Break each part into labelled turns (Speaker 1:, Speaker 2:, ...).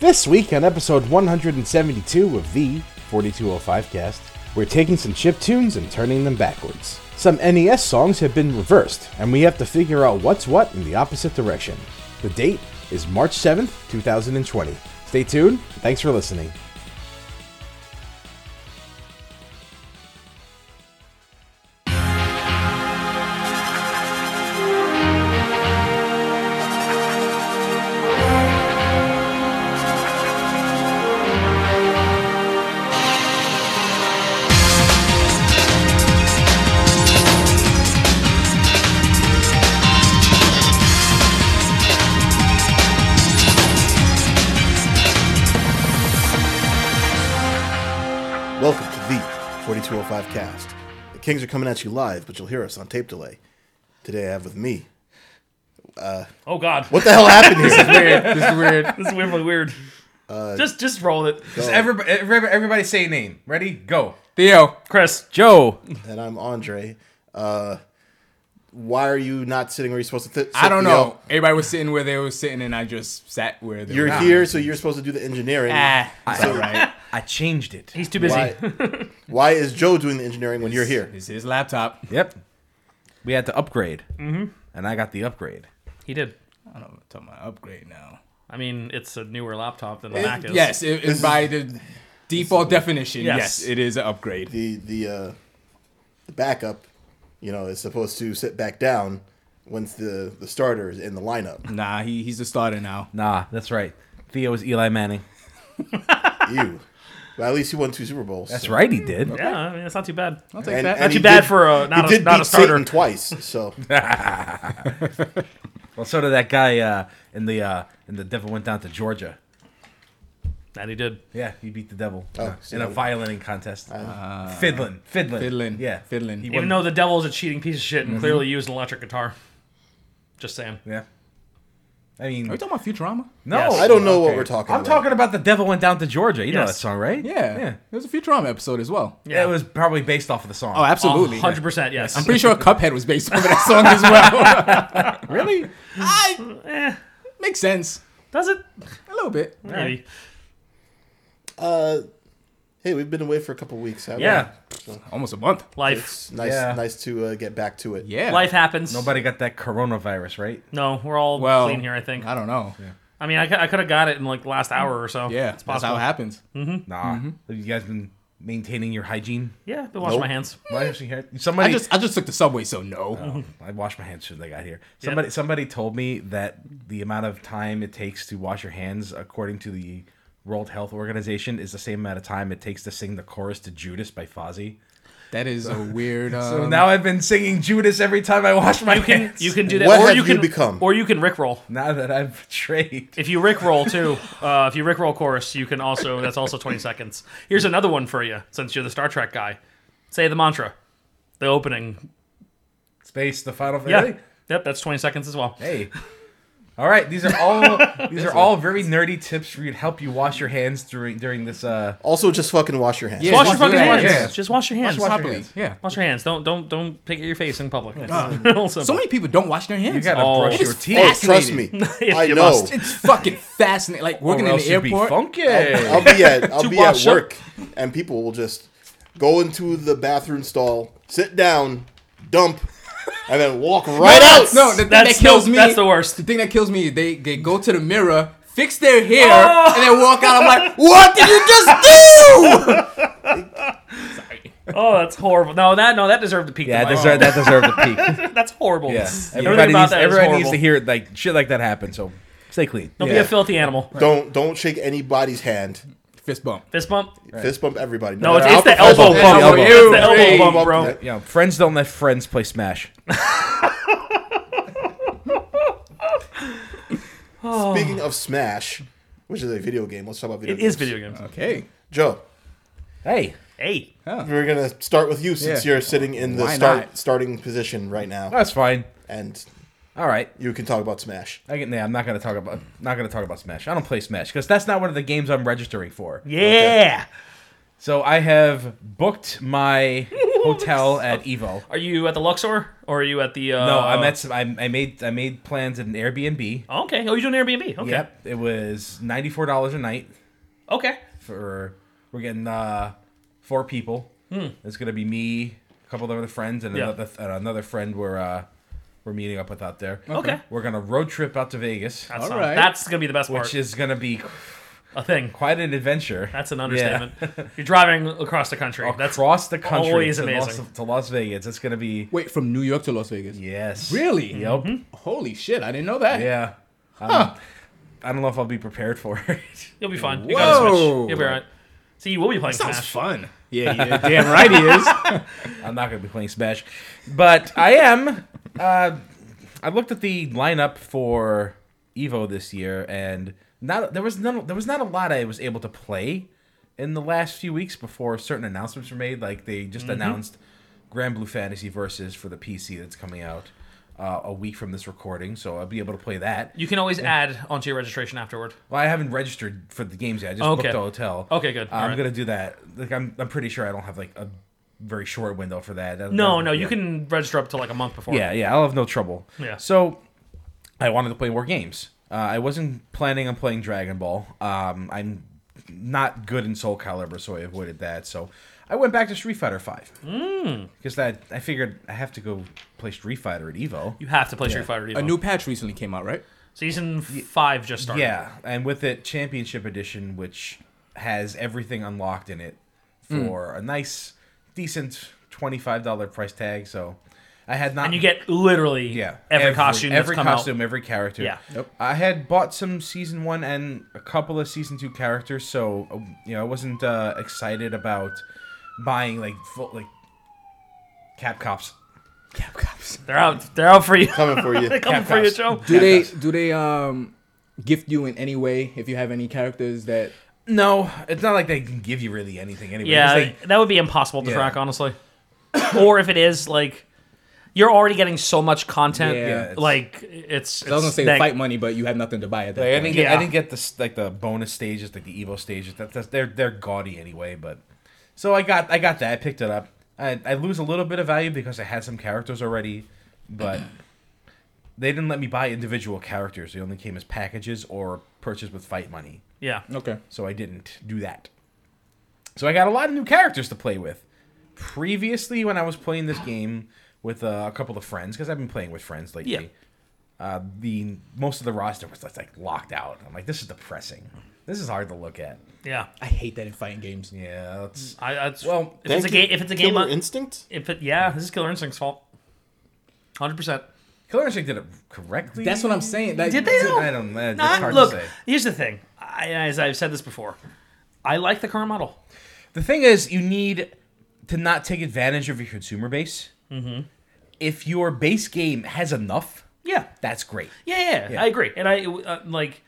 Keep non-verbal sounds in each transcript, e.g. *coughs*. Speaker 1: This week on episode 172 of the 4205cast, we're taking some chip tunes and turning them backwards. Some NES songs have been reversed, and we have to figure out what's what in the opposite direction. The date is March 7th, 2020. Stay tuned. Thanks for listening.
Speaker 2: Welcome to the 4205 cast. The Kings are coming at you live, but you'll hear us on tape delay. Today I have with me.
Speaker 3: Oh God,
Speaker 2: What the hell happened
Speaker 1: *laughs*
Speaker 2: here?
Speaker 4: weird. This is weird.
Speaker 3: this is weird, really weird. just just roll it,
Speaker 4: Just
Speaker 2: Oh.
Speaker 4: *laughs* everybody, everybody, everybody say a name. Ready? Go. Theo.
Speaker 3: Chris.
Speaker 4: Joe.
Speaker 2: and I'm Andre. Uh, why are you not sitting where you're supposed to sit?
Speaker 4: I don't
Speaker 2: Theo?
Speaker 4: know. Everybody was sitting where they were sitting, and I just sat where they
Speaker 2: You're
Speaker 4: were. Ah,
Speaker 2: here, so you're supposed to do the engineering.
Speaker 1: Ah,
Speaker 4: All *laughs* right.
Speaker 5: I changed it.
Speaker 3: He's too busy.
Speaker 2: Why, why is Joe doing the engineering when you're here?
Speaker 4: This is his laptop.
Speaker 5: Yep. We had to upgrade. Mm-hmm. And I got the upgrade.
Speaker 3: He did.
Speaker 4: I don't know. I'm talking about upgrade now.
Speaker 3: I mean, it's a newer laptop than the Mac is.
Speaker 4: yes, it, it, by the default definition,
Speaker 3: Yes.
Speaker 4: yes. it is an upgrade.
Speaker 2: The the uh, the backup, you know, is supposed to sit back down once the the starter is in the
Speaker 4: *laughs*
Speaker 2: lineup.
Speaker 4: Nah, he, he's a starter now.
Speaker 5: Nah, that's right. Theo is Eli Manning.
Speaker 2: Ew. Well, at least he won two Super Bowls.
Speaker 5: That's right, he did.
Speaker 3: Yeah, I mean, it's not too bad.
Speaker 4: I'll take
Speaker 2: And,
Speaker 4: that.
Speaker 2: and
Speaker 3: too
Speaker 2: he
Speaker 3: bad
Speaker 2: did-
Speaker 3: for a not
Speaker 2: he
Speaker 3: a
Speaker 2: did
Speaker 3: not a
Speaker 2: beat
Speaker 3: starter.
Speaker 2: Satan twice.
Speaker 3: *laughs*
Speaker 2: So
Speaker 5: Well, so did that guy uh, in the uh, in the devil went down to Georgia.
Speaker 3: That he did.
Speaker 5: Yeah, he beat the devil
Speaker 2: Oh,
Speaker 5: in a-
Speaker 2: so
Speaker 5: in a
Speaker 2: that- Uh,
Speaker 5: violin contest. fiddling, fiddling,
Speaker 4: fiddling.
Speaker 5: Yeah,
Speaker 4: Fiddling.
Speaker 5: He
Speaker 3: Even
Speaker 5: won.
Speaker 3: though the devil's a cheating piece of shit and clearly used an electric guitar. Just saying.
Speaker 5: Yeah. I mean,
Speaker 4: Are we talking about Futurama?
Speaker 5: no,
Speaker 3: Yes.
Speaker 2: I don't know what
Speaker 4: Okay.
Speaker 2: we're talking.
Speaker 5: I'm
Speaker 2: about.
Speaker 5: talking about the devil went down to Georgia. You know
Speaker 3: Yes.
Speaker 5: that song, right?
Speaker 4: Yeah.
Speaker 5: yeah.
Speaker 4: There's a Futurama episode as well.
Speaker 3: Yeah.
Speaker 5: It was probably based off of the song.
Speaker 4: Oh, absolutely.
Speaker 3: Hundred percent. Yes.
Speaker 4: I'm pretty sure Cuphead was based on that song as well. *laughs*
Speaker 5: really?
Speaker 4: I, makes sense.
Speaker 3: Eh, Does it?
Speaker 4: A little bit.
Speaker 3: Maybe.
Speaker 2: Uh, hey, we've been away for a couple weeks. haven't
Speaker 3: Yeah.
Speaker 4: Almost a month.
Speaker 2: we?
Speaker 3: Life.
Speaker 2: it's nice,
Speaker 5: Yeah.
Speaker 2: nice to uh, get back to it.
Speaker 4: Yeah.
Speaker 3: Life happens.
Speaker 5: Nobody got that coronavirus, right?
Speaker 3: No, we're all
Speaker 4: Well,
Speaker 3: clean here. I think.
Speaker 4: I don't know. Yeah.
Speaker 3: I mean, I, could have got it in like the last hour or so. it's
Speaker 4: that's how
Speaker 3: possible.
Speaker 4: it happens.
Speaker 5: Nah.
Speaker 3: Mm-hmm.
Speaker 5: Have you guys been maintaining your hygiene?
Speaker 3: yeah, I've been washing my hands.
Speaker 5: Washing your- Somebody,
Speaker 4: I just I just took the subway, so no.
Speaker 5: I washed my hands since I got here. Somebody somebody told me that the amount of time it takes to wash your hands, according to the World Health Organization, is the same amount of time it takes to sing the chorus to Judas by Fozzy.
Speaker 4: That is a weird. Um,
Speaker 5: So now I've been singing Judas every time I wash my
Speaker 3: You can
Speaker 5: hands.
Speaker 3: you can do that,
Speaker 2: What
Speaker 3: or
Speaker 2: have
Speaker 3: you
Speaker 2: you
Speaker 3: can
Speaker 2: become?
Speaker 3: or you can rickroll.
Speaker 5: *laughs* now that I've betrayed.
Speaker 3: If you Rickroll too, uh, if you Rickroll chorus, you can also. That's also twenty seconds. Here's another one for you, since you're the Star Trek guy. Say the mantra, the opening.
Speaker 5: Space the final
Speaker 3: Yeah.
Speaker 5: really?
Speaker 3: Yep, that's twenty seconds as well.
Speaker 5: Hey. All right, these are
Speaker 3: *laughs*
Speaker 5: all these are all very nerdy tips for you to help you wash your hands during during this uh
Speaker 2: Also, just fucking wash your hands.
Speaker 4: Yeah.
Speaker 3: Wash your
Speaker 4: just
Speaker 3: fucking
Speaker 4: do that.
Speaker 3: hands.
Speaker 5: Yeah.
Speaker 3: Just wash your hands.
Speaker 5: wash your
Speaker 3: Wash,
Speaker 4: properly.
Speaker 5: hands.
Speaker 4: Yeah.
Speaker 3: your hands. Don't don't don't pick at your face in public. *laughs* Also,
Speaker 4: So many people don't wash their hands.
Speaker 5: you gotta
Speaker 3: Oh.
Speaker 5: brush
Speaker 3: It
Speaker 5: your
Speaker 4: is
Speaker 2: Oh,
Speaker 5: teeth.
Speaker 4: fast.
Speaker 2: trust me,
Speaker 4: *laughs* Fascinating.
Speaker 2: I
Speaker 3: *laughs* you
Speaker 2: know.
Speaker 3: must.
Speaker 4: It's fucking fascinating. Like working
Speaker 5: or
Speaker 4: in
Speaker 5: else
Speaker 4: the
Speaker 5: you'd be
Speaker 4: airport.
Speaker 3: Oh,
Speaker 5: funky.
Speaker 2: I'll be
Speaker 3: *laughs*
Speaker 2: at I'll
Speaker 3: To
Speaker 2: be at
Speaker 3: wash up.
Speaker 2: work, and people will just go into the bathroom stall, sit down, dump, and then
Speaker 3: *laughs*
Speaker 2: walk right out.
Speaker 4: No, the thing
Speaker 3: That's
Speaker 4: that kills
Speaker 3: the-
Speaker 4: me.
Speaker 3: that's the worst.
Speaker 4: The thing that kills me. They they go to the mirror, fix their hair, and then walk out. I'm like, what did you just do?
Speaker 3: oh, that's horrible. No, that no, that deserved to peak. the
Speaker 5: Yeah, that
Speaker 3: mic.
Speaker 5: deserved, that deserved the peak.
Speaker 3: That's horrible.
Speaker 5: Yeah.
Speaker 3: Everything
Speaker 5: Everybody,
Speaker 3: about
Speaker 5: needs,
Speaker 3: that is
Speaker 5: everybody
Speaker 3: horrible.
Speaker 5: needs to hear like shit like that happen. So stay clean.
Speaker 3: Don't be
Speaker 4: Yeah.
Speaker 3: a filthy animal.
Speaker 2: Don't don't shake anybody's hand.
Speaker 4: *laughs* Fist bump.
Speaker 3: Fist bump.
Speaker 2: Fist bump everybody.
Speaker 3: No, it's,
Speaker 2: matter
Speaker 3: it's
Speaker 2: how
Speaker 3: the elbow
Speaker 2: professional-
Speaker 3: bump.
Speaker 5: elbow.
Speaker 3: It's the
Speaker 4: Hey.
Speaker 3: elbow bump, bro.
Speaker 5: You know, friends don't let friends play Smash.
Speaker 2: Speaking of Smash, which is a video game, let's talk about video.
Speaker 3: Oh. It is video
Speaker 5: Uh,
Speaker 3: games.
Speaker 4: Okay.
Speaker 2: Joe,
Speaker 5: Hey,
Speaker 3: Hey,
Speaker 2: we're gonna start with you since
Speaker 4: Yeah.
Speaker 2: you're sitting in the
Speaker 4: Why
Speaker 2: start
Speaker 4: not?
Speaker 2: starting position right now,
Speaker 5: that's fine.
Speaker 2: and
Speaker 5: All right,
Speaker 2: you can talk about Smash.
Speaker 5: I can, nah, I'm not gonna talk about not gonna talk about Smash. I don't play Smash because that's not one of the games I'm registering for.
Speaker 3: yeah. *laughs*
Speaker 5: So I have booked my hotel at Evo.
Speaker 3: Are you at the Luxor or are you at the? Uh,
Speaker 5: No, I met some. I, I made I made plans at an Airbnb.
Speaker 3: Oh, okay. Oh, you're doing Airbnb. Okay.
Speaker 5: Yep, it was ninety four dollars a night
Speaker 3: Okay.
Speaker 5: for we're getting uh four people. It's gonna be me, a couple of other friends, and
Speaker 3: Hmm. Yeah.
Speaker 5: another and another friend we're uh we're meeting up with out there.
Speaker 3: Okay.
Speaker 5: We're gonna road trip out to Vegas,
Speaker 3: That's
Speaker 4: All
Speaker 3: not-
Speaker 4: right.
Speaker 3: That's gonna be the best part.
Speaker 5: which is gonna be
Speaker 3: a thing.
Speaker 5: quite an adventure.
Speaker 3: That's an understatement.
Speaker 5: *laughs*
Speaker 3: You're driving across the country. That's
Speaker 5: across the country
Speaker 3: always
Speaker 5: to,
Speaker 3: amazing.
Speaker 5: Las, to Las Vegas. It's gonna be
Speaker 4: Wait, from New York to Las Vegas.
Speaker 5: yes,
Speaker 4: Really?
Speaker 5: Yep.
Speaker 4: Holy shit! I didn't know that.
Speaker 5: Yeah. Um, I don't know if I'll be prepared for it.
Speaker 3: You'll be fine. You got a
Speaker 4: Whoa.
Speaker 3: switch. You'll be all right. See, you will be playing
Speaker 4: Sounds
Speaker 3: Smash.
Speaker 4: fun. Yeah, yeah, damn right he is.
Speaker 5: I'm not going to be playing Smash, but I am. Uh, I looked at the lineup for Evo this year, and not there was none, there was not a lot I was able to play in the last few weeks before certain announcements were made. Like they
Speaker 3: Mm-hmm.
Speaker 5: just announced Grand Blue Fantasy Versus for the PC that's coming out uh, a week from this recording, so I'll be able to play that.
Speaker 3: *laughs* You can always add onto your registration afterward.
Speaker 5: Well, I haven't registered for the games yet. I just
Speaker 3: Okay.
Speaker 5: booked a hotel.
Speaker 3: Okay, good.
Speaker 5: Uh,
Speaker 3: All
Speaker 5: I'm
Speaker 3: right.
Speaker 5: gonna do that. Like, I'm, I'm pretty sure I don't have like a very short window for that. That-
Speaker 3: No,
Speaker 5: that-
Speaker 3: no, you
Speaker 5: yeah.
Speaker 3: can register up to like a month before.
Speaker 5: Yeah, yeah, I'll have no trouble.
Speaker 3: Yeah.
Speaker 5: So, I wanted to play more games. Uh, I wasn't planning on playing Dragon Ball. Um, I'm not good in Soul Calibur, so I avoided that. So, I went back to Street Fighter Five
Speaker 3: Mm.
Speaker 5: because that I figured I have to go play Street Fighter at Evo.
Speaker 3: You have to play Street Fighter Evo.
Speaker 4: *laughs* A new patch recently came out, right?
Speaker 3: Season five just started.
Speaker 5: Yeah, and with it, Championship Edition, which has everything unlocked in it
Speaker 3: Mm.
Speaker 5: for a nice, decent twenty-five dollar price tag. So I had not.
Speaker 3: And you get literally
Speaker 5: yeah
Speaker 3: every, costume that's
Speaker 5: every
Speaker 3: come
Speaker 5: costume, every character.
Speaker 3: Yeah.
Speaker 4: Yep.
Speaker 5: I had bought some season one and a couple of season two characters, so uh, you know I wasn't uh, excited about buying like full, like Cap Cops.
Speaker 3: out. They're out. They're out for you. *laughs*
Speaker 2: Coming for you.
Speaker 3: They're coming for you,
Speaker 5: cops.
Speaker 3: Joe.
Speaker 4: Do they do they um gift you in any way if you have any characters that
Speaker 5: No, it's not like they can give you really anything anyway. 'cause
Speaker 3: Yeah,
Speaker 5: they-
Speaker 3: that would be impossible to
Speaker 5: Yeah.
Speaker 3: track, honestly. *coughs* or if it is, like, you're already getting so much content.
Speaker 4: Yeah. Yeah,
Speaker 5: it's-
Speaker 3: like, it's.
Speaker 4: I was gonna say
Speaker 3: that-
Speaker 4: fight money, but you have nothing to buy at that
Speaker 5: Like, I
Speaker 4: point.
Speaker 5: didn't get I
Speaker 3: Yeah.
Speaker 5: didn't get the s- like the bonus stages, like the Evo stages. That, that's they're they're gaudy anyway, but so I got I got that. I picked it up. I, I lose a little bit of value because I had some characters already, but they didn't let me buy individual characters. They only came as packages or purchased with fight money.
Speaker 3: Yeah.
Speaker 4: Okay.
Speaker 5: So I didn't do that. So I got a lot of new characters to play with. Previously, when I was playing this game with uh, a couple of friends, because I've been playing with friends lately,
Speaker 3: Yeah.
Speaker 5: uh, the most of the roster was like locked out. I'm like, this is depressing. This is hard to look at.
Speaker 3: Yeah.
Speaker 4: I hate that in fighting games.
Speaker 5: Yeah, it's
Speaker 3: I, that's,
Speaker 5: Well,
Speaker 3: well, if it's a
Speaker 2: Thank you,
Speaker 3: game, if it's a game,
Speaker 2: Killer
Speaker 3: on-
Speaker 2: Instinct.
Speaker 3: if it, yeah, this is Killer Instinct's fault. Hundred percent.
Speaker 5: Killer Instinct did it correctly.
Speaker 4: That's what I'm saying. Like,
Speaker 3: Did they though?
Speaker 5: I don't know. It's
Speaker 3: Nah,
Speaker 5: hard
Speaker 3: look,
Speaker 5: to say.
Speaker 3: here's the thing. I, as I've said this before, I like the current model.
Speaker 5: The thing is, you need to not take advantage of your consumer base. Mm-hmm. If your base game has enough,
Speaker 3: Yeah.
Speaker 5: that's great.
Speaker 3: Yeah, yeah, I agree. And I uh, like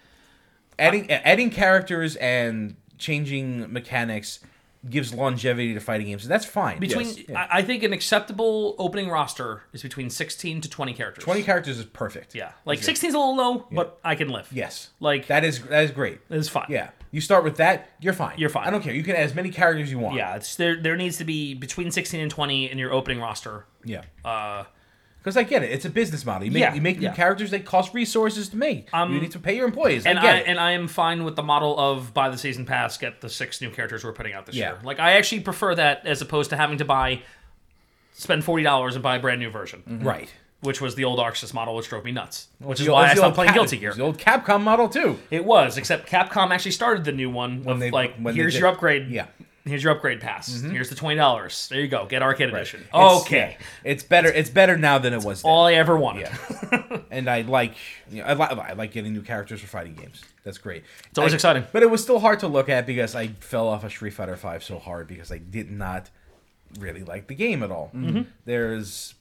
Speaker 5: adding adding characters and changing mechanics gives longevity to fighting games. and That's fine.
Speaker 3: between.
Speaker 5: Yes. Yeah.
Speaker 3: I, I think an acceptable opening roster is between 16 to 20 characters.
Speaker 5: twenty characters is perfect.
Speaker 3: Yeah, like 16 is a little low, but I can live.
Speaker 5: Yes.
Speaker 3: Like-
Speaker 5: that is that is great.
Speaker 3: it's fine.
Speaker 5: Yeah. You start with that, you're fine.
Speaker 3: You're fine.
Speaker 5: I don't care. You can add as many characters as you want.
Speaker 3: yeah. It's there. There needs to be between 16 and 20 in your opening roster.
Speaker 5: Yeah.
Speaker 3: Uh,
Speaker 5: Because I get it. It's a business model. You make
Speaker 3: Yeah,
Speaker 5: you make
Speaker 3: yeah. Um,
Speaker 5: new characters that cost resources to make. you need to pay your employees.
Speaker 3: and
Speaker 5: I
Speaker 3: I,
Speaker 5: get it.
Speaker 3: and I am fine with the model of buy the season pass, get the six new characters we're putting out this
Speaker 5: Yeah.
Speaker 3: year. Like I actually prefer that as opposed to having to buy, spend forty dollars and buy a brand new version,
Speaker 5: right.
Speaker 3: which was the old Arxis model, which drove me nuts. Which is
Speaker 5: Mm-hmm. The-
Speaker 3: why
Speaker 5: it's
Speaker 3: I
Speaker 5: the
Speaker 3: stopped
Speaker 5: old
Speaker 3: playing
Speaker 5: Cap-
Speaker 3: Guilty
Speaker 5: it's
Speaker 3: Gear.
Speaker 5: The old Capcom model too.
Speaker 3: It was, except Capcom actually started the new one of
Speaker 5: they-
Speaker 3: like
Speaker 5: when they
Speaker 3: here's
Speaker 5: did-
Speaker 3: your upgrade.
Speaker 5: Yeah. Mm-hmm.
Speaker 3: Here's your upgrade pass. Here's the twenty dollars. There you go. Get arcade edition.
Speaker 5: It's-
Speaker 3: okay.
Speaker 5: yeah. It's better. It's better now than it was. Then.
Speaker 3: All I ever wanted.
Speaker 5: and I like you know, I, li- I like getting new characters for fighting games. That's great. It's
Speaker 3: always exciting.
Speaker 5: But it was still hard to look at because I fell off of Street Fighter Five so hard because I did not really like the game at all.
Speaker 3: Mm-hmm.
Speaker 5: There's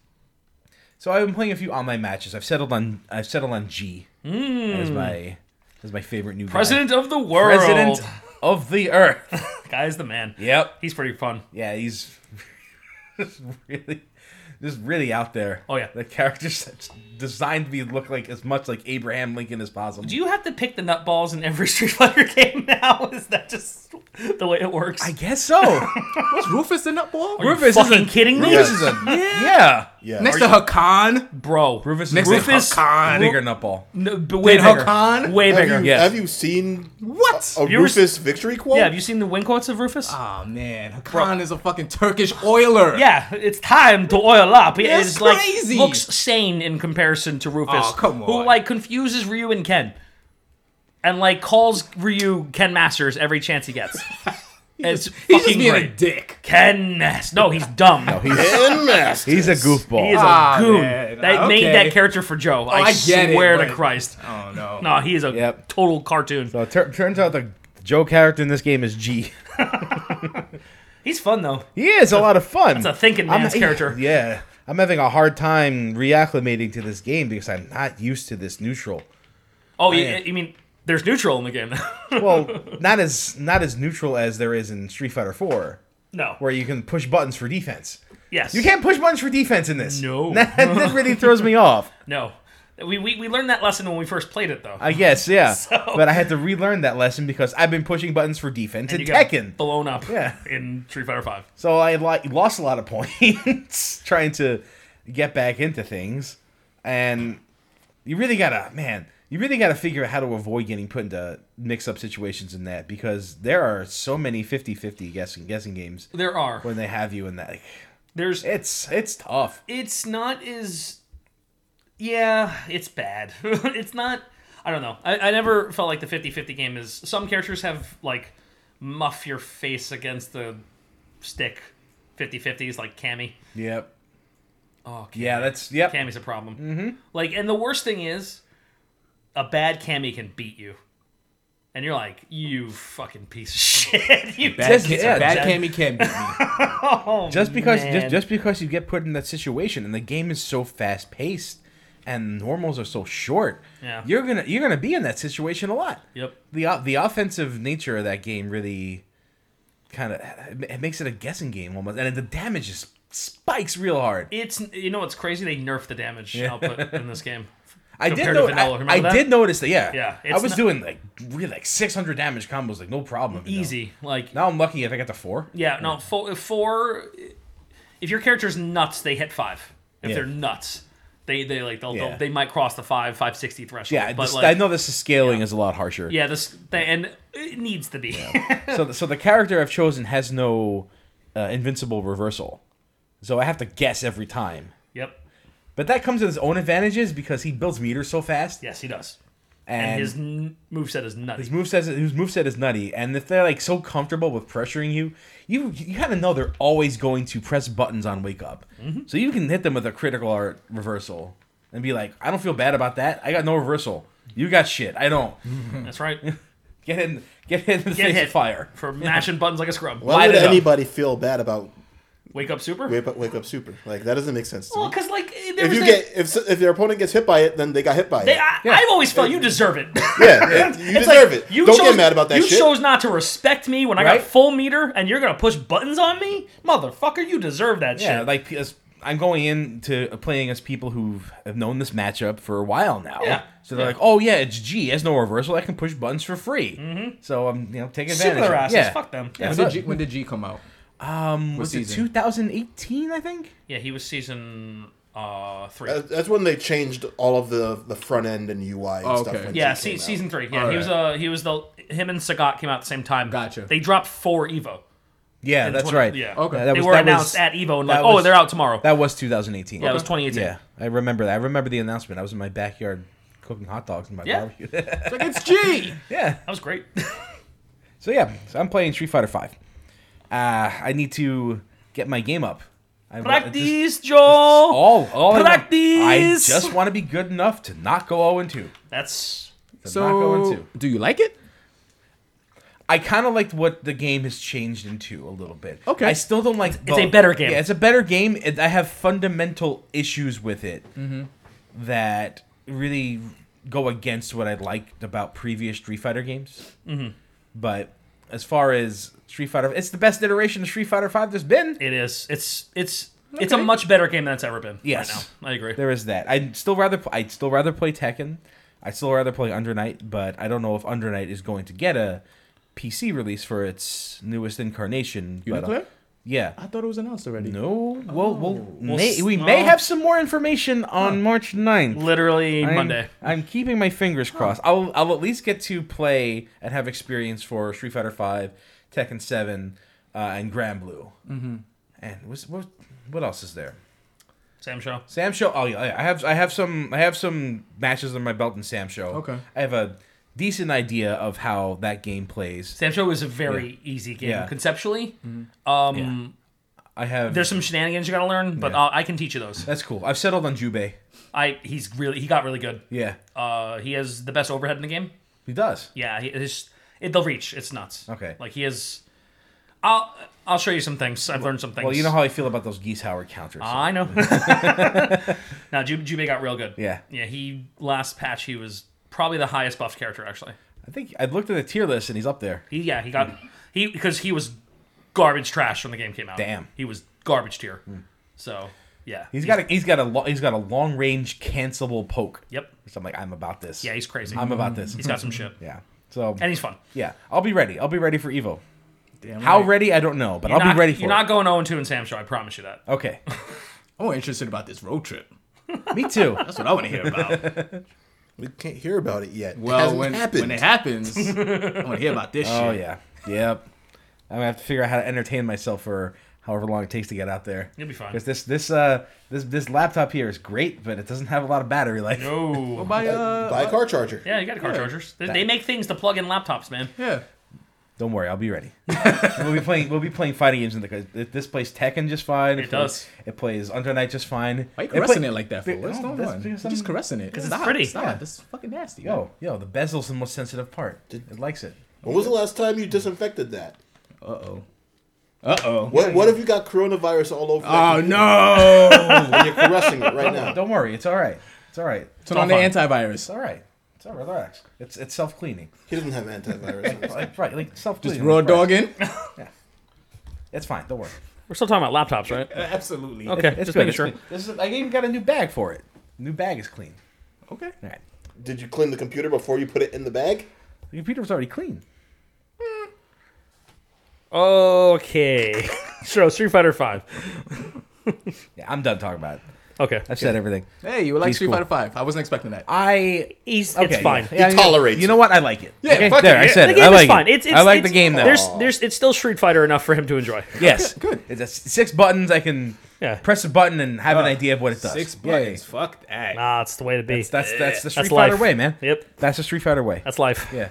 Speaker 5: so I've been playing a few online matches. I've settled on I've settled on G as my as my favorite new guy.
Speaker 3: Mm. President of the world.
Speaker 5: President of the Earth.
Speaker 3: Guy's the man.
Speaker 5: Yep.
Speaker 3: He's pretty fun.
Speaker 5: Yeah, he's *laughs* just really just really out there.
Speaker 3: Oh, yeah.
Speaker 5: the character's that's designed to be look like as much like Abraham Lincoln as possible.
Speaker 3: *laughs* Do you have to pick the nutballs in every Street Fighter game now? *laughs* Is that just the way it works.
Speaker 5: I
Speaker 3: *laughs*
Speaker 5: guess so.
Speaker 4: Was Rufus in that ball?
Speaker 3: Are you
Speaker 5: Rufus
Speaker 3: fucking
Speaker 5: isn't-
Speaker 3: kidding me?
Speaker 5: Rufus is a yeah.
Speaker 2: Yeah.
Speaker 4: Next to
Speaker 3: *laughs*
Speaker 4: Hakan.
Speaker 3: Bro,
Speaker 5: Rufus
Speaker 4: Next
Speaker 5: is
Speaker 4: to
Speaker 5: a
Speaker 3: Rufus-
Speaker 4: Hakan.
Speaker 5: bigger nutball.
Speaker 3: no, but way
Speaker 4: Did
Speaker 3: bigger.
Speaker 4: Hakan-
Speaker 3: Way
Speaker 2: have,
Speaker 3: bigger.
Speaker 2: you,
Speaker 5: Yes.
Speaker 2: have you seen
Speaker 4: What?
Speaker 2: a
Speaker 3: You were-
Speaker 2: Rufus victory quote?
Speaker 3: Yeah, have you seen the win quotes of Rufus?
Speaker 4: Oh man, Hakan is a fucking Turkish oiler.
Speaker 3: yeah, it's time to oil up. It
Speaker 4: That's
Speaker 3: is, like
Speaker 4: crazy.
Speaker 3: looks sane in comparison to Rufus,
Speaker 4: Aw, come
Speaker 3: who
Speaker 4: on.
Speaker 3: like confuses Ryu and Ken, and like calls Ryu Ken Masters every chance he gets. it's
Speaker 4: he's just
Speaker 3: fucking
Speaker 4: being a
Speaker 3: great.
Speaker 4: dick.
Speaker 3: Ken Masters. No, he's dumb.
Speaker 5: He's
Speaker 2: And Masters.
Speaker 5: he's a goofball.
Speaker 3: He is
Speaker 4: Ah,
Speaker 3: a goon.
Speaker 4: man.
Speaker 3: They
Speaker 4: Ah,
Speaker 3: made
Speaker 4: okay.
Speaker 3: that character for Joe. I,
Speaker 4: I get it,
Speaker 3: swear to
Speaker 4: but-
Speaker 3: Christ.
Speaker 4: Oh no.
Speaker 3: No, he is a
Speaker 5: Yep.
Speaker 3: total cartoon.
Speaker 5: so it tur- turns out the Joe character in this game is G. *laughs*
Speaker 3: He's fun though.
Speaker 5: He is a lot of fun. It's
Speaker 3: a thinking man's character.
Speaker 5: *laughs* Yeah. I'm having a hard time reacclimating to this game because I'm not used to this neutral.
Speaker 3: Oh, you, you mean there's neutral in the game? *laughs*
Speaker 5: Well, not as not as neutral as there is in Street Fighter 4
Speaker 3: no.
Speaker 5: where you can push buttons for defense.
Speaker 3: yes.
Speaker 5: You can't push buttons for defense in this.
Speaker 3: No.
Speaker 5: *laughs* That, that really throws me off.
Speaker 3: No. We, we, we learned that lesson when we first played it though.
Speaker 5: I
Speaker 3: *laughs*
Speaker 5: guess, yeah. But I had to relearn that lesson because I've been pushing buttons for defense in
Speaker 3: You got
Speaker 5: Tekken.
Speaker 3: blown up.
Speaker 5: Yeah.
Speaker 3: In Street Fighter Five.
Speaker 5: So I li- lost a lot of points *laughs* trying to get back into things, and you really gotta, man, you really gotta figure out how to avoid getting put into mix-up situations in that because there are so many 50-50 guessing guessing games
Speaker 3: There are.
Speaker 5: when they have you in that.
Speaker 3: There's.
Speaker 5: It's it's tough.
Speaker 3: It's not as. Yeah, it's bad. *laughs* it's not. I don't know. I, I never felt like the 50-50 game is. Some characters have like muff your face against the stick 50-50s like Cammy.
Speaker 5: Yep.
Speaker 3: Oh, Cammy.
Speaker 5: Yeah, that's yep.
Speaker 3: Cammy's a problem. Mm-hmm. Like, and the worst thing is, a bad Cammy can beat you, and you're like, you fucking piece of *laughs* shit. you
Speaker 4: Bad,
Speaker 5: Just-
Speaker 4: kid,
Speaker 5: yeah,
Speaker 4: bad
Speaker 5: just-
Speaker 4: Cammy can beat me.
Speaker 3: *laughs* Oh,
Speaker 5: Just because just,
Speaker 3: man.
Speaker 5: just because you get put in that situation and the game is so fast paced and normals are so short,
Speaker 3: Yeah.
Speaker 5: you're gonna you're gonna be in that situation a lot.
Speaker 3: Yep.
Speaker 5: the o- the offensive nature of that game really kind of it makes it a guessing game almost, and the damage just spikes real hard.
Speaker 3: It's you know it's crazy they nerfed the damage output in this game.
Speaker 5: *laughs* I did
Speaker 3: compared
Speaker 5: know
Speaker 3: to vanilla,
Speaker 5: I-
Speaker 3: remember
Speaker 5: I,
Speaker 3: that?
Speaker 5: did notice that. Yeah,
Speaker 3: Yeah,
Speaker 5: I
Speaker 3: it's
Speaker 5: was
Speaker 3: not-
Speaker 5: doing like really like six hundred damage combos, like no problem. you know.
Speaker 3: Easy, like
Speaker 5: Now I'm lucky if I got to four.
Speaker 3: yeah, no four, four. If your character's nuts, they hit five. If
Speaker 5: Yeah.
Speaker 3: they're nuts, they they like they'll,
Speaker 5: Yeah.
Speaker 3: they'll they might cross the five five sixty threshold.
Speaker 5: Yeah,
Speaker 3: but
Speaker 5: this-
Speaker 3: like,
Speaker 5: I know this is scaling is a lot harsher.
Speaker 3: Yeah, this they, and it needs to be.
Speaker 5: so the, so the character I've chosen has no uh, invincible reversal, so I have to guess every time.
Speaker 3: *laughs* yep.
Speaker 5: But that comes with its own advantages because he builds meters so fast.
Speaker 3: Yes, he does.
Speaker 5: and,
Speaker 3: And, his n- moveset is nutty.
Speaker 5: *laughs* His moveset, his moveset is nutty, and if they're like so comfortable with pressuring you, you you kind of know they're always going to press buttons on wake up.
Speaker 3: Mm-hmm.
Speaker 5: So you can hit them with a critical art reversal and be like, I don't feel bad about that. I got no reversal. You got shit. I don't.
Speaker 3: That's right.
Speaker 5: Get in, get hit in the
Speaker 3: Mm-hmm. Get
Speaker 5: face
Speaker 3: hit
Speaker 5: of fire.
Speaker 3: for mashing buttons like a scrub.
Speaker 2: Why
Speaker 3: Light
Speaker 2: would
Speaker 3: it up.
Speaker 2: anybody feel bad about
Speaker 3: Wake up super.
Speaker 2: wake up, wake up super? Like that doesn't make sense. To me.
Speaker 3: Well, because like there
Speaker 2: If
Speaker 3: was
Speaker 2: you
Speaker 3: that-
Speaker 2: get if s- if your opponent gets hit by it, then they got hit by
Speaker 3: they,
Speaker 2: it.
Speaker 3: I,
Speaker 5: Yeah.
Speaker 3: I've always felt you deserve it. *laughs*
Speaker 2: Yeah, it- you
Speaker 3: It's
Speaker 2: deserve
Speaker 3: like,
Speaker 2: it. Don't
Speaker 3: chose-
Speaker 2: get mad about that
Speaker 3: You
Speaker 2: shit.
Speaker 3: chose not to respect me when I
Speaker 5: Right?
Speaker 3: got full meter, and you're gonna push buttons on me, motherfucker. You deserve that
Speaker 5: Yeah,
Speaker 3: shit.
Speaker 5: like as, I'm going into playing as people who have known this matchup for a while now.
Speaker 3: Yeah.
Speaker 5: So they're like, oh yeah, it's G. It has no reversal. I can push buttons for free. So I'm you know taking
Speaker 3: Sit their
Speaker 5: advantage. of it.
Speaker 3: Mm-hmm. asses.
Speaker 5: Yeah.
Speaker 3: Fuck them.
Speaker 4: when,
Speaker 3: Yeah.
Speaker 4: did G, when did G come out?
Speaker 5: Um, was it
Speaker 4: season?
Speaker 5: 2018? I think.
Speaker 3: Yeah, He was season uh three.
Speaker 2: That- That's when they changed all of the the front end and UI and
Speaker 4: Oh,
Speaker 2: stuff.
Speaker 4: okay.
Speaker 2: when
Speaker 3: yeah,
Speaker 2: G
Speaker 3: se-
Speaker 2: came out.
Speaker 3: season three. Yeah,
Speaker 4: All
Speaker 3: he was uh he was the him and Sagat came out at the same time.
Speaker 4: Gotcha.
Speaker 3: They dropped four Evo.
Speaker 5: Yeah,
Speaker 3: in
Speaker 5: that's
Speaker 3: 20
Speaker 5: right.
Speaker 3: Yeah.
Speaker 4: Okay.
Speaker 5: Yeah,
Speaker 4: That
Speaker 3: they
Speaker 5: was-
Speaker 3: were
Speaker 5: that
Speaker 3: announced
Speaker 5: was-
Speaker 3: at Evo and
Speaker 5: that
Speaker 3: like, oh,
Speaker 5: was-
Speaker 3: they're out tomorrow.
Speaker 5: That was 2018.
Speaker 3: yeah, it was 2018.
Speaker 5: Yeah, I remember that. I remember the announcement. I was in my backyard cooking hot dogs in my
Speaker 3: Yeah.
Speaker 5: barbecue. *laughs*
Speaker 4: It's like it's G.
Speaker 5: yeah.
Speaker 3: That was great.
Speaker 5: So yeah, so I'm playing Street Fighter Five. Uh, I need to get my game up. I wa- I just-
Speaker 3: Practice, Joel.
Speaker 5: all, all I want-
Speaker 3: practice.
Speaker 5: I just want to be good enough to not go 0 and 2.
Speaker 3: That's
Speaker 5: To not go 0
Speaker 4: So
Speaker 5: 2.
Speaker 4: do you like it?
Speaker 5: I kind of liked what the game has changed into a little bit.
Speaker 4: Okay.
Speaker 5: I still don't like.
Speaker 3: it's a better game.
Speaker 5: Yeah, it's a better game. and I have fundamental issues with it that really go against what I liked about previous Street Fighter games. But as far as Street Fighter, it's the best iteration of Street Fighter Five there's been.
Speaker 3: it is. It's it's it's a much better game than it's ever been.
Speaker 5: Yes.
Speaker 3: right now. I agree.
Speaker 5: There is that. I'd still rather pl- I'd still rather play Tekken. I'd still rather play Under Night, but I don't know if Under Night is going to get a PC release for its newest incarnation. but, uh,
Speaker 6: Uniclear?
Speaker 5: yeah.
Speaker 6: I thought it was announced already.
Speaker 5: No. Well, we'll, may,
Speaker 3: s-
Speaker 5: we may
Speaker 3: oh.
Speaker 5: have some more information on March 9th.
Speaker 3: Literally
Speaker 5: I'm-
Speaker 3: Monday.
Speaker 5: I'm keeping my fingers crossed. I'll I'll at least get to play and have experience for Street Fighter Five, Tekken Seven, uh, and Grand Blue. Mm-hmm. And what's, what what else is there?
Speaker 3: Sam show.
Speaker 5: Sam Show. Oh yeah, I have I have some I have some matches on my belt in Sam Show.
Speaker 4: Okay.
Speaker 5: I have a decent idea of how that game plays.
Speaker 3: Sam show is a very easy game
Speaker 5: Yeah. Mm-hmm.
Speaker 3: conceptually. Um,
Speaker 5: I have.
Speaker 3: There's some shenanigans you gotta learn, but
Speaker 5: Yeah.
Speaker 3: uh, I can teach you those.
Speaker 5: that's cool. I've settled on Jubei.
Speaker 3: I he's really he got really good.
Speaker 5: Yeah,
Speaker 3: Uh, he has the best overhead in the game.
Speaker 5: he does.
Speaker 3: Yeah, he, his it, the reach it's nuts.
Speaker 5: Okay.
Speaker 3: like he is. I'll I'll show you some things. I've learned some things.
Speaker 5: Well, you know how I feel about those Geese Howard counters.
Speaker 3: I
Speaker 5: *laughs*
Speaker 3: know. *laughs* now Ju- Jubei got real good.
Speaker 5: Yeah.
Speaker 3: yeah. He last patch he was probably the highest buffed character actually.
Speaker 5: I think I looked at the tier list and he's up there.
Speaker 3: He yeah he got
Speaker 5: Hmm.
Speaker 3: he because he was garbage trash when the game came out.
Speaker 5: Damn. Hmm.
Speaker 3: he was garbage tier. So yeah,
Speaker 5: He's got a he's got a lo- he's got a long range cancelable poke.
Speaker 3: Yep.
Speaker 5: So I'm like I'm about this.
Speaker 3: Yeah, he's crazy.
Speaker 5: I'm about this.
Speaker 3: he's got some shit,
Speaker 5: yeah. So
Speaker 3: and he's fun.
Speaker 5: yeah, I'll be ready. I'll be ready for Evo.
Speaker 6: Damn
Speaker 5: How
Speaker 6: right.
Speaker 5: ready? I don't know, but I'll
Speaker 3: Not-
Speaker 5: be ready for.
Speaker 3: You're
Speaker 5: it.
Speaker 3: not going 0 2 in Sam Show. I promise you
Speaker 5: *laughs*
Speaker 3: that.
Speaker 5: okay.
Speaker 4: I'm more interested about this road trip.
Speaker 5: Me too.
Speaker 3: *laughs*
Speaker 4: That's what I want to hear about.
Speaker 2: We can't hear about it yet. it
Speaker 4: Well,
Speaker 2: hasn't
Speaker 4: when
Speaker 2: happened.
Speaker 4: when it happens, I want to hear about this
Speaker 5: Oh
Speaker 4: shit.
Speaker 5: yeah. Yep. I'm gonna have to figure out how to entertain myself for however long it takes to get out there.
Speaker 3: You'll be fine.
Speaker 5: Because this this uh this this laptop here is great, but it doesn't have a lot of battery life.
Speaker 3: No.
Speaker 4: Buy, uh,
Speaker 2: Buy a car charger.
Speaker 3: oh, Yeah, you got car chargers. They, they make things to plug in laptops, man.
Speaker 4: yeah.
Speaker 5: Don't worry, I'll
Speaker 3: *laughs*
Speaker 5: be ready. we'll be playing. We'll be playing fighting games in the. If this plays Tekken just fine. It,
Speaker 3: does.
Speaker 5: Plays, it plays Under Night just fine.
Speaker 4: Why you
Speaker 5: play-
Speaker 4: caressing it like that for?
Speaker 5: Dude,
Speaker 4: What's
Speaker 5: no,
Speaker 4: going
Speaker 5: that's
Speaker 4: on?
Speaker 5: because
Speaker 4: You're just
Speaker 5: I'm-
Speaker 4: caressing it. Because
Speaker 3: it's pretty.
Speaker 4: Stop.
Speaker 5: Yeah.
Speaker 4: This is fucking nasty.
Speaker 5: Yo, yo, the bezel's the most sensitive part. It likes it.
Speaker 2: When was the last time you disinfected that?
Speaker 4: Uh oh. Uh oh.
Speaker 2: What What if you got coronavirus all over? that
Speaker 4: Oh
Speaker 2: computer
Speaker 4: no!
Speaker 2: And you're caressing it right now.
Speaker 5: Don't worry, it's all right. It's all right.
Speaker 4: *laughs*
Speaker 5: It's
Speaker 4: Turn on the
Speaker 3: fine.
Speaker 4: antivirus.
Speaker 5: all right. It's all right. Relax. It's it's self cleaning.
Speaker 2: He doesn't have antivirus.
Speaker 5: *laughs*
Speaker 2: on.
Speaker 5: Like, right, like self
Speaker 4: Just
Speaker 5: cleaning.
Speaker 4: raw dogging.
Speaker 5: It's fine. Don't worry.
Speaker 3: We're still talking about laptops, right?
Speaker 4: Absolutely.
Speaker 3: Okay,
Speaker 5: It's
Speaker 3: just
Speaker 5: good.
Speaker 3: making
Speaker 5: it's
Speaker 3: sure.
Speaker 5: good. This is, I even got a new bag for it. New bag is clean.
Speaker 4: Okay.
Speaker 5: All right.
Speaker 2: Did you clean the computer before you put it in the bag?
Speaker 5: The computer was already clean. *laughs*
Speaker 3: Okay. so Street Fighter Five.
Speaker 5: Yeah, I'm done talking about it.
Speaker 3: Okay.
Speaker 5: I've said everything.
Speaker 4: Hey, you like
Speaker 5: He's
Speaker 4: Street
Speaker 5: cool.
Speaker 4: Fighter Five? I wasn't expecting that.
Speaker 5: I
Speaker 3: He's,
Speaker 5: Okay,
Speaker 3: it's fine.
Speaker 5: yeah. Yeah,
Speaker 2: He
Speaker 5: you know-
Speaker 2: tolerates
Speaker 5: You know
Speaker 2: it.
Speaker 5: what? I like it.
Speaker 4: Yeah,
Speaker 5: Okay,
Speaker 4: fuck
Speaker 5: there.
Speaker 4: it,
Speaker 5: I
Speaker 4: yeah.
Speaker 5: said
Speaker 3: The
Speaker 5: it.
Speaker 3: game
Speaker 5: I
Speaker 3: is
Speaker 5: like it.
Speaker 3: fine. It's, it's
Speaker 5: I like
Speaker 3: it's-
Speaker 5: the game though.
Speaker 3: There's there's it's still Street Fighter enough for him to enjoy.
Speaker 5: yes,
Speaker 4: Good.
Speaker 5: It's a s- six buttons. I can
Speaker 3: Yeah.
Speaker 5: press a button and have an idea of what it does.
Speaker 4: Six
Speaker 5: Yeah, yeah,
Speaker 4: buttons. Fuck that.
Speaker 3: Nah, Ah, it's the way to be.
Speaker 5: yeah. That's that's the Street
Speaker 3: That's
Speaker 5: Fighter
Speaker 3: life.
Speaker 5: way, man.
Speaker 3: Yep.
Speaker 5: That's the Street Fighter way.
Speaker 3: That's life.
Speaker 5: yeah.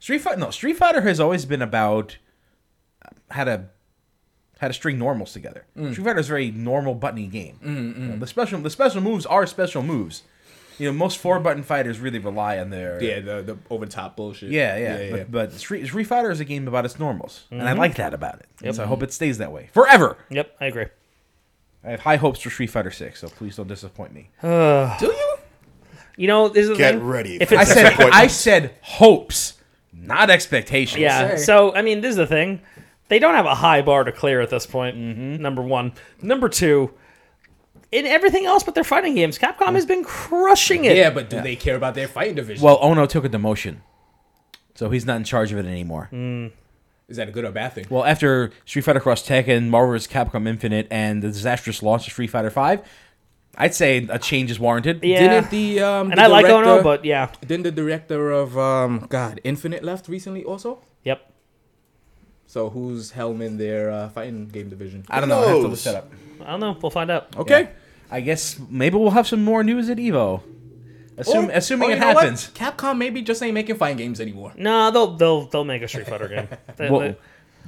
Speaker 5: Street Fighter. No, Street Fighter has always been about how to how to string normals together. Street Fighter is a very normal buttony game. You know, the special the special moves are special moves. You know, most four button fighters really rely on their
Speaker 4: Yeah, the the over the top bullshit.
Speaker 5: Yeah, yeah. but,
Speaker 4: yeah.
Speaker 5: but Street, Street Fighter is a game about its normals, and I like that about it. So I hope it stays that way forever.
Speaker 3: Yep, I agree.
Speaker 5: I have high hopes for Street Fighter Six, so please don't disappoint me.
Speaker 4: Do you?
Speaker 3: You know, this is the
Speaker 2: Get
Speaker 3: thing.
Speaker 2: ready
Speaker 3: If
Speaker 2: for
Speaker 5: I
Speaker 3: it's
Speaker 5: said I said hopes, not expectations.
Speaker 3: yeah.
Speaker 4: say.
Speaker 3: So I mean, this is the thing. They don't have a high bar to clear at this point.
Speaker 5: Mm-hmm.
Speaker 3: Number one. Number two. In everything else but their fighting games, Capcom has been crushing it.
Speaker 4: Yeah, but do they care about their fighting division?
Speaker 5: Well, Ono took a demotion, so he's not in charge of it anymore.
Speaker 4: is that a good or bad thing?
Speaker 5: Well, after Street Fighter Cross Tekken, Marvel's Capcom Infinite, and the disastrous launch of Street Fighter Five, I'd say a change is warranted.
Speaker 3: Yeah.
Speaker 4: Didn't the um
Speaker 3: and
Speaker 4: the
Speaker 3: I like
Speaker 4: director,
Speaker 3: Ono, but yeah.
Speaker 4: didn't the director of um God Infinite left recently also?
Speaker 3: Yep.
Speaker 4: So who's helming their uh, fighting game division?
Speaker 5: I don't know. I have to
Speaker 2: Knows.
Speaker 5: set up.
Speaker 3: I don't know. We'll find out.
Speaker 4: Okay.
Speaker 5: Yeah. I guess maybe we'll have some more news at Evo. Assume,
Speaker 4: Or-
Speaker 5: assuming
Speaker 4: or
Speaker 5: it
Speaker 4: you know what?
Speaker 5: happens.
Speaker 4: Capcom maybe just ain't making fighting games anymore.
Speaker 3: No, they'll they'll they'll make a Street Fighter
Speaker 5: *laughs*
Speaker 3: game. They-
Speaker 5: We'll,
Speaker 3: they-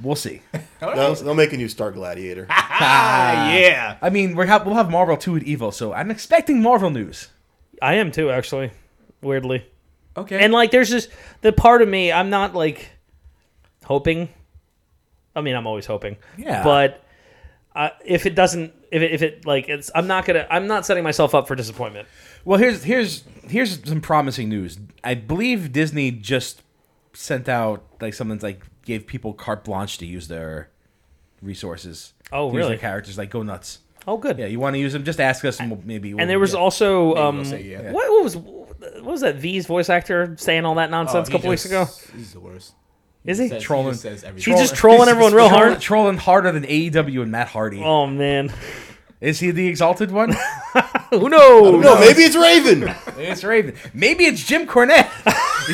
Speaker 5: we'll see.
Speaker 2: No, they'll make a new Star Gladiator.
Speaker 4: Ah, yeah.
Speaker 5: I mean, we're ha- we'll have Marvel 2 at Evo, so I'm expecting Marvel news.
Speaker 3: I am too, actually. Weirdly,
Speaker 4: Okay.
Speaker 3: and like, there's just the part of me. I'm not like hoping. I mean, I'm always hoping.
Speaker 5: Yeah.
Speaker 3: But uh, if it doesn't, if it, if it like, it's I'm not gonna. I'm not setting myself up for disappointment.
Speaker 5: Well, here's here's here's some promising news. I believe Disney just sent out like something like gave people carte blanche to use their resources.
Speaker 3: Oh,
Speaker 5: to use
Speaker 3: really?
Speaker 5: their characters like go nuts.
Speaker 3: Oh, good.
Speaker 5: Yeah, you want to use them? Just ask us, and we'll, maybe. We'll,
Speaker 3: and there was
Speaker 5: yeah.
Speaker 3: also um,
Speaker 4: say yeah.
Speaker 3: what, what was what was that V's voice actor saying all that nonsense a couple weeks ago?
Speaker 4: He's the worst.
Speaker 3: Is he?
Speaker 4: Says,
Speaker 5: Trolling.
Speaker 4: He just says everything.
Speaker 3: He's just trolling everyone real
Speaker 5: Trolling-
Speaker 3: hard.
Speaker 5: Trolling harder than AEW and Matt Hardy.
Speaker 3: Oh man, *laughs*
Speaker 5: Is he the exalted one?
Speaker 3: who knows?
Speaker 2: No, maybe it's Raven.
Speaker 5: it's Raven. Maybe it's Jim
Speaker 3: *laughs*
Speaker 5: Cornette.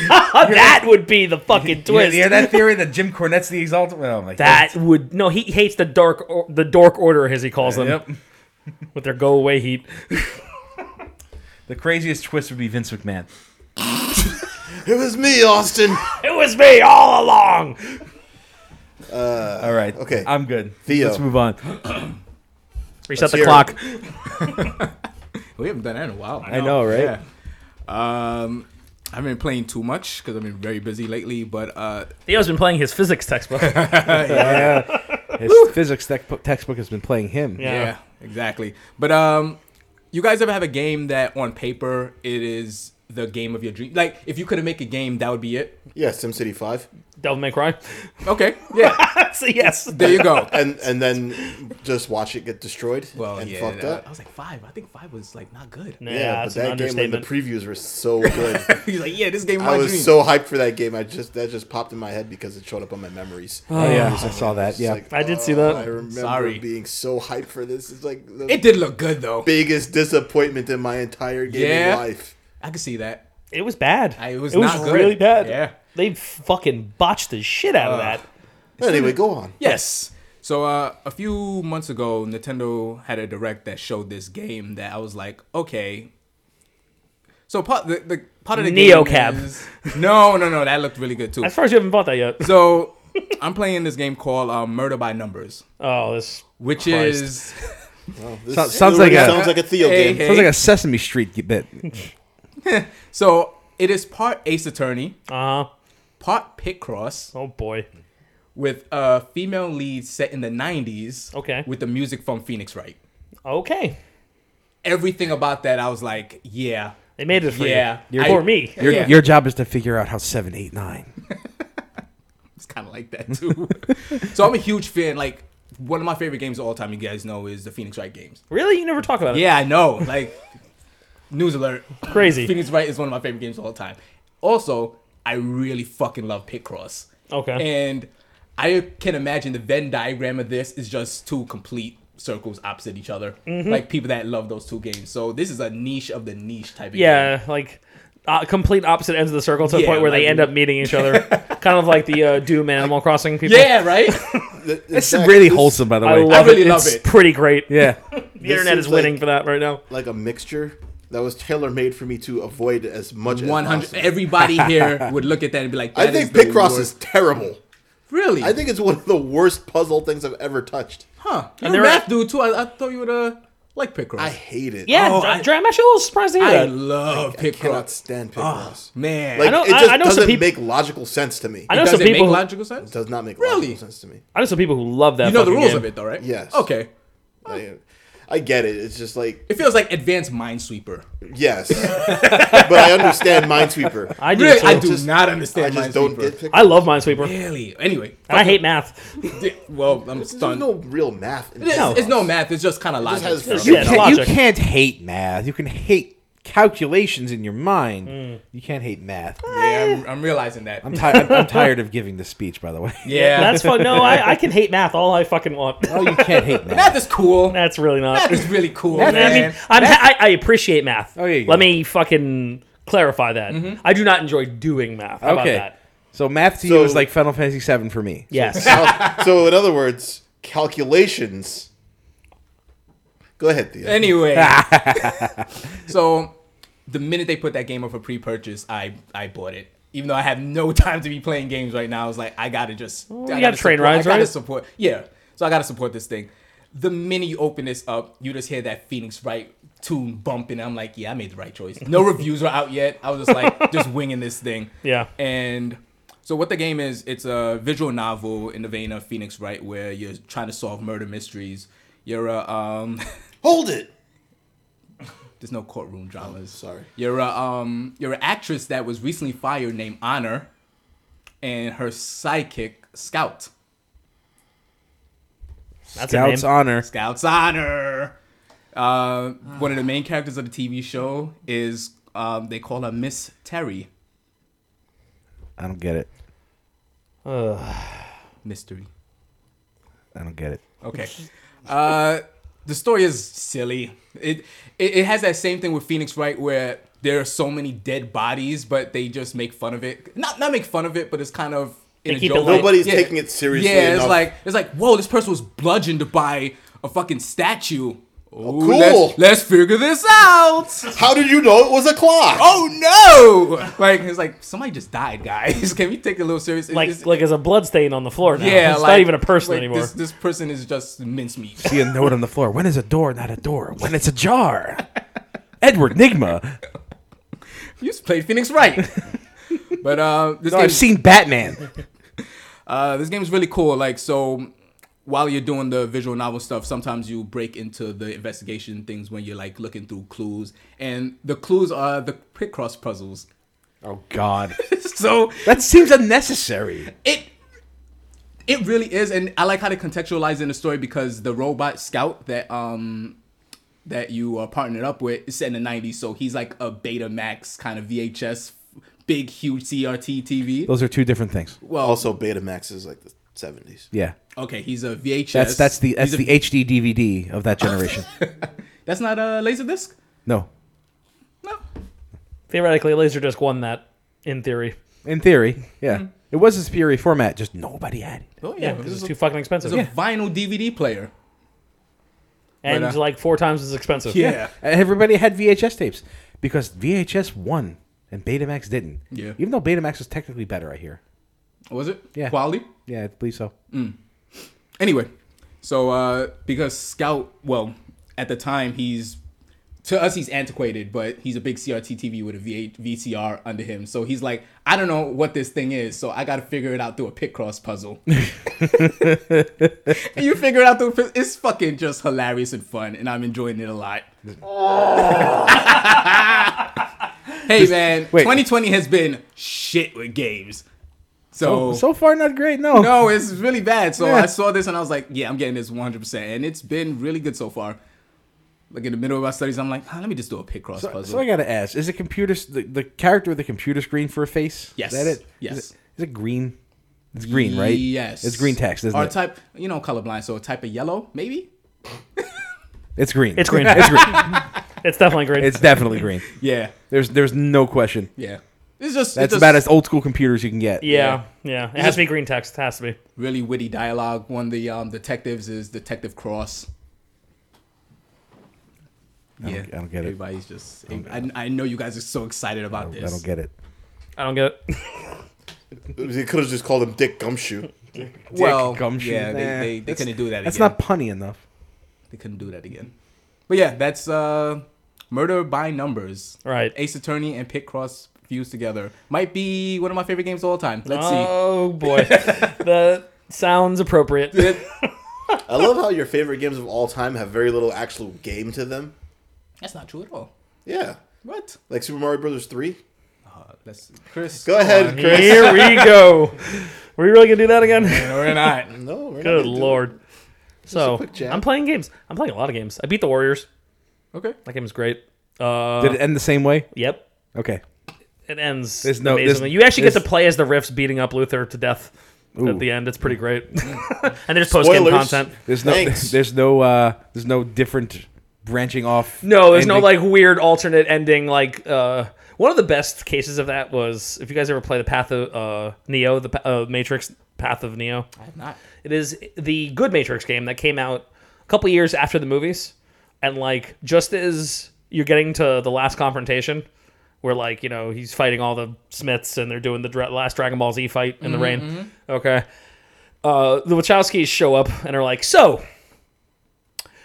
Speaker 3: that would be the fucking
Speaker 5: You
Speaker 3: twist.
Speaker 5: hear that theory that Jim Cornette's the exalted? Oh Well, I'm like
Speaker 3: That would no. He hates the dark, or, the dork order, as he calls them,
Speaker 5: Yep.
Speaker 3: with their go away heat.
Speaker 5: The craziest twist would be Vince McMahon.
Speaker 2: It was me, Austin.
Speaker 3: It was me all along.
Speaker 5: All right.
Speaker 2: okay.
Speaker 5: I'm good.
Speaker 2: Theo.
Speaker 5: Let's move on.
Speaker 3: Reset the
Speaker 2: hear it. *laughs*
Speaker 3: clock.
Speaker 4: We haven't done that in a while.
Speaker 3: I know, right?
Speaker 4: Yeah. Um, I haven't been playing too much because I've been very busy lately. But uh,
Speaker 3: Theo's been playing his physics
Speaker 4: *laughs*
Speaker 3: textbook. yeah. *laughs*
Speaker 1: His physics tec- textbook has been playing him.
Speaker 4: yeah, exactly. But um, you guys ever have a game that on paper it is the game of your dream? Like if you could make a game, that would be it.
Speaker 2: Yeah, SimCity Five,
Speaker 3: Devil May Cry.
Speaker 4: Okay. Yeah.
Speaker 3: That's a yes.
Speaker 4: there you go.
Speaker 2: *laughs* and and then just watch it get destroyed
Speaker 4: Well,
Speaker 2: and
Speaker 4: yeah.
Speaker 2: fucked
Speaker 4: I-
Speaker 2: up.
Speaker 4: I was like five. I think five was like not good.
Speaker 3: Nah,
Speaker 2: Yeah, but
Speaker 3: that's
Speaker 2: that
Speaker 3: an
Speaker 2: game when the
Speaker 3: understatement.
Speaker 2: previews were so good.
Speaker 4: *laughs* He's like, yeah, this game
Speaker 2: I
Speaker 4: my
Speaker 2: was
Speaker 4: dream.
Speaker 2: so hyped for that game. I just that just popped in my head because it showed up on my memories.
Speaker 1: Oh yeah, I saw that. Yeah.
Speaker 2: Like,
Speaker 3: I did see
Speaker 2: oh,
Speaker 3: that.
Speaker 2: I remember
Speaker 4: Sorry.
Speaker 2: being so hyped for this. It's like the
Speaker 4: it did look good though.
Speaker 2: biggest disappointment in my entire gaming
Speaker 4: Yeah.
Speaker 2: life.
Speaker 4: I could see that.
Speaker 3: It was bad.
Speaker 4: I- it was
Speaker 3: it was
Speaker 4: not good.
Speaker 3: really bad.
Speaker 4: Yeah.
Speaker 3: They fucking botched the shit out of that.
Speaker 2: Anyway, go on.
Speaker 4: Yes. So uh, a few months ago, Nintendo had a direct that showed this game that I was like, okay. So part the, the part of the
Speaker 3: Neo
Speaker 4: game
Speaker 3: Cab.
Speaker 4: is- *laughs* no, no, no, that looked really good too.
Speaker 3: As far as you haven't bought that yet.
Speaker 4: *laughs* So I'm playing this game called um, Murder by Numbers,
Speaker 3: Oh, this.
Speaker 4: which
Speaker 3: Christ.
Speaker 4: is
Speaker 2: This
Speaker 1: So- sounds like a-
Speaker 2: sounds like a Theo
Speaker 4: Hey,
Speaker 2: game.
Speaker 4: hey.
Speaker 1: Sounds like a Sesame Street g- bit.
Speaker 4: so it is part Ace Attorney,
Speaker 3: Uh huh.
Speaker 4: part Pit Cross,
Speaker 3: Oh boy.
Speaker 4: with a female lead set in the 90s.
Speaker 3: Okay.
Speaker 4: With the music from Phoenix Wright.
Speaker 3: Okay.
Speaker 4: Everything about that, I was like, yeah.
Speaker 3: They made it for
Speaker 4: Yeah.
Speaker 3: you.
Speaker 4: I-
Speaker 3: for me.
Speaker 1: Your,
Speaker 4: Yeah.
Speaker 1: your job is to figure out how seven, eight, nine.
Speaker 4: It's kind of like
Speaker 3: *laughs*
Speaker 4: that too. so I'm a huge fan. Like one of my favorite games of all time, you guys know, is the Phoenix Wright games.
Speaker 3: Really? You never talk about it.
Speaker 4: Yeah, I know. Like news alert.
Speaker 3: Crazy.
Speaker 4: Phoenix Wright is one of my favorite games of all time. Also, I really fucking love Pit Cross.
Speaker 3: Okay.
Speaker 4: And I can imagine the Venn diagram of this is just two complete circles opposite each other.
Speaker 3: Mm-hmm.
Speaker 4: Like people that love those two games. So this is a niche of the niche type of game.
Speaker 3: yeah, like uh, complete opposite ends of the circle to the
Speaker 4: Yeah,
Speaker 3: point where they
Speaker 4: like-
Speaker 3: end up meeting each
Speaker 4: *laughs*
Speaker 3: other. kind of like the uh, Doom Animal Crossing people.
Speaker 2: *laughs*
Speaker 4: Yeah, right?
Speaker 1: This is really wholesome, by the
Speaker 3: I
Speaker 1: way.
Speaker 3: love
Speaker 4: really
Speaker 3: it.
Speaker 4: love
Speaker 3: it's
Speaker 4: it.
Speaker 3: pretty great.
Speaker 1: yeah.
Speaker 3: The internet
Speaker 2: seems
Speaker 3: is winning
Speaker 2: like-
Speaker 3: for that right now.
Speaker 2: like a mixture that was tailor made for me to avoid as much as
Speaker 4: One hundred
Speaker 2: possible.
Speaker 4: everybody
Speaker 2: *laughs*
Speaker 4: here would look at that and be like,
Speaker 2: I
Speaker 4: that
Speaker 2: think
Speaker 4: the
Speaker 2: Pit Cross
Speaker 4: worst-
Speaker 2: is terrible.
Speaker 4: really
Speaker 2: I think it's one of the worst puzzle things I've ever touched.
Speaker 4: Huh. You're
Speaker 3: And
Speaker 4: a
Speaker 3: there
Speaker 4: math
Speaker 3: are-
Speaker 4: dude too. I, I thought you would uh like Pit Cross.
Speaker 2: I
Speaker 4: I,
Speaker 2: hate it.
Speaker 3: Yeah,
Speaker 4: Oh,
Speaker 3: Dra-
Speaker 4: I-
Speaker 3: Dre, I'm actually a little surprised to hear that.
Speaker 4: love
Speaker 2: I
Speaker 4: Pit
Speaker 2: cannot
Speaker 4: Cross.
Speaker 2: stand Pit Cross.
Speaker 4: Man.
Speaker 2: Like
Speaker 3: know-
Speaker 2: it
Speaker 3: I-
Speaker 2: just
Speaker 3: I know some
Speaker 2: doesn't
Speaker 3: peop-
Speaker 2: make logical sense to me.
Speaker 3: I
Speaker 2: It
Speaker 3: know
Speaker 4: does
Speaker 3: some
Speaker 4: it
Speaker 3: people.
Speaker 4: make
Speaker 3: Who,
Speaker 4: logical sense?
Speaker 2: does not make
Speaker 4: Really?
Speaker 2: logical sense to me.
Speaker 3: I know some people who love that.
Speaker 4: You know the
Speaker 3: fucking
Speaker 4: rules
Speaker 3: game.
Speaker 4: of it though, right?
Speaker 2: Yes.
Speaker 4: Okay.
Speaker 2: I, I get it. It's just like
Speaker 4: It feels like advanced minesweeper.
Speaker 2: yes, *laughs* but I understand Minesweeper.
Speaker 3: I do.
Speaker 4: Really,
Speaker 3: too.
Speaker 4: I do
Speaker 2: Just-
Speaker 4: not
Speaker 2: I
Speaker 4: understand
Speaker 2: just don't
Speaker 4: Minesweeper.
Speaker 2: get Pit
Speaker 3: I love Minesweeper. And
Speaker 4: really. Anyway,
Speaker 3: I hate math.
Speaker 4: di- well, I'm
Speaker 2: There's
Speaker 4: stunned.
Speaker 2: no real math. In
Speaker 4: It's,
Speaker 2: Pit Cross.
Speaker 4: it's no math. It's just kind of
Speaker 2: It
Speaker 4: logic.
Speaker 2: just has
Speaker 3: You
Speaker 1: You
Speaker 3: Yeah,
Speaker 1: can't, you
Speaker 3: logic.
Speaker 1: can't hate math. You can hate calculations in your mind.
Speaker 3: Mm.
Speaker 1: You can't hate math.
Speaker 4: yeah, I'm, I'm realizing that.
Speaker 1: I'm, ti- I'm, I'm tired of giving this speech, by the way.
Speaker 3: *laughs*
Speaker 4: yeah,
Speaker 3: That's fun. No, I, I can hate math all I fucking
Speaker 4: *laughs*
Speaker 3: want.
Speaker 1: Oh, you can't
Speaker 5: *laughs*
Speaker 1: hate math.
Speaker 4: math is cool. Math
Speaker 3: That's really not.
Speaker 4: is really
Speaker 3: *laughs*
Speaker 4: cool,
Speaker 3: I
Speaker 4: man.
Speaker 3: mean, I'm, I, I appreciate math.
Speaker 1: Oh, there you
Speaker 3: Let
Speaker 1: go.
Speaker 3: me fucking clarify that.
Speaker 4: Mm-hmm.
Speaker 3: I do not enjoy doing math. How
Speaker 1: okay.
Speaker 3: about that?
Speaker 1: So math to
Speaker 2: So-
Speaker 1: you is like Final Fantasy VII for me.
Speaker 4: *laughs*
Speaker 3: Yes.
Speaker 2: Cal- so in other words, calculations. Go ahead, Theo.
Speaker 3: *laughs*
Speaker 4: Anyway, so the minute they put that game up for pre-purchase, I I bought it. Even though I have no *laughs* time to be playing games right now, I was like, I gotta just. I
Speaker 3: got
Speaker 4: gotta
Speaker 3: train
Speaker 4: support-
Speaker 3: rides,
Speaker 4: I gotta
Speaker 3: right?
Speaker 4: support. Yeah, so I gotta support this thing. The minute you open this up, you just hear that Phoenix Wright tune bumping. I'm like, yeah, I made the right choice.
Speaker 3: *laughs*
Speaker 4: No reviews are out yet. I was just like, just winging this thing.
Speaker 3: Yeah.
Speaker 4: And so what the game is, it's a visual novel in the vein of Phoenix Wright, where you're trying to solve murder mysteries. You're a um. *laughs*
Speaker 2: Hold it.
Speaker 4: There's no courtroom dramas.
Speaker 2: Sorry.
Speaker 4: You're a um you're an actress that was recently fired named Honor and her sidekick Scout.
Speaker 3: That's a name.
Speaker 1: Scout's honor.
Speaker 4: Scout's Honor. Uh, one of the main characters of the TV show is um, they call her Miss Terry.
Speaker 1: I don't get it.
Speaker 4: Mystery.
Speaker 5: I don't get it.
Speaker 4: Okay. Uh, the story is silly. It, it it has that same thing with Phoenix Wright where there are so many dead bodies, but they just make fun of it. Not not make fun of it, but it's kind of in
Speaker 3: They
Speaker 4: a
Speaker 3: keep it
Speaker 4: joke.
Speaker 3: light.
Speaker 2: Nobody's taking it seriously
Speaker 4: Yeah, it's
Speaker 2: enough.
Speaker 4: like it's like whoa, this person was bludgeoned by a fucking statue. Oh,
Speaker 2: cool.
Speaker 4: Let's, let's figure this out.
Speaker 2: How did you know it was a clock?
Speaker 4: Oh no! Like it's like somebody just died, guys. *laughs* Can we take it a little serious? It-
Speaker 3: Like
Speaker 4: it's-
Speaker 3: like as a blood stain on the floor now.
Speaker 4: yeah,
Speaker 3: it's
Speaker 4: like-
Speaker 3: not even a person
Speaker 4: like,
Speaker 3: anymore.
Speaker 4: This, this person is just mincemeat.
Speaker 5: See a note on the floor. When is a door not a door? When it's
Speaker 3: *laughs*
Speaker 5: a jar. Edward Nigma.
Speaker 4: You just played Phoenix
Speaker 5: *laughs*
Speaker 4: Wright. but uh, this
Speaker 5: No,
Speaker 4: game,
Speaker 5: Oh, I've seen Batman.
Speaker 4: uh, this game's really cool. Like so, while you're doing the visual novel stuff, sometimes you break into the investigation things when you're like looking through clues, and the clues are the pit cross puzzles. *laughs*
Speaker 5: Oh God,
Speaker 4: So
Speaker 5: that seems unnecessary.
Speaker 4: it it really is, and I like how they contextualize in the story because the robot scout that um that you are partnered up with is set in the '90s, so he's like a Betamax kind of VHS, big huge CRT TV.
Speaker 5: Those are two different things.
Speaker 4: Well,
Speaker 2: Also, Betamax is like the 70s.
Speaker 5: Yeah,
Speaker 4: Okay, he's a VHS.
Speaker 5: that's that's the that's
Speaker 4: He's a-
Speaker 5: the HD DVD of that generation.
Speaker 4: That's not a laserdisc.
Speaker 5: no,
Speaker 4: No.
Speaker 3: Theoretically, Laserdisc won that in theory.
Speaker 5: in theory, yeah,
Speaker 4: Mm-hmm.
Speaker 5: it was a superior format. Just nobody had it.
Speaker 4: Oh
Speaker 3: Yeah, because it's too fucking expensive.
Speaker 4: It's a vinyl DVD player.
Speaker 3: And
Speaker 4: but, uh,
Speaker 3: like four times as expensive.
Speaker 4: Yeah.
Speaker 5: And everybody had VHS tapes because VHS won and Betamax didn't.
Speaker 4: Yeah.
Speaker 5: even though Betamax was technically better, I hear.
Speaker 4: Was it?
Speaker 5: Yeah.
Speaker 4: Quality.
Speaker 5: Yeah, I believe so.
Speaker 4: Anyway, so uh, because Scout, well, at the time he's to us he's antiquated, but he's a big CRT TV with a V8 VCR under him. So he's like, I don't know what this thing is, so I got to figure it out through a pit cross puzzle. and you figure it out through a pit- it's fucking just hilarious and fun, and I'm enjoying it a lot. *laughs* hey man,
Speaker 5: wait.
Speaker 4: 2020 has been shit with games. So
Speaker 5: So far, not great. No,
Speaker 4: Oh. no, it's really bad. So
Speaker 5: Yeah.
Speaker 4: I saw this and I was like, yeah, I'm getting this 100%. And it's been really good so far. Like in the middle of our studies, I'm like, ah, let me just do a pit cross
Speaker 5: So,
Speaker 4: puzzle.
Speaker 5: so I gotta ask: Is the computer s- the, the character of the computer screen for a face?
Speaker 4: Yes.
Speaker 5: Is that it? Is
Speaker 4: Yes.
Speaker 5: it- Is it green? It's green, right?
Speaker 4: Yes.
Speaker 5: It's green text, isn't
Speaker 4: or
Speaker 5: it?
Speaker 4: type, you know, colorblind. So type of yellow, maybe?
Speaker 5: It's green.
Speaker 3: It's green.
Speaker 5: *laughs* it's green.
Speaker 3: It's definitely great.
Speaker 5: It's definitely green.
Speaker 4: Yeah.
Speaker 5: There's there's no question.
Speaker 4: Yeah. It's just,
Speaker 5: That's
Speaker 4: it's just
Speaker 5: about as old school computers you can get.
Speaker 3: yeah, yeah. It has to be green text. It has to be.
Speaker 4: really witty dialogue. One of the um, detectives is Detective Cross.
Speaker 5: I don't, I don't get it.
Speaker 4: Everybody's just, I, I know you guys are so excited about
Speaker 5: I
Speaker 4: this.
Speaker 5: don't get it.
Speaker 3: I don't get
Speaker 5: *laughs*
Speaker 3: it.
Speaker 2: They could have just called him Dick Gumshoe.
Speaker 4: well,
Speaker 5: Gumshoe.
Speaker 4: yeah, they,
Speaker 5: Nah,
Speaker 4: they, they
Speaker 5: that's-
Speaker 4: couldn't do that
Speaker 5: That's
Speaker 4: again.
Speaker 5: not punny enough.
Speaker 4: they couldn't do that again. But yeah, that's uh Murder by Numbers.
Speaker 3: Right.
Speaker 4: Ace Attorney and Pit Cross fused together. Might be one of my favorite games of all time. Let's *laughs*
Speaker 3: Oh boy, *laughs* that sounds appropriate.
Speaker 4: see. It-
Speaker 2: I love how your favorite games of all time have very little actual game to them.
Speaker 4: that's not true at all.
Speaker 2: Yeah.
Speaker 4: What?
Speaker 2: Like Super Mario Brothers 3.
Speaker 4: Uh, let's Chris.
Speaker 2: Go ahead, Chris.
Speaker 3: Here we *laughs* go. Were you really gonna do that again?
Speaker 4: No, we're not.
Speaker 2: No, we're not gonna
Speaker 3: Good
Speaker 2: do it.
Speaker 3: lord. So
Speaker 2: quick jab.
Speaker 3: I'm playing games. I'm playing a lot of games. I beat the Warriors.
Speaker 4: Okay.
Speaker 3: That game is great. Uh,
Speaker 5: Did it end the same way?
Speaker 3: yep.
Speaker 5: Okay.
Speaker 3: It ends
Speaker 5: There's no- there's-
Speaker 3: amazingly. you actually get
Speaker 5: there's-
Speaker 3: to play as the Rifts beating up Luther to death
Speaker 5: Ooh. Mm.
Speaker 3: at the end. It's pretty great. *laughs* and there's post game
Speaker 2: Spoilers.
Speaker 3: content.
Speaker 5: There's no
Speaker 2: Thanks.
Speaker 5: *laughs* there's no uh there's no different branching off.
Speaker 3: No, there's no
Speaker 5: ending.
Speaker 3: like weird alternate ending. Like uh, one of the best cases of that was if you guys ever play the Path of uh, Neo, the Pa- uh, Matrix Path of Neo.
Speaker 4: I have not.
Speaker 3: It is the good Matrix game that came out a couple years after the movies, and like just as you're getting to the last confrontation, where like you know he's fighting all the Smiths and they're doing the dra- last Dragon Ball Z fight in the rain. Okay, uh, the Wachowskis show up and are like, so.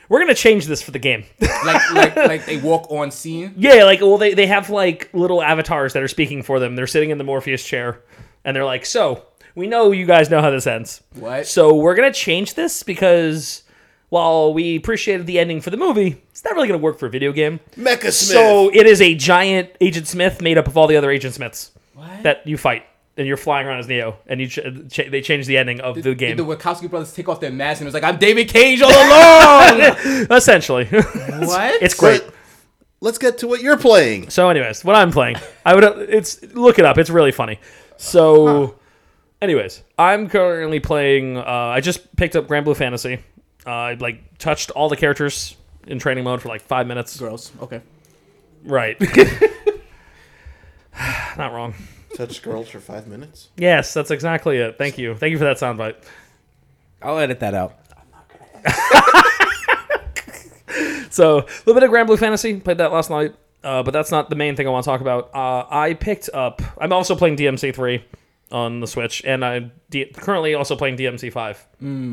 Speaker 3: We're gonna change this for the game.
Speaker 4: Like like like they walk on scene.
Speaker 3: Yeah, like well, they they have like little avatars that are speaking for them. They're sitting in the Morpheus chair, and they're like, "So we know you guys know how this ends.
Speaker 4: What?
Speaker 3: So we're gonna change this because while we appreciated the ending for the movie, it's not really gonna work for a video game.
Speaker 2: Mecha Smith.
Speaker 3: So it is a giant Agent Smith made up of all the other Agent Smiths
Speaker 4: What?
Speaker 3: that you fight, and you're flying around as Neo, and you ch- ch- they change the ending of the game.
Speaker 4: Did the Wachowski brothers take off their masks and it was like, I'm David Cage
Speaker 3: *laughs*
Speaker 4: all along.
Speaker 3: Essentially, *laughs*
Speaker 4: what?
Speaker 3: it's great.
Speaker 2: But let's get to what you're playing.
Speaker 3: So, anyways, what I'm playing, I would it's look it up. It's really funny. So, Anyways, I'm currently playing. Uh, I just picked up Grand Blue Fantasy. Uh, I like touched all the characters in training mode for like five minutes.
Speaker 4: Girls. Okay.
Speaker 3: Right. *sighs* Not wrong.
Speaker 2: Touch girls for five minutes.
Speaker 3: Yes, that's exactly it. Thank you. Thank you for that soundbite.
Speaker 5: I'll edit that out.
Speaker 3: So a little bit of Grand Blue Fantasy. Played that last night, uh, but that's not the main thing I want to talk about. Uh, I picked up. I'm also playing DMC three on the Switch, and I'm D- currently also playing DMC five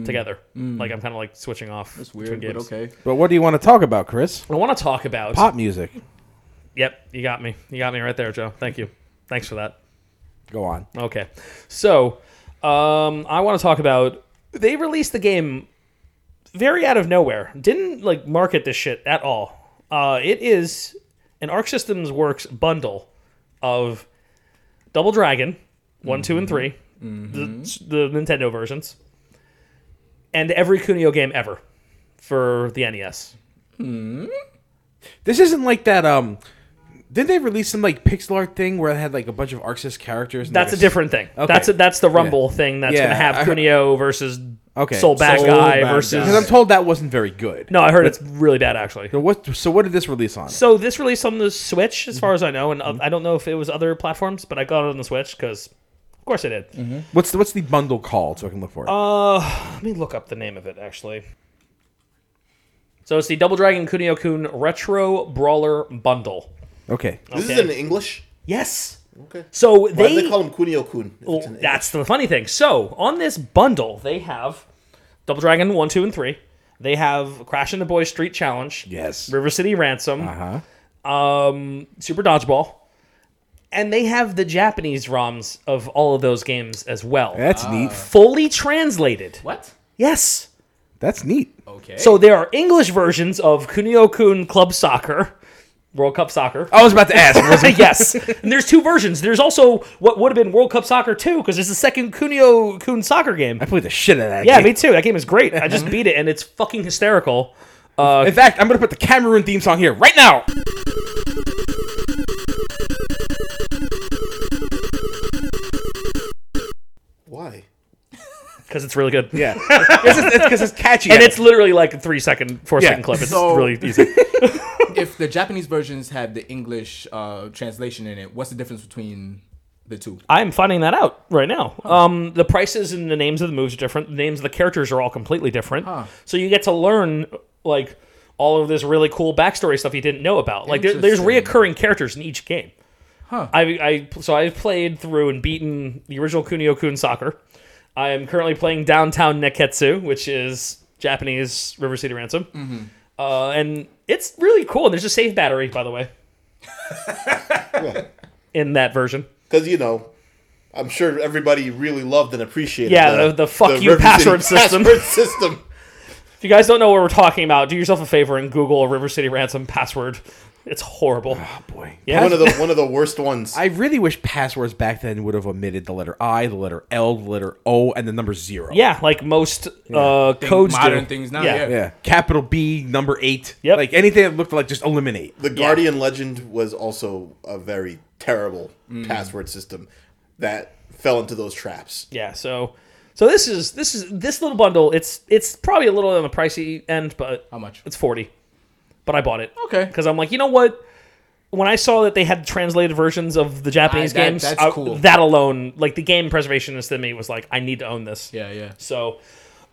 Speaker 3: together. Like I'm kind of like switching off.
Speaker 4: It's Mm. weird, but okay.
Speaker 5: But what do you want to talk about, Chris?
Speaker 3: I want to talk about.
Speaker 5: Pop music.
Speaker 3: Yep, you got me. You got me right there, Joe. Thank you. Thanks for that.
Speaker 5: Go on.
Speaker 3: Okay. So, um, I want to talk about they released the game very out of nowhere. Didn't like market this shit at all. Uh, it is an Arc Systems Works bundle of Double Dragon one, two,
Speaker 5: Mm-hmm.
Speaker 3: and 3 the, the Nintendo versions, and every Kunio game ever for the E NES.
Speaker 5: This isn't like that. Um, didn't they release some like pixel art thing where it had like a bunch of Arxis characters? And
Speaker 3: That's a
Speaker 5: like,
Speaker 3: different thing.
Speaker 5: Okay.
Speaker 3: That's that's the Rumble thing. That's
Speaker 5: Yeah,
Speaker 3: gonna
Speaker 5: I
Speaker 3: have
Speaker 5: heard-
Speaker 3: Kunio versus
Speaker 5: Okay.
Speaker 3: Soul Bad
Speaker 5: Soul
Speaker 3: Guy
Speaker 4: Bad
Speaker 3: versus.
Speaker 5: Because I'm told that wasn't very good.
Speaker 3: No, I heard it's really bad actually.
Speaker 5: So what? So what did this release on?
Speaker 3: So this released on the Switch, as far as I know, and uh, I don't know if it was other platforms, but I got it on the Switch because, of course, I did.
Speaker 5: What's the, what's the bundle called so I can look for it?
Speaker 3: Uh, let me look up the name of it actually. So it's the Double Dragon Kunio Kun Retro Brawler Bundle.
Speaker 5: okay.
Speaker 2: This is
Speaker 3: Okay.
Speaker 2: in English.
Speaker 3: Yes.
Speaker 2: Okay.
Speaker 3: So
Speaker 2: Why
Speaker 3: they,
Speaker 2: do they call him Kunio Kun? if
Speaker 3: Well,
Speaker 2: it's in
Speaker 3: that's the funny thing. So on this bundle, they have Double Dragon one, two, and three. They have Crash and the Boys Street Challenge.
Speaker 5: Yes.
Speaker 3: River City Ransom.
Speaker 5: Uh-huh.
Speaker 3: um, Super Dodgeball, and they have the Japanese ROMs of all of those games as well,
Speaker 5: That's neat.
Speaker 3: fully translated.
Speaker 4: What?
Speaker 3: Yes.
Speaker 5: That's neat.
Speaker 4: Okay.
Speaker 3: So there are English versions of Kunio Kun Club Soccer, World Cup Soccer. *laughs*
Speaker 5: *laughs* I was about to ask. was it-
Speaker 3: yes. And there's two versions. There's also what would have been World Cup Soccer 2 because it's the second Kunio Kun soccer game.
Speaker 5: I played the shit out of that.
Speaker 3: Yeah,
Speaker 5: game.
Speaker 3: me too. That game is great. I just beat it and it's fucking hysterical.
Speaker 5: In fact, I'm gonna put the Cameroon theme song here right now.
Speaker 2: Why?
Speaker 3: Because it's really good.
Speaker 5: Yeah, because it's, *laughs* 'cause it's catchy.
Speaker 3: And it's literally like a three second, four
Speaker 5: Yeah.
Speaker 3: second clip. It's
Speaker 4: So-
Speaker 3: really easy.
Speaker 4: if the Japanese versions had the English uh, translation in it, what's the difference between the two?
Speaker 3: I'm finding that out right now. Um, the prices and the names of the moves are different. The names of the characters are all completely different. So you get to learn like all of this really cool backstory stuff you didn't know about. Like there, there's
Speaker 4: Interesting.
Speaker 3: reoccurring characters in each game. Huh. I, I so I've played through and beaten the original Kunio Kun Soccer. I am currently playing Downtown Neketsu, which is Japanese River City Ransom, uh, and it's really cool. And there's a save battery, by the way, in that version.
Speaker 2: Because you know, I'm sure everybody really loved and appreciated.
Speaker 3: Yeah, the- the fuck you
Speaker 2: River *laughs*
Speaker 3: password
Speaker 2: City
Speaker 3: system.
Speaker 2: Password
Speaker 3: *laughs*
Speaker 2: system.
Speaker 3: If you guys don't know what we're talking about, do yourself a favor and Google a River City Ransom password. It's horrible.
Speaker 5: Oh, boy.
Speaker 3: Yeah.
Speaker 2: One of the one of the worst ones.
Speaker 5: I really wish passwords back then would have omitted the letter I, the letter L, the letter O, and the number zero.
Speaker 3: yeah, like most uh,
Speaker 4: Think
Speaker 3: codes do.
Speaker 4: modern things now.
Speaker 3: Yeah.
Speaker 4: Yeah.
Speaker 5: Yeah. Capital B, number eight.
Speaker 3: Yep.
Speaker 5: Like anything that looked like just eliminate. *laughs*
Speaker 2: the Guardian Legend was also a very terrible password system that fell into those traps.
Speaker 3: Yeah, so so this is this is this little bundle. It's it's probably a little on the pricey end, but
Speaker 4: How much?
Speaker 3: it's forty. But I bought it.
Speaker 4: Okay.
Speaker 3: because I'm like, you know what? When I saw that they had translated versions of the Japanese
Speaker 4: Ah, that-
Speaker 3: games,
Speaker 4: that's
Speaker 3: I-
Speaker 4: cool.
Speaker 3: that alone, like the game preservationist in me was like, I need to own this.
Speaker 4: Yeah. Yeah.
Speaker 3: So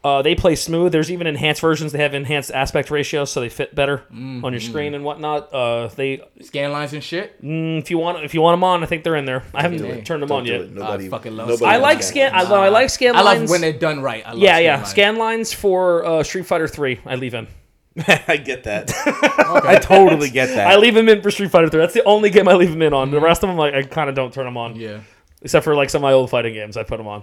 Speaker 3: uh, they play smooth. There's even enhanced versions. They have enhanced aspect ratios, so they fit better on your screen
Speaker 4: Mm-hmm.
Speaker 3: and whatnot. Uh, they,
Speaker 4: Scan lines and shit.
Speaker 3: if you want, if you want them on, I think they're in there. I haven't
Speaker 2: Don't do it.
Speaker 3: turned them
Speaker 2: Don't
Speaker 3: on
Speaker 2: do
Speaker 3: yet.
Speaker 2: it. Nobody,
Speaker 4: I fucking love
Speaker 2: nobody
Speaker 4: scan
Speaker 3: I
Speaker 2: wants
Speaker 3: like
Speaker 2: that.
Speaker 3: scan. I, lo- I like scan
Speaker 4: I
Speaker 3: lines.
Speaker 4: love when they're done right. I love
Speaker 3: yeah,
Speaker 4: scan
Speaker 3: yeah.
Speaker 4: lines.
Speaker 3: Scan lines for uh, Street Fighter Three. I leave in.
Speaker 5: I
Speaker 3: *laughs*
Speaker 5: get that. I totally get that.
Speaker 3: I leave them in for Street Fighter Three. That's the only game I leave them in on. The rest of them, like, I kind of don't turn them on,
Speaker 4: Mm-hmm. Yeah.
Speaker 3: except for like some of my old fighting games. I put them on,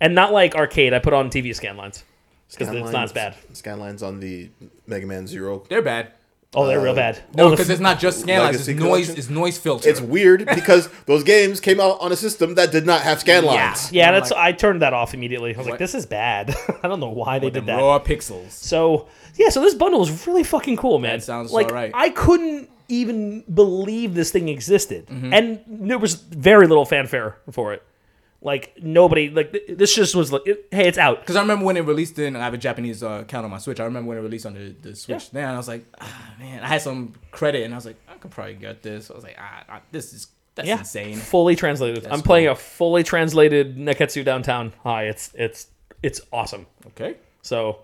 Speaker 3: and not like arcade. I put on TV scan lines because
Speaker 2: Scan
Speaker 3: it's not as
Speaker 2: lines-
Speaker 3: bad.
Speaker 2: Scan lines on the Mega Man Zero.
Speaker 4: They're bad.
Speaker 3: Oh, they're real bad.
Speaker 4: Uh, No,
Speaker 3: Oh, the
Speaker 4: because it's not just scan lines. It's
Speaker 2: Legacy
Speaker 4: noise.
Speaker 2: collection?
Speaker 4: It's noise filter.
Speaker 2: It's weird
Speaker 3: *laughs*
Speaker 2: because those games came out on a system that did not have scan lines.
Speaker 3: Yeah,
Speaker 4: I'm
Speaker 3: that's.
Speaker 4: like-
Speaker 3: I turned that off immediately. I was like,
Speaker 4: What?
Speaker 3: "This is bad." *laughs* I don't know why they did
Speaker 4: Them
Speaker 3: that.
Speaker 4: raw pixels.
Speaker 3: So yeah, so this bundle is really fucking cool, man.
Speaker 4: That sounds
Speaker 3: like
Speaker 4: alright.
Speaker 3: I couldn't
Speaker 4: Mm-hmm.
Speaker 3: even believe this thing existed, and there was very little fanfare for it. Like nobody like th- this just was like it- hey, it's out.
Speaker 4: Because I remember when it released in, I have a Japanese uh, account on my Switch. I remember when it released on the, the Switch. Then I was like, ah, man, I had some credit, and I was like, I could probably get this. I was like, ah, ah, this is that's
Speaker 3: Yeah.
Speaker 4: insane.
Speaker 3: Fully translated. I'm playing a fully translated Neketsu Downtown High. It's it's it's awesome.
Speaker 4: Okay,
Speaker 3: So,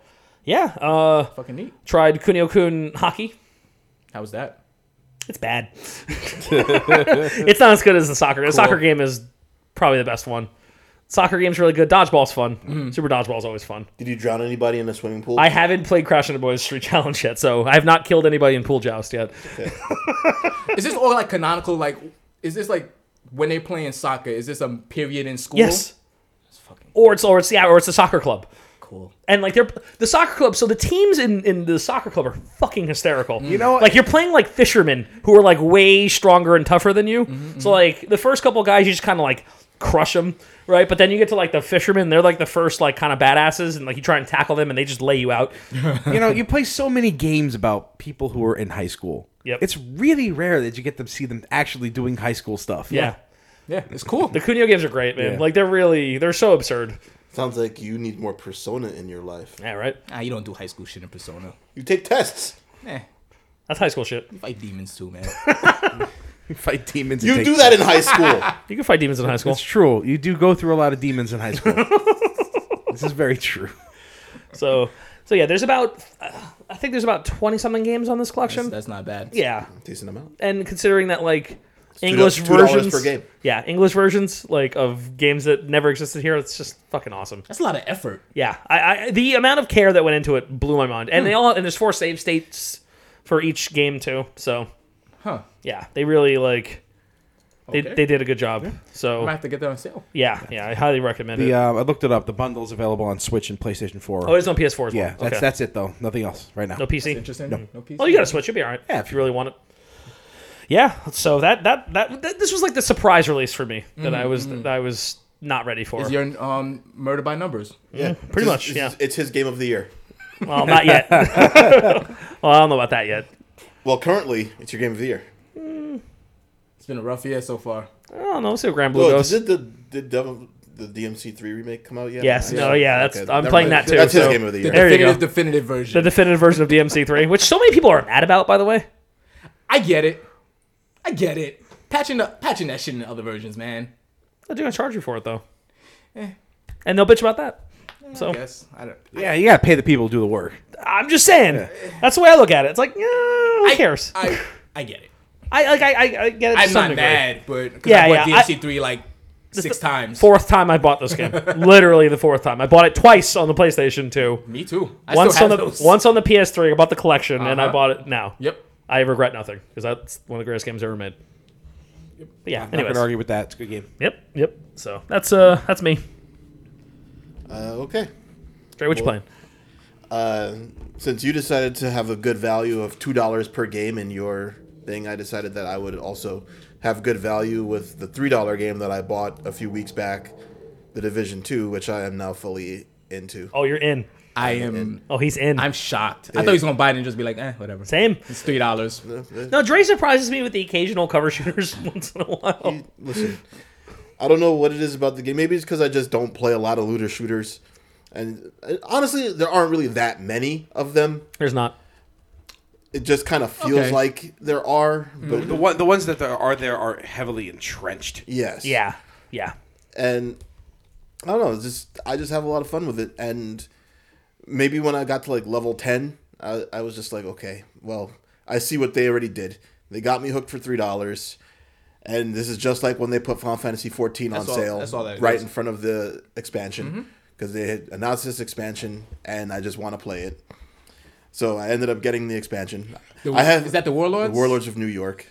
Speaker 3: yeah, uh
Speaker 4: fucking neat.
Speaker 3: tried Kunio-kun hockey.
Speaker 4: How was that?
Speaker 3: It's bad. *laughs* it's not as good as the soccer. The soccer game is probably the best one. Soccer game's really good. Dodgeball's fun. Super dodgeball's always fun.
Speaker 2: Did you drown anybody in a swimming pool?
Speaker 3: I haven't played Crash into Boys Street *laughs* Challenge yet, so I have not killed anybody in Pool Joust yet.
Speaker 4: Is this all like canonical? Like, is this like when they playing soccer? Is this a period in school?
Speaker 3: Yes. Or it's or it's yeah, or it's a soccer club.
Speaker 4: Cool.
Speaker 3: And like they're the soccer club, so the teams in, in the soccer club are fucking hysterical. You
Speaker 5: know-
Speaker 3: like you're playing like fishermen who are like way stronger and tougher than you. So like the first couple guys, you just kind of like crush them, right? But then you get to like the fishermen, they're like the first like kind of badasses, and like you try and tackle them, and they just lay you out.
Speaker 5: you know, you play so many games about people who are in high school.
Speaker 3: Yep.
Speaker 5: It's really rare that you get to see them actually doing high school stuff.
Speaker 3: Yeah,
Speaker 4: Yeah, it's cool.
Speaker 3: the Kunio games are great, man. Like they're really they're so absurd.
Speaker 2: Sounds like you need more persona in your life.
Speaker 3: Yeah, right.
Speaker 4: ah, you don't do high school shit in Persona.
Speaker 2: You take tests.
Speaker 4: Eh,
Speaker 3: That's high school shit.
Speaker 4: you fight demons
Speaker 3: *laughs*
Speaker 4: too, man.
Speaker 5: You *laughs* fight demons. and
Speaker 2: You
Speaker 5: take-
Speaker 2: do that in high
Speaker 3: *laughs*
Speaker 2: school.
Speaker 3: You can fight demons in high school.
Speaker 5: It's true. You do go through a lot of demons in high *laughs* school. this is very true.
Speaker 3: So so yeah, there's about uh, I think there's about twenty something games on this collection.
Speaker 4: that's, that's not bad.
Speaker 3: yeah,
Speaker 2: Decent amount.
Speaker 3: and considering that like English
Speaker 2: $2
Speaker 3: versions
Speaker 2: per game.
Speaker 3: yeah, English versions like of games that never existed here, it's just fucking awesome.
Speaker 4: That's a lot of effort.
Speaker 3: Yeah, I, I the amount of care that went into it blew my mind,
Speaker 5: Hmm.
Speaker 3: and they all and there's four save states for each game too. So
Speaker 4: Huh.
Speaker 3: yeah, they really like they,
Speaker 4: Okay.
Speaker 3: they did a good job.
Speaker 4: I
Speaker 3: So
Speaker 4: might have to get that on sale.
Speaker 3: yeah, yeah, I highly recommend
Speaker 5: The
Speaker 3: it.
Speaker 5: um, I looked it up. The bundle's available on Switch and PlayStation Four.
Speaker 3: Oh, it's on PS4 as well.
Speaker 5: yeah, that's
Speaker 3: Okay.
Speaker 5: that's it though. Nothing else right now.
Speaker 3: no PC.
Speaker 4: Interesting. No, no piece.
Speaker 3: Oh, you got a Switch. You'll be all right.
Speaker 5: Yeah,
Speaker 3: if you really want it. Yeah. So that that that, that this was like the surprise release for me that I was that I was not ready for.
Speaker 4: Mm-hmm, Is your um murder by numbers?
Speaker 2: Yeah,
Speaker 3: Mm,
Speaker 2: It's-
Speaker 3: pretty much,
Speaker 2: It's, it's his game of the year.
Speaker 3: Well, not yet. well, I don't know about that yet.
Speaker 2: Well, currently it's your game of the year.
Speaker 4: It's been a rough year so far.
Speaker 3: I don't know. Let's see what Grand Blue
Speaker 2: Well,
Speaker 3: goes.
Speaker 2: Oh, did the did Devil, the DMC three remake come out yet?
Speaker 3: Yes.
Speaker 2: Yeah.
Speaker 3: No. Yeah. That's.
Speaker 2: Okay,
Speaker 3: I'm
Speaker 2: never
Speaker 3: playing
Speaker 2: mind.
Speaker 3: that too.
Speaker 2: That's his
Speaker 3: so-
Speaker 2: game of the
Speaker 4: The
Speaker 2: year.
Speaker 3: There you
Speaker 4: definitive,
Speaker 3: go.
Speaker 4: definitive
Speaker 3: The
Speaker 4: version.
Speaker 3: definitive version of DMC3, which so many people are mad about, by the way.
Speaker 4: I get it. I get it. Patching the patching that shit in other versions, man.
Speaker 3: They're gonna charge you for it though,
Speaker 4: Eh.
Speaker 3: and they'll bitch about that. So
Speaker 4: Yes, I don't.
Speaker 5: Yeah, you gotta pay the people to do the work.
Speaker 3: I'm just saying. That's the way I look at it. It's like, yeah, who cares? I,
Speaker 4: I
Speaker 3: *sighs*
Speaker 4: I get it.
Speaker 3: like. I, I, I get it. to
Speaker 4: I'm
Speaker 3: some
Speaker 4: not
Speaker 3: degree.
Speaker 4: mad, but cause
Speaker 3: Yeah,
Speaker 4: I bought
Speaker 3: yeah, I-
Speaker 4: DMC three like six
Speaker 3: the
Speaker 4: times.
Speaker 3: Fourth time I bought this
Speaker 4: *laughs*
Speaker 3: game. Literally the fourth time. I bought it twice on the PlayStation 2.
Speaker 4: Me too. I
Speaker 3: Once
Speaker 4: still
Speaker 3: on
Speaker 4: have
Speaker 3: the
Speaker 4: those.
Speaker 3: once on the PS3, I bought the collection, and I
Speaker 4: Uh-huh.
Speaker 3: bought it now.
Speaker 4: Yep.
Speaker 3: I regret nothing because that's one of the greatest games ever made. But yeah.
Speaker 5: I'm not
Speaker 3: Anyways.
Speaker 5: gonna argue with that. It's a good game.
Speaker 3: Yep. Yep. So that's uh that's me.
Speaker 2: Uh, okay.
Speaker 3: Dre, what you playing?
Speaker 2: Uh, since you decided to have a good value of two dollars per game in your thing, I decided that I would also have good value with the three dollar game that I bought a few weeks back, The Division Two, which I am now fully into.
Speaker 3: Oh, you're in.
Speaker 4: I am.
Speaker 3: Oh, he's in.
Speaker 4: I'm shocked. I thought he was gonna buy it and just be like, eh, whatever.
Speaker 3: Same.
Speaker 4: It's three dollars.
Speaker 3: No, Dre surprises me with the occasional cover shooters *laughs* once in a while.
Speaker 2: Listen, I don't know what it is about the game. Maybe it's because I just don't play a lot of looter shooters, and uh, honestly, there aren't really that many of them.
Speaker 3: There's not.
Speaker 2: It just kind of feels
Speaker 4: Okay.
Speaker 2: like there are, but
Speaker 5: The one, the ones that there are there are heavily entrenched.
Speaker 2: yes,
Speaker 3: Yeah. *laughs* Yeah.
Speaker 2: and I don't know. It's just I just have a lot of fun with it, and maybe when I got to like level ten, I, I was just like, okay, well, I see what they already did. They got me hooked for three dollars, and this is just like when they put Final Fantasy fourteen on
Speaker 4: all-
Speaker 2: sale
Speaker 4: that's all that it
Speaker 2: right
Speaker 4: is. Mm-hmm.
Speaker 2: in front of the expansion because they had announced this expansion, and I just want to play it. So I ended up getting the expansion.
Speaker 4: The-
Speaker 2: I have
Speaker 4: is that the Warlords?
Speaker 2: Warlords of New York.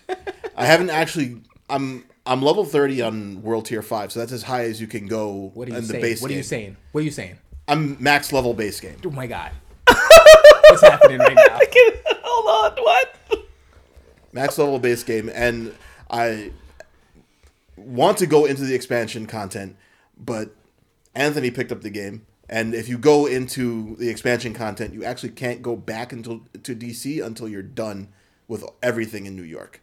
Speaker 2: I haven't actually. I'm I'm level thirty on World Tier Five, so that's as high as you can go
Speaker 4: What are you
Speaker 2: in the
Speaker 4: saying?
Speaker 2: base.
Speaker 4: What are you
Speaker 2: game.
Speaker 4: saying? What are you saying?
Speaker 2: I'm max level base game.
Speaker 4: Oh my *laughs* god. What's happening right now?
Speaker 3: Hold on. What?
Speaker 2: Max level base game, and I want to go into the expansion content, but Anthony picked up the game. And if you go into the expansion content, you actually can't go back until to DC until you're done with everything in New York,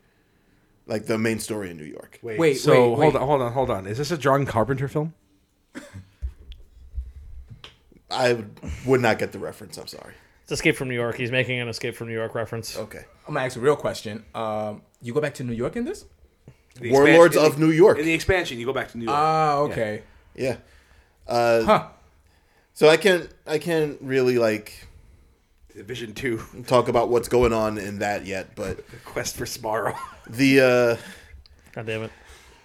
Speaker 2: like the main story in New York.
Speaker 4: Wait,
Speaker 5: so
Speaker 4: wait,
Speaker 5: hold
Speaker 4: wait.
Speaker 5: on, hold on, hold on. Is this a John Carpenter film?
Speaker 2: I would, would not get the reference. I'm sorry.
Speaker 3: It's Escape from New York. He's making an Escape from New York reference.
Speaker 2: Okay.
Speaker 4: I'm gonna ask a real question. Um, you go back to New York in this?
Speaker 5: The
Speaker 2: Warlords
Speaker 5: expansion-
Speaker 2: of New York.
Speaker 5: In the expansion, you go back to New York.
Speaker 4: Ah, okay.
Speaker 2: Yeah.
Speaker 4: Huh.
Speaker 2: So I can't I can't really like
Speaker 5: Division two,
Speaker 2: talk about what's going on in that yet, but
Speaker 5: quest for *laughs* Sparrow.
Speaker 2: the uh
Speaker 3: God damn it.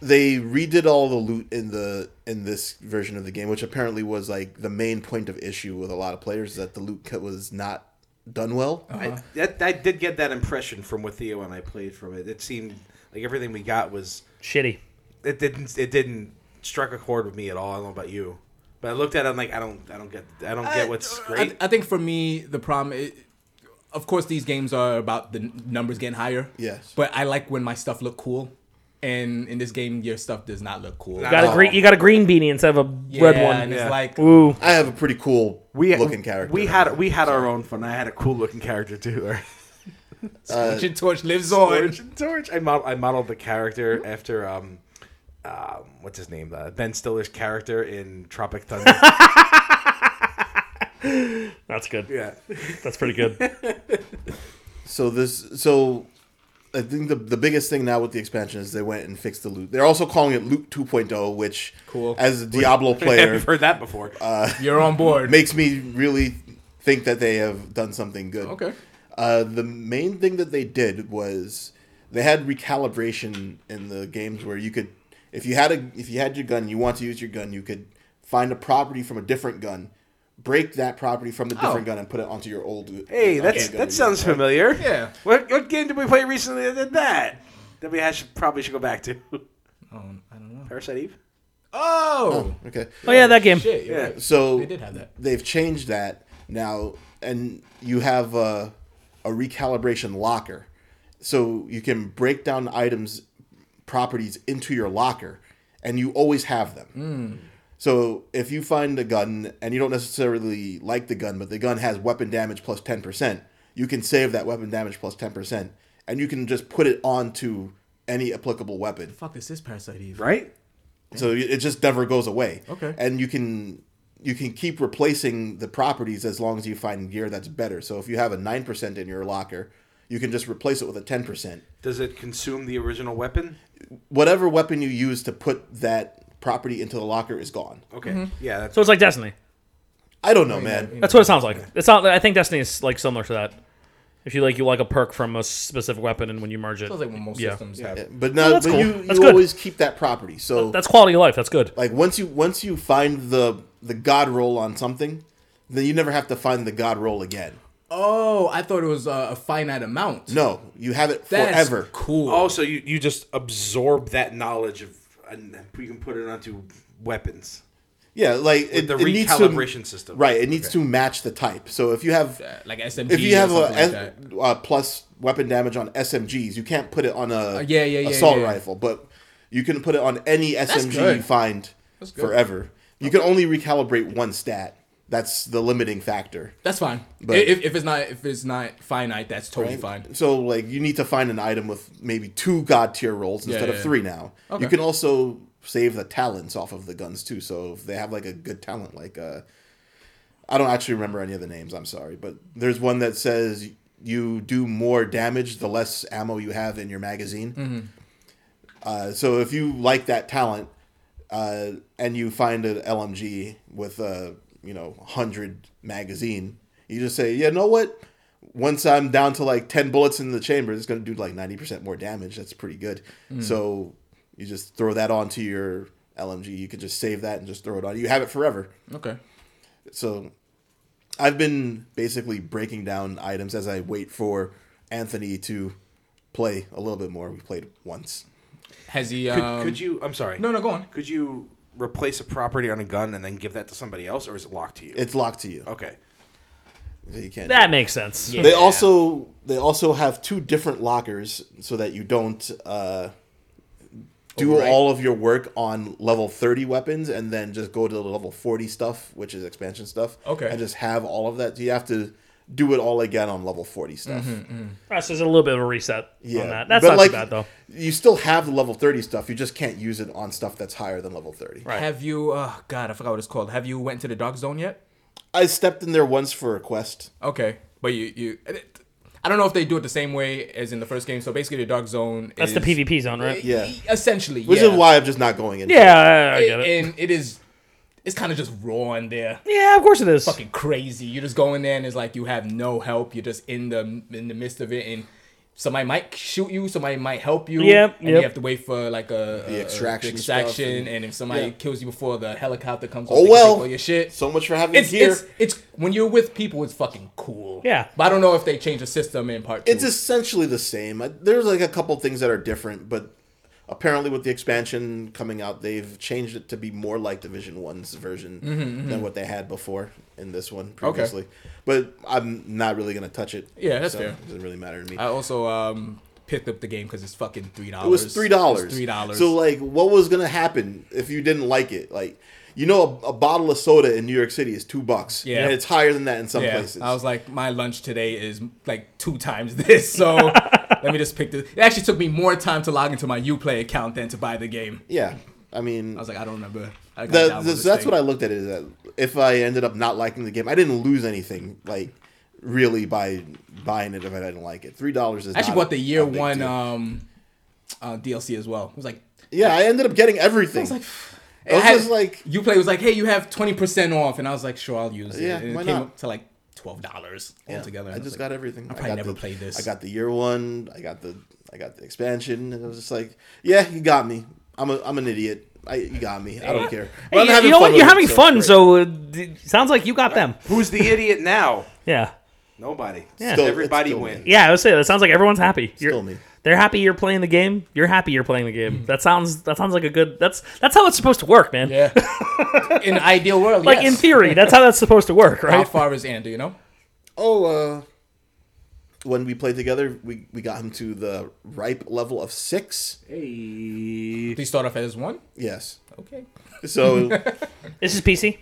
Speaker 2: they redid all the loot in the in this version of the game, which apparently was like the main point of issue with a lot of players is that the loot cut was not done well.
Speaker 5: I, that, I did get that impression from what Theo and I played from it. It seemed like everything we got was
Speaker 3: Shitty.
Speaker 5: it didn't it didn't struck a chord with me at all. I don't know about you, but I looked at it. I'm like I don't I don't get I don't
Speaker 4: Uh,
Speaker 5: get what's
Speaker 4: I-
Speaker 5: great.
Speaker 4: I, think for me, the problem, i of course, these games are about the n- numbers getting higher.
Speaker 2: Yes.
Speaker 4: But I like when my stuff look cool, and in this game, your stuff does not look cool.
Speaker 5: Nah.
Speaker 3: Got a
Speaker 5: Oh.
Speaker 3: green. You got a green beanie instead of a
Speaker 4: Yeah,
Speaker 3: red one.
Speaker 4: And it's
Speaker 5: Yeah.
Speaker 4: like,
Speaker 3: Ooh.
Speaker 2: I have a pretty cool looking character.
Speaker 5: We had we had our own fun. I had a cool looking character too. *laughs*
Speaker 4: Ancient Uh, Torch lives on.
Speaker 5: Torch, Torch. I model I modeled the character
Speaker 4: Mm-hmm.
Speaker 5: after um. Um, what's his name? Uh, ben Stiller's character in Tropic Thunder.
Speaker 3: That's good.
Speaker 5: *laughs* yeah,
Speaker 3: That's pretty *laughs* good.
Speaker 2: So this so I think the the biggest thing now with the expansion is they went and fixed the loot. They're also calling it loot 2.0, which
Speaker 4: Cool.
Speaker 2: as a Diablo
Speaker 5: *laughs*
Speaker 2: player
Speaker 5: I've heard that before.
Speaker 4: You're on board.
Speaker 2: makes me really think that they have done something good.
Speaker 4: Okay.
Speaker 2: Uh, the main thing that they did was they had recalibration in the games where you could, if you had a, if you had your gun, you want to use your gun, you could find a property from a different gun, break that property from the different gun, and put it onto your old.
Speaker 5: Oh. Hey,
Speaker 2: onto
Speaker 5: that's
Speaker 2: the gun
Speaker 5: that
Speaker 2: you
Speaker 5: sounds
Speaker 2: use.
Speaker 5: familiar.
Speaker 4: Yeah.
Speaker 5: What, what game did we play recently that did that? That we hash- probably should go back to.
Speaker 4: Um, I don't know.
Speaker 5: Parasite Eve.
Speaker 4: Oh,
Speaker 2: Okay,
Speaker 3: Oh yeah, that game.
Speaker 4: shit. You're
Speaker 5: Yeah.
Speaker 4: right.
Speaker 2: so
Speaker 4: They did have that.
Speaker 2: they've changed that now, and you have a, a recalibration locker, so you can break down items, properties into your locker, and you always have them.
Speaker 4: Hmm.
Speaker 2: So if you find a gun and you don't necessarily like the gun, but the gun has weapon damage plus ten percent, you can save that weapon damage plus ten percent, and you can just put it onto any applicable weapon.
Speaker 4: Fuck, this is Parasite Eve.
Speaker 5: Right?
Speaker 2: So it just never goes away.
Speaker 4: Okay.
Speaker 2: And you can you can keep replacing the properties as long as you find gear that's better. So if you have a nine percent in your locker, you can just replace it with a ten percent.
Speaker 5: Does it consume the original weapon?
Speaker 2: Whatever weapon you use to put that property into the locker is gone.
Speaker 5: Okay.
Speaker 7: Mm-hmm.
Speaker 5: Yeah, that's
Speaker 3: So it's like Destiny.
Speaker 2: I don't know, man.
Speaker 3: That's what it sounds like. It's not. I think Destiny is like similar to that. If you like, you like a perk from a specific weapon, and when you merge it,
Speaker 4: Sounds like most
Speaker 3: yeah.
Speaker 4: systems.
Speaker 5: Yeah.
Speaker 4: Have.
Speaker 2: But now
Speaker 3: that's
Speaker 2: but
Speaker 3: cool.
Speaker 2: you,
Speaker 3: That's
Speaker 2: you
Speaker 3: good.
Speaker 2: always keep that property. So
Speaker 3: that's quality of life. That's good.
Speaker 2: like once you once you find the the god roll on something, then you never have to find the god roll again.
Speaker 4: Oh, I thought it was uh, a finite amount.
Speaker 2: No, you have it
Speaker 4: That's
Speaker 2: forever. Oh,
Speaker 4: cool.
Speaker 5: also you, you just absorb that knowledge of and we can put it onto weapons.
Speaker 2: Yeah, like it,
Speaker 5: The
Speaker 2: it needs to-
Speaker 5: recalibration system.
Speaker 2: Right, it needs to match the type. So if you have
Speaker 4: Uh, like SMG.
Speaker 2: if you have a,
Speaker 4: or something like that.
Speaker 2: S- uh, plus weapon damage on SMGs, you can't put it on a
Speaker 4: Uh, yeah, yeah, yeah,
Speaker 2: assault
Speaker 4: yeah.
Speaker 2: rifle, but you can put it on any SMG
Speaker 4: good.
Speaker 2: you find
Speaker 4: good.
Speaker 2: forever. You can only recalibrate one stat. That's the limiting factor.
Speaker 4: That's fine.
Speaker 2: But-
Speaker 4: if, if it's not if it's not finite, that's totally fine.
Speaker 2: So like you need to find an item with maybe two god tier rolls instead
Speaker 4: yeah,
Speaker 2: of
Speaker 4: yeah.
Speaker 2: three now.
Speaker 4: Okay.
Speaker 2: You can also save the talents off of the guns too. So if they have like a good talent, like uh, I don't actually remember any of the names. I'm sorry, but there's one that says you do more damage the less ammo you have in your magazine.
Speaker 4: Mm-hmm.
Speaker 2: Uh, so if you like that talent, uh, and you find an LMG with a you know hundred magazine, you just say, you know what? Once I'm down to like ten bullets in the chamber, it's going to do like ninety percent more damage. That's pretty good. So you just throw that onto your LMG. You can just save that and just throw it on. You have it forever.
Speaker 4: Okay.
Speaker 2: So I've been basically breaking down items as I wait for Anthony to play a little bit more. We played once.
Speaker 4: Has he?
Speaker 5: Could,
Speaker 4: Um,
Speaker 5: could you I'm sorry.
Speaker 4: No, no, go on.
Speaker 5: Could you replace a property on a gun and then give that to somebody else or is it locked to you?
Speaker 2: It's locked to you.
Speaker 5: okay.
Speaker 2: So you can't.
Speaker 3: That makes sense.
Speaker 2: They also they also have two different lockers so that you don't uh, do
Speaker 4: Overwrite.
Speaker 2: all of your work on level thirty weapons and then just go to the level forty stuff, which is expansion stuff.
Speaker 4: Okay.
Speaker 2: and just have all of that. So you have to do it all again on level 40 stuff.
Speaker 3: Right, so there's a little bit of a reset
Speaker 2: Yeah.
Speaker 3: Mm-hmm. on that. That's
Speaker 2: But,
Speaker 3: not
Speaker 2: like,
Speaker 3: too bad though.
Speaker 2: You still have the level 30 stuff. You just can't use it on stuff that's higher than level 30.
Speaker 3: Right.
Speaker 4: Have you? Uh, God, I forgot what it's called. Have you went into the dark zone yet?
Speaker 2: I stepped in there once for a quest.
Speaker 4: Okay, but you you. I don't know if they do it the same way as in the first game. So basically, the dark zone.
Speaker 3: That's
Speaker 4: is,
Speaker 3: the PvP zone, right?
Speaker 2: Yeah.
Speaker 4: Essentially,
Speaker 2: Which
Speaker 4: yeah.
Speaker 2: is why I'm just not going in.
Speaker 3: Yeah, I, I get it.
Speaker 4: and it is. It's kind of just raw in there.
Speaker 3: Yeah, of course it is.
Speaker 4: fucking crazy. You just go in there and it's like you have no help. You're just in the in the midst of it, and somebody might shoot you, somebody might help you.
Speaker 3: Yep,
Speaker 4: and
Speaker 3: yep.
Speaker 4: you have to wait for like a a- a
Speaker 2: extraction
Speaker 4: extraction,
Speaker 2: stuff and-
Speaker 4: and, if somebody
Speaker 2: Yeah.
Speaker 4: kills you before the helicopter comes,
Speaker 2: Oh,
Speaker 4: up, they can
Speaker 2: well.
Speaker 4: take all your shit.
Speaker 2: So much for having
Speaker 4: it's,
Speaker 2: gear.
Speaker 4: it's it's when you're with people, it's fucking cool.
Speaker 3: Yeah.
Speaker 4: but I don't know if they change the system in part. Two.
Speaker 2: it's essentially the same. I- There's like a couple things that are different, but apparently with the expansion coming out, they've changed it to be more like Division 1's version
Speaker 4: Mm-hmm,
Speaker 2: than what they had before in this one previously. But I'm not really going to touch it.
Speaker 4: Yeah, that's fair.
Speaker 2: It doesn't really matter to me.
Speaker 4: I also um picked up the game because it's fucking three dollars.
Speaker 2: it was three dollars.
Speaker 4: Three dollars.
Speaker 2: So like, what was gonna happen if you didn't like it? Like, you know, a, a bottle of soda in New York City is two bucks.
Speaker 4: Yeah.
Speaker 2: and it's higher than that in some
Speaker 4: yeah,
Speaker 2: places.
Speaker 4: I was like, my lunch today is like two times *laughs*
Speaker 2: *laughs*
Speaker 4: this, so let me just pick this. It actually took me more time to log into my UPlay account than to buy the game.
Speaker 2: yeah, I mean,
Speaker 4: I was like, I don't remember. I gotta
Speaker 2: the,
Speaker 4: download
Speaker 2: the-
Speaker 4: this
Speaker 2: that's
Speaker 4: thing.
Speaker 2: what I looked at it is that if I ended up not liking the game, I didn't lose anything. Like, really, by buying it if I didn't like it, three dollars is
Speaker 4: I actually
Speaker 2: not a-
Speaker 4: bought the year
Speaker 2: a big
Speaker 4: one
Speaker 2: deal.
Speaker 4: um, uh, DLC as well. It was like,
Speaker 2: yeah, I ended up getting everything.
Speaker 4: like, *sighs*
Speaker 2: I was just like-
Speaker 4: UPlay was like, hey, you have twenty percent off, and I was like, sure, I'll use it.
Speaker 2: Yeah,
Speaker 4: and it
Speaker 2: why
Speaker 4: came
Speaker 2: not?
Speaker 4: up to like twelve dollars
Speaker 2: Yeah,
Speaker 4: altogether.
Speaker 2: I just got everything. I,
Speaker 4: probably
Speaker 2: got
Speaker 4: never
Speaker 2: the,
Speaker 4: played this.
Speaker 2: I got the year one. I got the I got the expansion, and I was just like, yeah, you got me. I'm a I'm an idiot. I, you got me. I don't care. But
Speaker 3: Hey,
Speaker 2: I'm
Speaker 3: you-
Speaker 2: having
Speaker 3: you know what?
Speaker 2: with
Speaker 3: You're
Speaker 2: it,
Speaker 3: having
Speaker 2: it's
Speaker 3: fun,
Speaker 2: great.
Speaker 3: so it d- sounds like you got them.
Speaker 7: Who's the idiot now?
Speaker 3: Yeah.
Speaker 7: Nobody.
Speaker 3: Yeah.
Speaker 2: Still-
Speaker 7: Everybody
Speaker 2: it's still
Speaker 7: wins.
Speaker 3: Yeah, I would say that sounds like everyone's happy. You're,
Speaker 2: Still me.
Speaker 3: They're happy you're playing the game. You're happy you're playing the game. That sounds that sounds like a good. That's that's how it's supposed to work, man.
Speaker 4: yeah. in the ideal
Speaker 2: *laughs*
Speaker 4: world,
Speaker 3: Like
Speaker 4: yes.
Speaker 3: in theory, that's how that's supposed to work,
Speaker 4: how
Speaker 3: right?
Speaker 4: far is Andy? You know,
Speaker 2: Oh, uh, when we played together, we we got him to the ripe level of six.
Speaker 4: they start off as one.
Speaker 2: Yes.
Speaker 4: Okay.
Speaker 2: *laughs* So
Speaker 3: This is PC.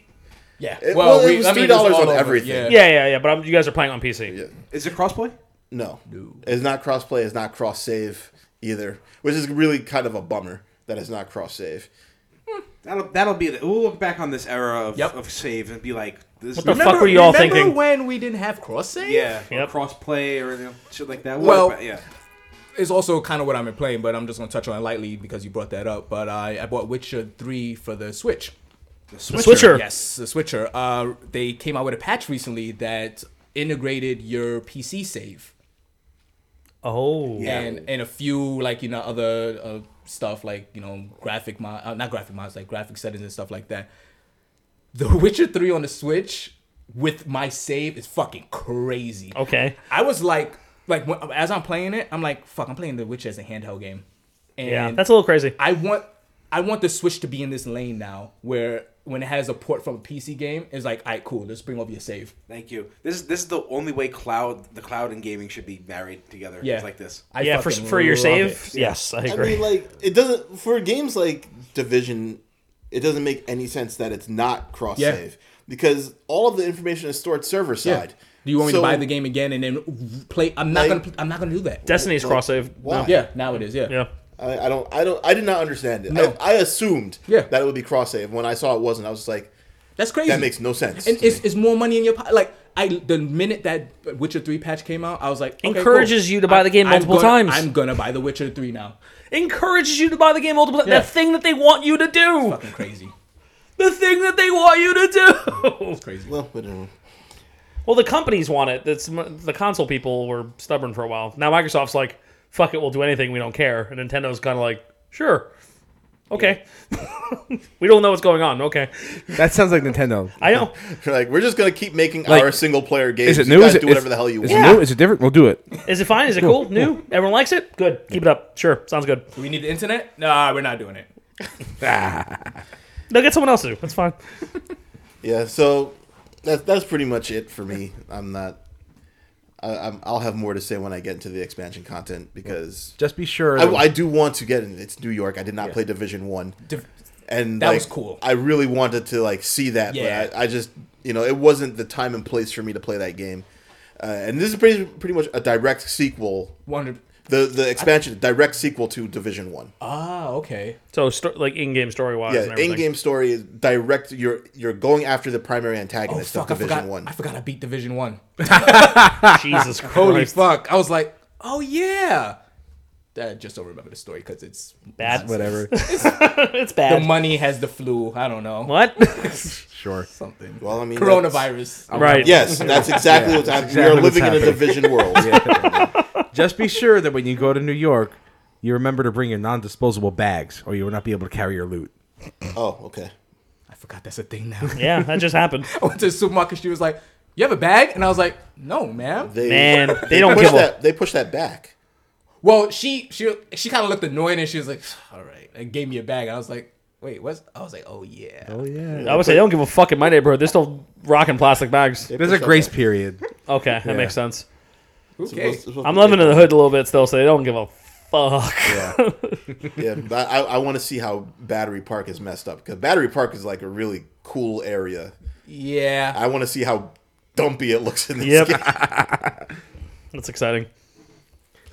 Speaker 4: Yeah.
Speaker 2: It- well, it was
Speaker 4: mean,
Speaker 2: $3
Speaker 4: all
Speaker 2: on
Speaker 4: over.
Speaker 2: everything.
Speaker 4: Yeah.
Speaker 3: Yeah, yeah, yeah. But I'm, you guys are playing on PC.
Speaker 2: Yeah.
Speaker 7: Is it crossplay?
Speaker 2: no, it's not cross play. It's not cross save either, which is really kind of a bummer that it's not cross save.
Speaker 7: That'll that'll be. The, we'll look back on this era of,
Speaker 4: Yep.
Speaker 7: of save and be like, this
Speaker 3: What the fuck were you all
Speaker 4: remember
Speaker 3: thinking?
Speaker 4: when we didn't have cross save?
Speaker 7: Yeah,
Speaker 3: Yep.
Speaker 7: or crossplay or you know, shit like that.
Speaker 4: Well-
Speaker 7: Well, yeah.
Speaker 4: It's also kind of what I've been playing, but I'm just gonna touch on it lightly because you brought that up. But I, I bought Witcher three for the Switch.
Speaker 7: The
Speaker 3: Switcher.
Speaker 4: Yes, the Switcher. Uh, they came out with a patch recently that integrated your PC save
Speaker 3: Oh,
Speaker 7: Yeah.
Speaker 4: and and a few like you know other uh, stuff like you know graphic mod, uh, not graphic mods, like graphic settings and stuff like that. The *laughs* Witcher three on the Switch with my save is fucking crazy.
Speaker 3: Okay.
Speaker 4: I was like, like when, as I'm playing it, I'm like, fuck, I'm playing The Witcher as a handheld game, and
Speaker 3: Yeah, that's a little crazy.
Speaker 4: I want, I want the Switch to be in this lane now, where when it has a port from a PC game, it's like, alright, cool, let's bring over your save.
Speaker 7: Thank you. This is this is the only way cloud the cloud and gaming should be married together.
Speaker 4: Yeah,
Speaker 7: It's like this.
Speaker 4: I
Speaker 3: yeah, for
Speaker 4: fucking
Speaker 3: for your
Speaker 4: love
Speaker 3: save.
Speaker 4: it.
Speaker 3: Yes, I
Speaker 2: I
Speaker 3: agree.
Speaker 2: mean, like it doesn't for games like Division. It doesn't make any sense that it's not cross
Speaker 4: Yeah.
Speaker 2: save because all of the information is stored server side.
Speaker 4: Do you want me
Speaker 2: So,
Speaker 4: to buy the game again and then play? I'm not
Speaker 2: Like-
Speaker 4: gonna, I'm not gonna do that.
Speaker 3: Destiny's
Speaker 2: like,
Speaker 3: cross save.
Speaker 2: Why?
Speaker 4: yeah, now it is. Yeah,
Speaker 3: Yeah.
Speaker 2: I, I don't. I don't. I did not understand it.
Speaker 4: No.
Speaker 2: I, I assumed
Speaker 4: Yeah.
Speaker 2: that it would be cross save. When I saw it wasn't, I was just like,
Speaker 4: that's crazy.
Speaker 2: that makes no sense.
Speaker 4: And
Speaker 2: to
Speaker 4: it's,
Speaker 2: me.
Speaker 4: it's more money in your pocket. Like I, the minute that Witcher three patch came out, I was like, okay,
Speaker 3: Encourages
Speaker 4: cool.
Speaker 3: you to buy the game
Speaker 4: I'm
Speaker 3: multiple times.
Speaker 4: gonna- I'm gonna buy The Witcher three now.
Speaker 3: Encourages you to buy the game multiple.
Speaker 4: Yeah.
Speaker 3: That thing that they want you to do.
Speaker 4: Fucking crazy,
Speaker 3: The thing that they want you to do. *laughs*
Speaker 4: crazy.
Speaker 2: well, but, uh,
Speaker 3: Well, the companies want it. That's the console people were stubborn for a while. Now Microsoft's like, "Fuck it, we'll do anything. We don't care." And Nintendo's kind of like, "Sure, okay, *laughs* we don't know what's going on. Okay,
Speaker 5: That sounds like *laughs* Nintendo.
Speaker 3: I
Speaker 4: *laughs*
Speaker 3: know.
Speaker 2: you're like we're just gonna keep making
Speaker 5: Like,
Speaker 2: our single player games.
Speaker 5: Is it
Speaker 2: You
Speaker 5: new?
Speaker 2: guys
Speaker 5: Is it
Speaker 2: do whatever the hell you
Speaker 5: is
Speaker 2: want.
Speaker 5: It new? Is it different? We'll do it.
Speaker 3: Is it fine? Is it cool?
Speaker 4: *laughs*
Speaker 3: New? Everyone likes it? Good. Keep it up. Sure, sounds good.
Speaker 4: Do we need the internet? Nah, we're not doing it.
Speaker 3: They'll get someone else to. do. That's fine.
Speaker 2: Yeah. So that's that's pretty much it for me. I'm not. I, I'm, I'll have more to say when I get into the expansion content because
Speaker 5: Just be sure.
Speaker 2: I,
Speaker 5: that-
Speaker 2: I do want to get in. It's New York. I did not play Division One,
Speaker 4: Div-
Speaker 2: and
Speaker 4: That
Speaker 2: like,
Speaker 4: was cool.
Speaker 2: I really wanted to like see that,
Speaker 4: Yeah.
Speaker 2: but I, I just you know it wasn't the time and place for me to play that game. uh, and this is pretty pretty much a direct sequel.
Speaker 4: Wonder.
Speaker 2: The the expansion, direct sequel to Division One.
Speaker 4: Ah, okay.
Speaker 3: So sto- like in-game story wise. and
Speaker 2: yeah,
Speaker 3: everything.
Speaker 2: in game story is direct. You're you're going after the primary
Speaker 4: Oh
Speaker 2: antagonist
Speaker 4: fuck! I
Speaker 2: of Division
Speaker 4: forgot.
Speaker 2: One.
Speaker 4: I forgot I beat Division One.
Speaker 3: Jesus Christ.
Speaker 4: *laughs* Holy fuck! I was like, oh yeah. I just don't remember the story because it's
Speaker 3: Bad.
Speaker 5: Whatever.
Speaker 3: *laughs* It's
Speaker 4: The
Speaker 3: bad.
Speaker 4: money has the flu. I don't know.
Speaker 3: what?
Speaker 5: sure.
Speaker 4: Something.
Speaker 2: Well, I mean, that's-
Speaker 4: Coronavirus.
Speaker 3: *laughs* right. *laughs*
Speaker 2: Yes, that's exactly what's happening. we are
Speaker 5: exactly what's
Speaker 2: living in a
Speaker 5: happening.
Speaker 2: division world.
Speaker 5: Just be sure that when you go to New York, you remember to bring your non-disposable bags, or you will not be able to carry your loot.
Speaker 2: Oh, okay.
Speaker 4: I forgot that's a thing now. *laughs*
Speaker 3: Yeah, that just happened.
Speaker 4: I went to the supermarket. She was like, "You have a bag?" And I was like, "No, ma'am."
Speaker 2: They,
Speaker 3: Man, they don't
Speaker 2: push
Speaker 3: give a
Speaker 2: that. They push that back.
Speaker 4: Well, she she she kind of looked annoyed, and she was like, "All right," and gave me a bag. And I was like, "Wait, what's?" I was like, "Oh yeah."
Speaker 3: I would say they don't give a fuck in my neighborhood. They're still rocking plastic bags.
Speaker 5: There's a grace period.
Speaker 3: Okay, that makes sense.
Speaker 4: Okay.
Speaker 2: It's supposed- it's supposed
Speaker 3: I'm
Speaker 2: to be-
Speaker 3: living in the hood a little bit still, so they don't give a fuck.
Speaker 2: Yeah, but I, I want to see how Battery Park is messed up because Battery Park is like a really cool area.
Speaker 4: Yeah.
Speaker 2: I want to see how dumpy it looks in this
Speaker 3: Yep.
Speaker 2: game.
Speaker 3: *laughs* That's exciting.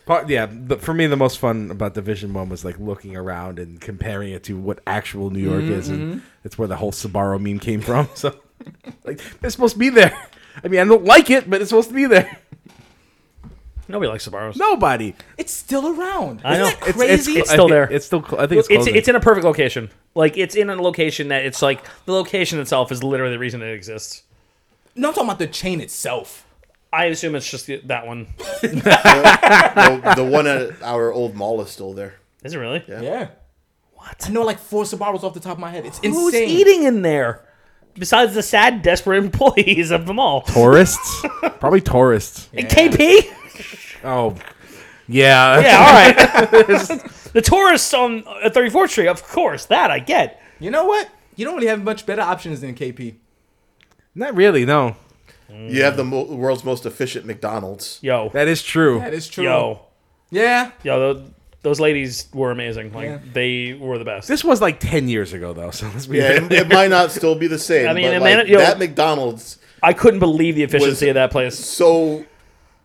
Speaker 5: Part, yeah, the, for me the most fun about Division One was like looking around and comparing it to what actual New
Speaker 3: Mm-hmm,
Speaker 5: York is, and it's where the whole Sabaro meme came from. *laughs* So, like, it's supposed to be there. I mean, I don't like it, but it's supposed to be there. *laughs*
Speaker 3: Nobody likes Sabaros.
Speaker 5: Nobody.
Speaker 4: It's still around.
Speaker 3: I
Speaker 4: Isn't
Speaker 3: know.
Speaker 4: that
Speaker 3: It's-
Speaker 4: crazy?
Speaker 3: it's- it's
Speaker 5: I
Speaker 3: still
Speaker 5: think-
Speaker 3: there.
Speaker 5: It's still. Cl- I think
Speaker 3: It's,
Speaker 5: it's
Speaker 3: it's,
Speaker 5: closing.
Speaker 3: in a perfect location. Like it's in a location that it's like the location itself is literally the reason it exists.
Speaker 4: no, I'm talking about the chain itself.
Speaker 3: I assume it's just the- that one.
Speaker 2: the, the one at our old mall is still there.
Speaker 3: Is it really?
Speaker 4: Yeah. What? I know like four Sabaros off the top of my head. It's
Speaker 3: Who's
Speaker 4: insane.
Speaker 3: eating in there? Besides the sad, desperate employees of the mall.
Speaker 5: *laughs* tourists. Probably tourists.
Speaker 3: And KP?
Speaker 5: Oh, *laughs* yeah.
Speaker 3: Yeah, all right. the tourists on uh, 34th Street, of course. That I get.
Speaker 4: You know what? You don't really have much better options than KP.
Speaker 5: Not really. No,
Speaker 2: You have the mo- world's most efficient McDonald's.
Speaker 3: Yo,
Speaker 5: that is true.
Speaker 4: That is true.
Speaker 3: yo,
Speaker 4: Yeah.
Speaker 3: yo, those, those ladies were amazing. Like,
Speaker 4: Yeah.
Speaker 3: they were the best.
Speaker 5: this was like ten years ago, though. So let's be.
Speaker 2: Yeah, it, it might not still be the same.
Speaker 3: *laughs* I mean,
Speaker 2: but
Speaker 3: a
Speaker 2: like,
Speaker 3: man- yo-
Speaker 2: that McDonald's
Speaker 3: I couldn't believe the efficiency
Speaker 2: Was-
Speaker 3: of that place.
Speaker 2: so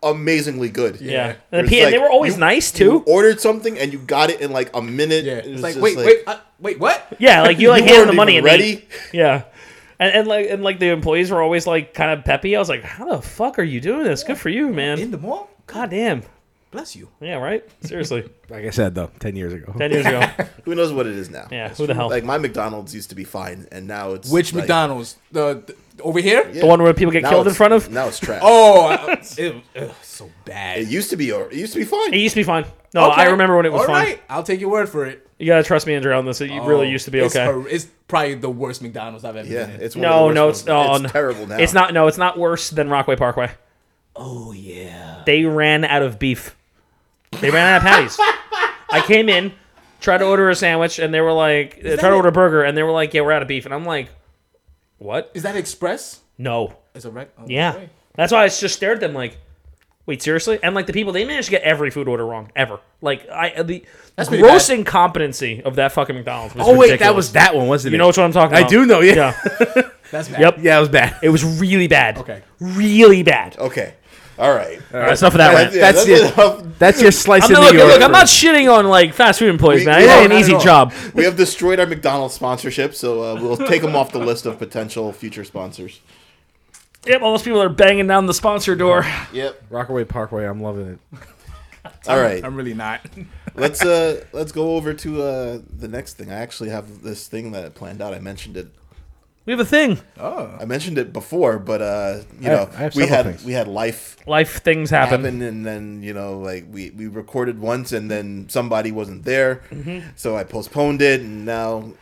Speaker 2: amazingly good.
Speaker 3: Yeah.
Speaker 4: Yeah.
Speaker 3: And,
Speaker 2: It's
Speaker 3: the P- and they
Speaker 2: like,
Speaker 3: were always
Speaker 2: you-
Speaker 3: nice,
Speaker 2: You
Speaker 3: too.
Speaker 2: ordered something and you got it in like a minute.
Speaker 4: Yeah.
Speaker 2: It was
Speaker 4: It's like,
Speaker 2: just
Speaker 4: wait, wait, uh, wait, what?
Speaker 3: Yeah, like you like
Speaker 2: you
Speaker 3: hand
Speaker 2: weren't
Speaker 3: the money
Speaker 2: even
Speaker 3: and
Speaker 2: ready.
Speaker 3: they, yeah, and, and like and like the employees were always like kind of peppy. I was like, how the fuck are you doing this? Good for you,
Speaker 4: In
Speaker 3: man.
Speaker 4: the mall? God
Speaker 3: God damn.
Speaker 4: bless you.
Speaker 3: Yeah, right. Seriously,
Speaker 5: Like I said, though, ten years ago.
Speaker 3: ten years ago.
Speaker 2: Who knows what it is now?
Speaker 3: Yeah, who the hell?
Speaker 2: Like my McDonald's used to be fine, and now it's
Speaker 4: Which
Speaker 2: like,
Speaker 4: McDonald's? The, the- over here?
Speaker 3: the one where people get
Speaker 2: now
Speaker 3: killed in
Speaker 2: it's-
Speaker 3: front of.
Speaker 2: Now it's trash.
Speaker 4: *laughs* Oh, I-
Speaker 2: *laughs*
Speaker 4: ew, ugh, so bad.
Speaker 2: it used to be. or- It used to be fine.
Speaker 3: It used to be fine. No, Oh, I
Speaker 4: Okay.
Speaker 3: remember when it was
Speaker 4: All
Speaker 3: fine.
Speaker 4: right. I'll take your word for it.
Speaker 3: You gotta trust me, Andrew, on this. It really used to be
Speaker 4: It's,
Speaker 3: okay.
Speaker 4: hor- it's probably the worst McDonald's I've ever
Speaker 2: yeah,
Speaker 4: been in.
Speaker 2: it's one of the
Speaker 3: no,
Speaker 2: worst
Speaker 3: no,
Speaker 2: ones.
Speaker 3: it's, oh,
Speaker 2: It's
Speaker 3: no.
Speaker 2: terrible now.
Speaker 3: It's not. No, it's not worse than Rockaway Parkway.
Speaker 4: oh yeah.
Speaker 3: They ran out of beef. They ran out of patties. I came in, tried to order a sandwich, and they were like, uh, tried to
Speaker 4: it?
Speaker 3: order a burger, and they were like, yeah, we're out of beef, and I'm like, what?
Speaker 4: Is that Express?
Speaker 3: No.
Speaker 4: Is it right? Oh,
Speaker 3: Yeah.
Speaker 4: okay.
Speaker 3: That's why I just stared at them like, wait, seriously? And like the people, they managed to get every food order wrong ever. Like I the
Speaker 4: That's pretty
Speaker 3: gross
Speaker 4: bad.
Speaker 3: incompetency of that fucking McDonald's. Was
Speaker 5: Oh wait, that
Speaker 3: ridiculous.
Speaker 5: was that one, wasn't it?
Speaker 3: You know which one I'm talking
Speaker 5: I
Speaker 3: about?
Speaker 5: do know. Yeah. yeah,
Speaker 4: That's bad.
Speaker 3: Yep.
Speaker 5: it was bad.
Speaker 3: It was really bad.
Speaker 4: Okay.
Speaker 3: Really bad.
Speaker 2: Okay. All right.
Speaker 3: All right, enough of that rant.
Speaker 2: Yeah,
Speaker 5: That's it.
Speaker 2: enough.
Speaker 5: That's your slice
Speaker 3: I'm
Speaker 5: of
Speaker 3: not,
Speaker 5: New
Speaker 3: look,
Speaker 5: York.
Speaker 3: look, I'm not shitting on like fast food employees,
Speaker 2: We-
Speaker 3: man. It
Speaker 2: no,
Speaker 3: ain't an
Speaker 2: not at
Speaker 3: easy
Speaker 2: all.
Speaker 3: job.
Speaker 2: We have destroyed our McDonald's sponsorship, so uh, we'll take them off the list of potential future sponsors.
Speaker 3: Yep, all those people are banging down the sponsor door.
Speaker 2: Yep.
Speaker 5: Rockaway Parkway. I'm loving it.
Speaker 2: All right.
Speaker 4: I'm really not. *laughs*
Speaker 2: let's uh let's go over to uh the next thing. I actually have this thing that I planned out. I mentioned it.
Speaker 3: We have a thing.
Speaker 2: I mentioned it before, but uh you
Speaker 5: I
Speaker 2: know
Speaker 5: have- I have
Speaker 2: we
Speaker 5: several
Speaker 2: had
Speaker 5: things.
Speaker 2: we had life
Speaker 3: Life things happen.
Speaker 2: happen and then you know like we we recorded once and then somebody wasn't there, so I postponed it and now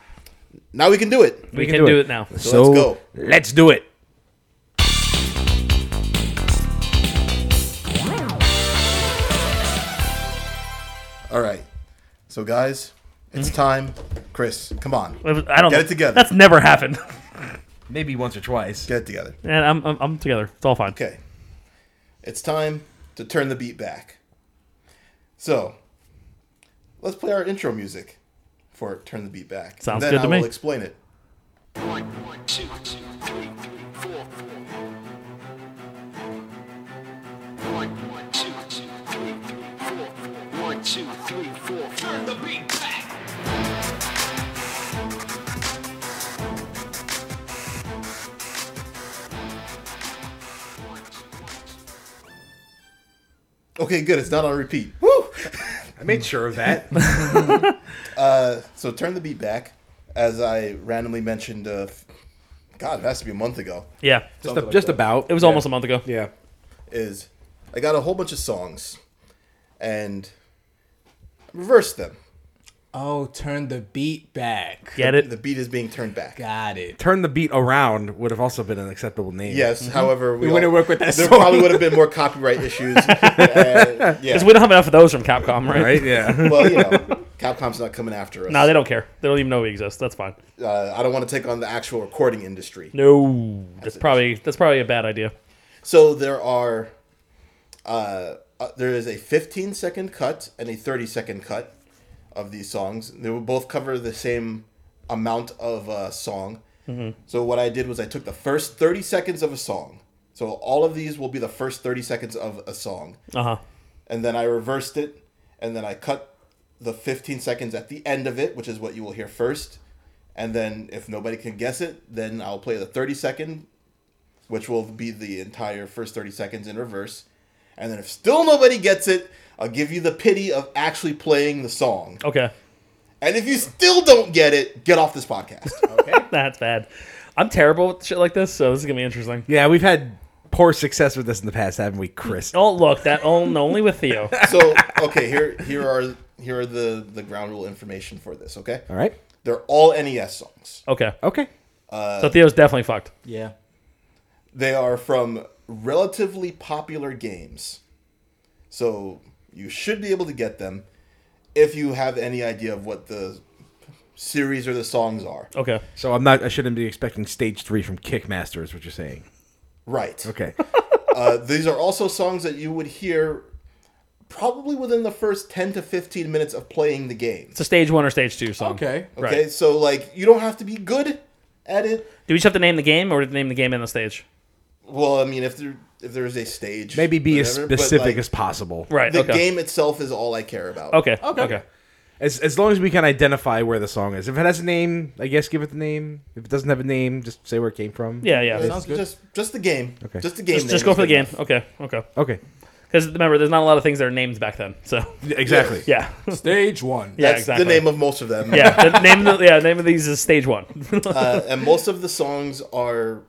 Speaker 2: now we can do it.
Speaker 3: We, can, do, it. now.
Speaker 5: So,
Speaker 2: let's go.
Speaker 5: Let's do it.
Speaker 2: All right, so guys, it's time. Chris, come on,
Speaker 3: I don't
Speaker 2: Get it together.
Speaker 3: That's never happened. *laughs*
Speaker 5: Maybe once or twice.
Speaker 2: get it together.
Speaker 3: And I'm, I'm I'm together. It's all fine.
Speaker 2: Okay. It's time to turn the beat back. So, let's play our intro music for Turn the Beat Back.
Speaker 3: Sounds
Speaker 2: then
Speaker 3: good to
Speaker 2: I
Speaker 3: me.
Speaker 2: will explain it.
Speaker 8: One, two, three, three, four, four. One, one, two, two, three, three, four, four. One, two, three, four. Turn the beat back. One, two, one, two.
Speaker 2: Okay, good. It's not on repeat.
Speaker 7: I made sure of that.
Speaker 2: So turn the beat back, as I randomly mentioned. Uh, f- God, it has to be a month ago.
Speaker 3: Yeah,
Speaker 5: Just,
Speaker 2: Something like
Speaker 5: just
Speaker 2: that.
Speaker 5: about.
Speaker 3: it was almost a month ago.
Speaker 7: yeah.
Speaker 2: Is I got a whole bunch of songs, and reversed them.
Speaker 4: Oh, turn the beat back.
Speaker 3: Get it?
Speaker 2: The beat is being turned back.
Speaker 4: Got it.
Speaker 5: *laughs* Turn the beat around would have also been an acceptable name.
Speaker 2: Yes. However, we,
Speaker 4: Mm-hmm. wouldn't work with that
Speaker 2: There
Speaker 4: song.
Speaker 2: probably would have been more copyright
Speaker 4: *laughs*
Speaker 2: issues. uh, yeah.
Speaker 3: Because we don't have enough of those from Capcom, right?
Speaker 5: Right?
Speaker 7: *laughs*
Speaker 5: *laughs* Yeah.
Speaker 2: well, you know, Capcom's not coming after us.
Speaker 3: No, they don't care. They don't even know we exist. That's fine.
Speaker 2: uh, I don't want to take on the actual recording industry.
Speaker 3: No, that's probably that's probably a bad idea.
Speaker 2: So there are, uh, uh, there is a 15 second cut and a 30 second cut of these songs. They will both cover the same amount of uh, song. So what I did was I took the first 30 seconds of a song. So all of these will be the first 30 seconds of a song.
Speaker 3: Uh huh.
Speaker 2: and then I reversed it, and then I cut the 15 seconds at the end of it, which is what you will hear first. And then if nobody can guess it, then I'll play the 30 second, which will be the entire first 30 seconds in reverse. And then if still nobody gets it, I'll give you the pity of actually playing the song.
Speaker 3: Okay,
Speaker 2: And if you still don't get it, get off this
Speaker 5: *laughs*
Speaker 2: podcast.
Speaker 3: that's bad. I'm terrible with shit like this, so this is gonna be interesting.
Speaker 5: yeah, we've had poor success with this in the past, haven't we, Chris?
Speaker 3: Oh, look, that on- only with
Speaker 5: *laughs*
Speaker 3: Theo.
Speaker 2: so, okay, here here are here are the the ground rule information for this, okay?
Speaker 5: All right.
Speaker 2: They're all NES songs.
Speaker 3: Okay,
Speaker 5: Okay.
Speaker 2: Uh,
Speaker 3: so Theo's definitely fucked.
Speaker 4: Yeah.
Speaker 2: They are from relatively popular games. So you should be able to get them if you have any idea of what the series or the songs are.
Speaker 3: Okay,
Speaker 5: So I'm not. I shouldn't be expecting stage three from Kickmaster, is what you're saying.
Speaker 2: Right. *laughs*
Speaker 5: *laughs* Okay.
Speaker 2: Uh, these are also songs that you would hear probably within the first 10 to 15 minutes of playing the game.
Speaker 3: it's a stage one or stage two song.
Speaker 4: Okay.
Speaker 2: Okay, so like you don't have to be good at it.
Speaker 3: Do we just have to name the game, or do we name the game and the stage?
Speaker 2: Well, I mean, if there if there's a stage,
Speaker 5: Maybe be as
Speaker 2: whatever, but,
Speaker 5: specific
Speaker 2: like,
Speaker 5: as possible.
Speaker 3: Right.
Speaker 2: The
Speaker 3: okay.
Speaker 2: game itself is all I care about.
Speaker 3: Okay. Okay. Okay.
Speaker 5: As, as long as we can identify where the song is. If it has a name, I guess give it the name. If it doesn't have a name, just say where it came from.
Speaker 3: Yeah. Yeah.
Speaker 2: It's Just just the game.
Speaker 5: Okay.
Speaker 2: Just the game.
Speaker 3: Just,
Speaker 2: name
Speaker 3: just go
Speaker 2: is
Speaker 3: for the
Speaker 2: good
Speaker 3: game.
Speaker 2: enough.
Speaker 3: Okay. Okay.
Speaker 5: Okay.
Speaker 3: Because remember, there's not a lot of things that are named back then. So
Speaker 5: Yeah, Exactly.
Speaker 3: yeah.
Speaker 4: Stage one.
Speaker 3: yeah.
Speaker 2: That's
Speaker 3: Exactly.
Speaker 2: the name of most of them.
Speaker 3: yeah. The name. Of the, yeah. Name of these is stage one.
Speaker 2: *laughs*
Speaker 3: *laughs*
Speaker 2: Uh, and most of the songs are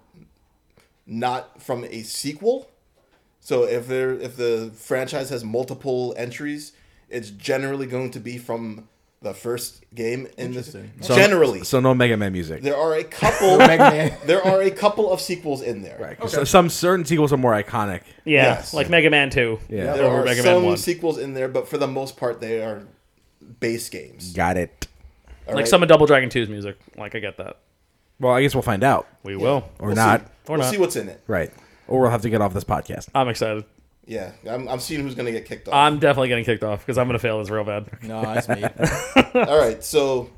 Speaker 2: not from a sequel. So if there if the franchise has multiple entries, it's generally going to be from the first game in this
Speaker 5: So-
Speaker 2: generally.
Speaker 5: So no Mega Man music.
Speaker 2: there are a couple
Speaker 4: Man.
Speaker 2: *laughs* there are a couple of sequels in there.
Speaker 5: Right. 'cause Some certain sequels are more iconic.
Speaker 3: Yeah,
Speaker 2: Yes.
Speaker 3: like Mega Man Two.
Speaker 5: Yeah.
Speaker 2: There
Speaker 3: Over
Speaker 2: are
Speaker 3: Mega Man
Speaker 2: some
Speaker 3: 1.
Speaker 2: sequels in there, but for the most part they are base games.
Speaker 5: Got it.
Speaker 2: All
Speaker 3: like
Speaker 2: right?
Speaker 3: some of Double Dragon 2's music. Like I get that.
Speaker 5: Well, I guess we'll find out
Speaker 3: We will.
Speaker 5: or
Speaker 2: We'll see.
Speaker 5: not.
Speaker 3: Or
Speaker 2: we'll
Speaker 3: not.
Speaker 2: see what's in it.
Speaker 5: Right. Or we'll have to get off this podcast.
Speaker 3: I'm excited.
Speaker 2: Yeah. I'm, I'm seeing who's gonna get kicked off.
Speaker 3: I'm definitely getting kicked off because I'm gonna fail this real bad.
Speaker 4: No,
Speaker 3: *laughs*
Speaker 4: that's me.
Speaker 2: All right, so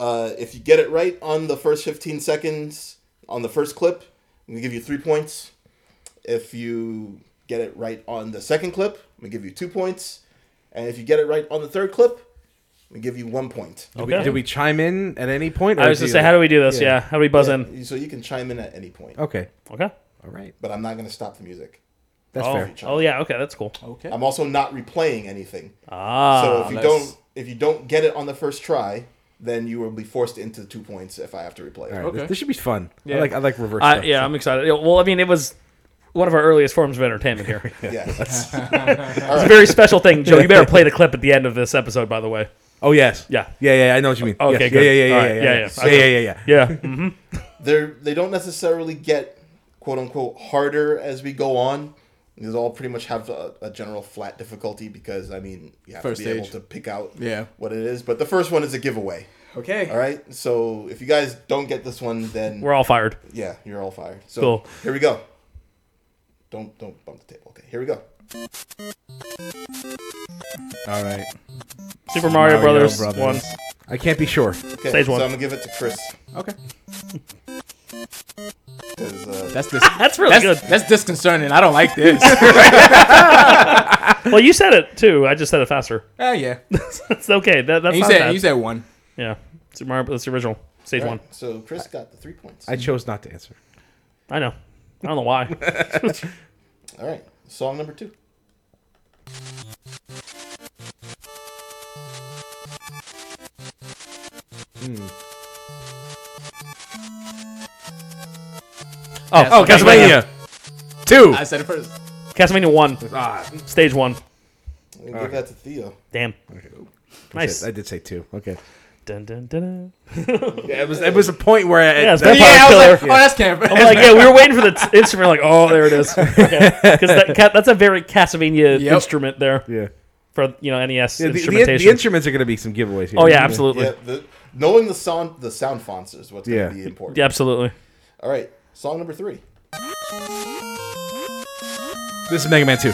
Speaker 2: uh, if you get it right on the first 15 seconds on the first clip, I'm gonna give you three points. If you get it right on the second clip, I'm gonna give you two points. And if you get it right on the third clip, I'm gonna give you one point.
Speaker 5: Did we-
Speaker 3: Okay.
Speaker 5: Did we chime in at any point?
Speaker 3: I was just say, how do we do this? Yeah. How do we buzz in?
Speaker 2: So you can chime in at any point,
Speaker 5: Okay.
Speaker 3: Okay.
Speaker 5: All right.
Speaker 2: but I'm not gonna stop the music.
Speaker 5: That's
Speaker 3: Oh.
Speaker 5: fair.
Speaker 3: oh yeah. Okay. That's cool.
Speaker 4: Okay.
Speaker 2: I'm also not replaying anything.
Speaker 3: Ah.
Speaker 2: so if you
Speaker 4: nice.
Speaker 2: don't if you don't get it on the first try, then you will be forced into two points if I have to replay. it.
Speaker 5: All right.
Speaker 4: Okay.
Speaker 5: This, this should be fun. I like I like reverse.
Speaker 3: I,
Speaker 5: stuff.
Speaker 3: Uh, yeah, I'm excited. Yeah, Well, I mean, it was one of our earliest forms of entertainment here. it's
Speaker 2: Yes.
Speaker 3: a very special thing, Joe. You better play the clip at the end of this episode, by the way.
Speaker 5: Oh yes.
Speaker 3: Yeah. Uh,
Speaker 5: Yeah. Yeah. I know what you mean.
Speaker 3: Okay,
Speaker 5: Yes.
Speaker 3: good.
Speaker 5: Yeah. Yeah. Yeah.
Speaker 3: All right.
Speaker 5: Yeah.
Speaker 3: Yeah,
Speaker 5: Yeah. Yeah.
Speaker 3: yeah.
Speaker 5: Yeah. Yeah. Yeah.
Speaker 3: Yeah. mhm.
Speaker 2: they're they don't necessarily get quote unquote harder as we go on. These all pretty much have a, a general flat difficulty because I mean you have
Speaker 4: First
Speaker 2: to be able
Speaker 4: stage.
Speaker 2: to pick out
Speaker 4: Yeah.
Speaker 2: what it is. But the first one is a giveaway.
Speaker 4: Okay.
Speaker 2: All right, so if you guys don't get this one, then
Speaker 3: We're all fired.
Speaker 2: yeah, you're all fired. So
Speaker 3: Cool.
Speaker 2: here we go. Don't don't bump the table. Okay, here we go.
Speaker 4: All right.
Speaker 3: Super Mario,
Speaker 4: Mario
Speaker 3: Brothers,
Speaker 4: Brothers.
Speaker 3: one.
Speaker 5: I can't be sure.
Speaker 2: Okay,
Speaker 3: Stage one.
Speaker 2: so I'm gonna give it to Chris.
Speaker 4: Okay.
Speaker 2: 'Cause, uh,
Speaker 4: That's dis-
Speaker 3: That's really
Speaker 4: that's,
Speaker 3: good.
Speaker 4: that's disconcerting. I don't
Speaker 3: *laughs*
Speaker 4: like this.
Speaker 3: Well, you said it too. I just said it faster.
Speaker 4: oh yeah.
Speaker 3: It's okay. That, that's
Speaker 4: And you
Speaker 3: not
Speaker 4: said
Speaker 3: bad.
Speaker 4: you said one.
Speaker 3: yeah. Super Mario Bros. original stage one.
Speaker 2: so Chris got the three points.
Speaker 7: I chose not to answer.
Speaker 3: I know. I don't know why.
Speaker 2: All right, song number two.
Speaker 3: Oh, oh, Castlevania.
Speaker 5: Two.
Speaker 4: I said it first.
Speaker 3: Castlevania one,
Speaker 5: Ah.
Speaker 3: stage one.
Speaker 2: I'm gonna give that to Theo.
Speaker 3: Damn. Nice.
Speaker 5: I did say two. Okay.
Speaker 3: Dun, dun, dun, dun.
Speaker 5: *laughs* It was, it was a point where I,
Speaker 3: Yeah, it's
Speaker 5: that-
Speaker 3: Vampire Killer.
Speaker 4: Oh, that's camp.
Speaker 3: I'm like, yeah, we were waiting for the t- instrument. Like, oh, there it
Speaker 5: *laughs*
Speaker 3: is. Because that ca- that's a very Castlevania
Speaker 4: Yep.
Speaker 3: instrument there
Speaker 5: yeah.
Speaker 3: for you know NES
Speaker 5: Yeah, the- the, the,
Speaker 3: instrumentation.
Speaker 5: instruments are going to be some giveaways here.
Speaker 3: oh yeah, absolutely.
Speaker 2: Yeah, the, knowing the sound, the sound fonts is what's
Speaker 5: Yeah.
Speaker 2: gonna be important.
Speaker 3: Yeah, absolutely.
Speaker 2: All right, song number three.
Speaker 5: This is Mega Man 2.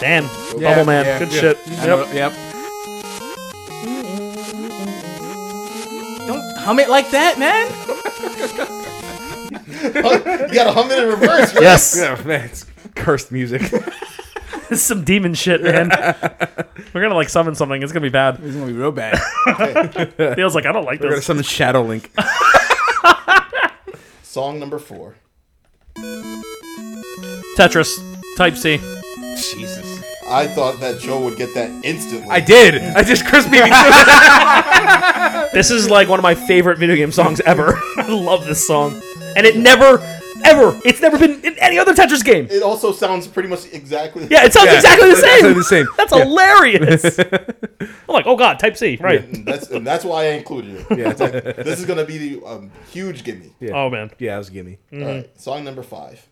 Speaker 3: Damn.
Speaker 4: Yeah,
Speaker 3: Bubble Man.
Speaker 4: yeah,
Speaker 3: Good
Speaker 4: yeah.
Speaker 3: shit.
Speaker 4: I know- Yep. Don't hum it like that, man.
Speaker 2: You gotta hum it in reverse. right?
Speaker 3: Yes.
Speaker 5: Oh, man, it's cursed music.
Speaker 3: *laughs* This is some demon shit,
Speaker 5: *laughs*
Speaker 3: man. we're gonna like summon something. It's gonna be bad.
Speaker 4: It's gonna be real bad.
Speaker 3: Feels like I don't like
Speaker 5: Gotta
Speaker 3: this.
Speaker 5: summon Shadow Link.
Speaker 2: Song number four.
Speaker 3: Tetris. Type C.
Speaker 4: Jesus.
Speaker 2: I thought that Joe would get that instantly.
Speaker 5: I did. I just cursed me. I
Speaker 3: This is like one of my favorite video game songs ever. *laughs* I love this song, and it never, ever, it's never been in any other Tetris game.
Speaker 2: It also sounds pretty much exactly.
Speaker 3: Yeah, it sounds
Speaker 5: Yeah,
Speaker 3: exactly the
Speaker 5: it's
Speaker 3: same.
Speaker 5: exactly the same.
Speaker 3: *laughs* That's
Speaker 5: Yeah. *laughs*
Speaker 3: hilarious. I'm like, oh god, Type C, right?
Speaker 2: *laughs* And that's and that's why I included it. Yeah, *laughs* this is gonna be the um, huge gimme.
Speaker 3: Oh man,
Speaker 5: yeah, it was a gimme.
Speaker 2: All right, song number five.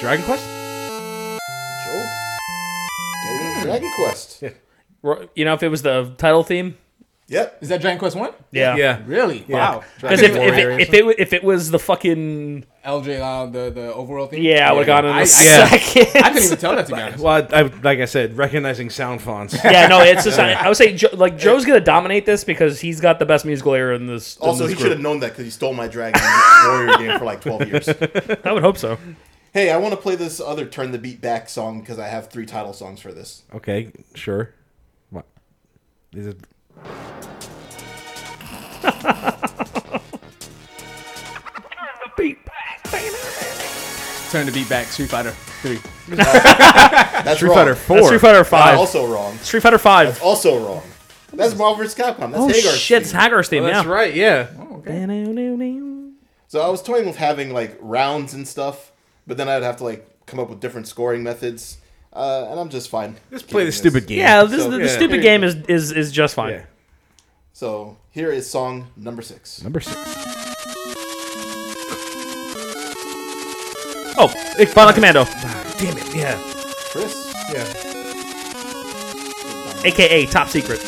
Speaker 5: Dragon Quest?
Speaker 2: Joe, get
Speaker 5: Hmm.
Speaker 2: it in Dragon Quest.
Speaker 3: Ro- you know if it was the title theme,
Speaker 2: Yep.
Speaker 4: Is that Dragon Quest One?
Speaker 3: yeah,
Speaker 5: Yeah.
Speaker 4: Really? Wow.
Speaker 3: Because if, if, it, if it wa- if it was the fucking
Speaker 4: LJ, uh, the the overall thing.
Speaker 3: yeah, I would have gone in a
Speaker 4: I, I,
Speaker 3: *laughs* second.
Speaker 4: I couldn't even tell that to be honest.
Speaker 5: Well, I, I, like I said, recognizing
Speaker 3: *laughs*
Speaker 5: sound fonts.
Speaker 3: yeah, no, it's just I, I would say Joe, like Joe's gonna dominate this because he's got the best musical ear in this. in
Speaker 2: Also,
Speaker 3: this
Speaker 2: he should have
Speaker 3: group.
Speaker 2: known that because he stole my Dragon Warrior game for like twelve
Speaker 5: *laughs*
Speaker 2: years.
Speaker 3: I would hope so.
Speaker 2: Hey, I want to play this other "Turn the Beat Back" song because I have three title songs for this.
Speaker 5: okay, sure. What? This is
Speaker 4: Turn the beat back. Street Fighter Three.
Speaker 2: That's
Speaker 5: Street
Speaker 2: wrong.
Speaker 5: Fighter 4.
Speaker 3: That's Street Fighter
Speaker 2: Uh,
Speaker 3: Five.
Speaker 2: also wrong.
Speaker 3: Street Fighter Five.
Speaker 2: Also wrong. That's Marvel vs. Capcom. That's
Speaker 3: Oh
Speaker 2: Hagar's
Speaker 3: shit, it's
Speaker 2: theme.
Speaker 3: Hagar's theme.
Speaker 5: That's
Speaker 3: yeah.
Speaker 5: right, yeah.
Speaker 2: So I was toying with having like rounds and stuff, but then I'd have to like come up with different scoring methods, uh, and I'm just fine.
Speaker 5: Just play the
Speaker 2: keeping
Speaker 5: stupid game.
Speaker 3: Yeah, this,
Speaker 2: So-
Speaker 3: the,
Speaker 2: Yeah.
Speaker 3: the stupid game is, is is just fine.
Speaker 5: Yeah.
Speaker 2: So here is song number six.
Speaker 5: Number six.
Speaker 3: Oh, Final Commando,
Speaker 5: Damn it, yeah.
Speaker 2: Chris,
Speaker 5: Yeah.
Speaker 3: aka Top Secret,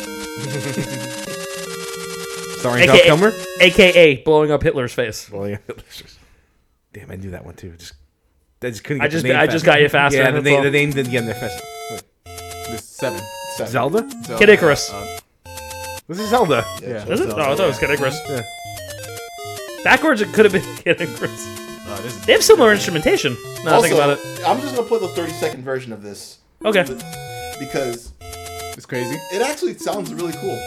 Speaker 5: Starring Val
Speaker 3: AKA,
Speaker 5: Kilmer?
Speaker 3: aka blowing up Hitler's face.
Speaker 5: Well, yeah. *laughs* Damn, I knew that one too. Just, I just couldn't
Speaker 3: I
Speaker 5: get
Speaker 3: just-
Speaker 5: the name
Speaker 3: I just got you faster,
Speaker 5: Yeah, the,
Speaker 3: that's
Speaker 5: name,
Speaker 3: all.
Speaker 5: the name didn't get in there faster.
Speaker 4: This seven.
Speaker 2: seven. Uh,
Speaker 5: Zelda?
Speaker 4: So,
Speaker 3: Kid Icarus.
Speaker 5: This is Zelda.
Speaker 4: Yeah.
Speaker 3: Is it? No, I thought it was Kid Icarus.
Speaker 5: Yeah.
Speaker 3: Backwards, it could have been *laughs* Kid Icarus.
Speaker 4: Uh, this is
Speaker 3: They have similar instrumentation. Now that Oh, I think
Speaker 2: Also,
Speaker 3: about it.
Speaker 2: I'm just gonna play the 30 second version of this
Speaker 3: Okay.
Speaker 2: because
Speaker 4: it's crazy.
Speaker 2: it actually sounds really cool.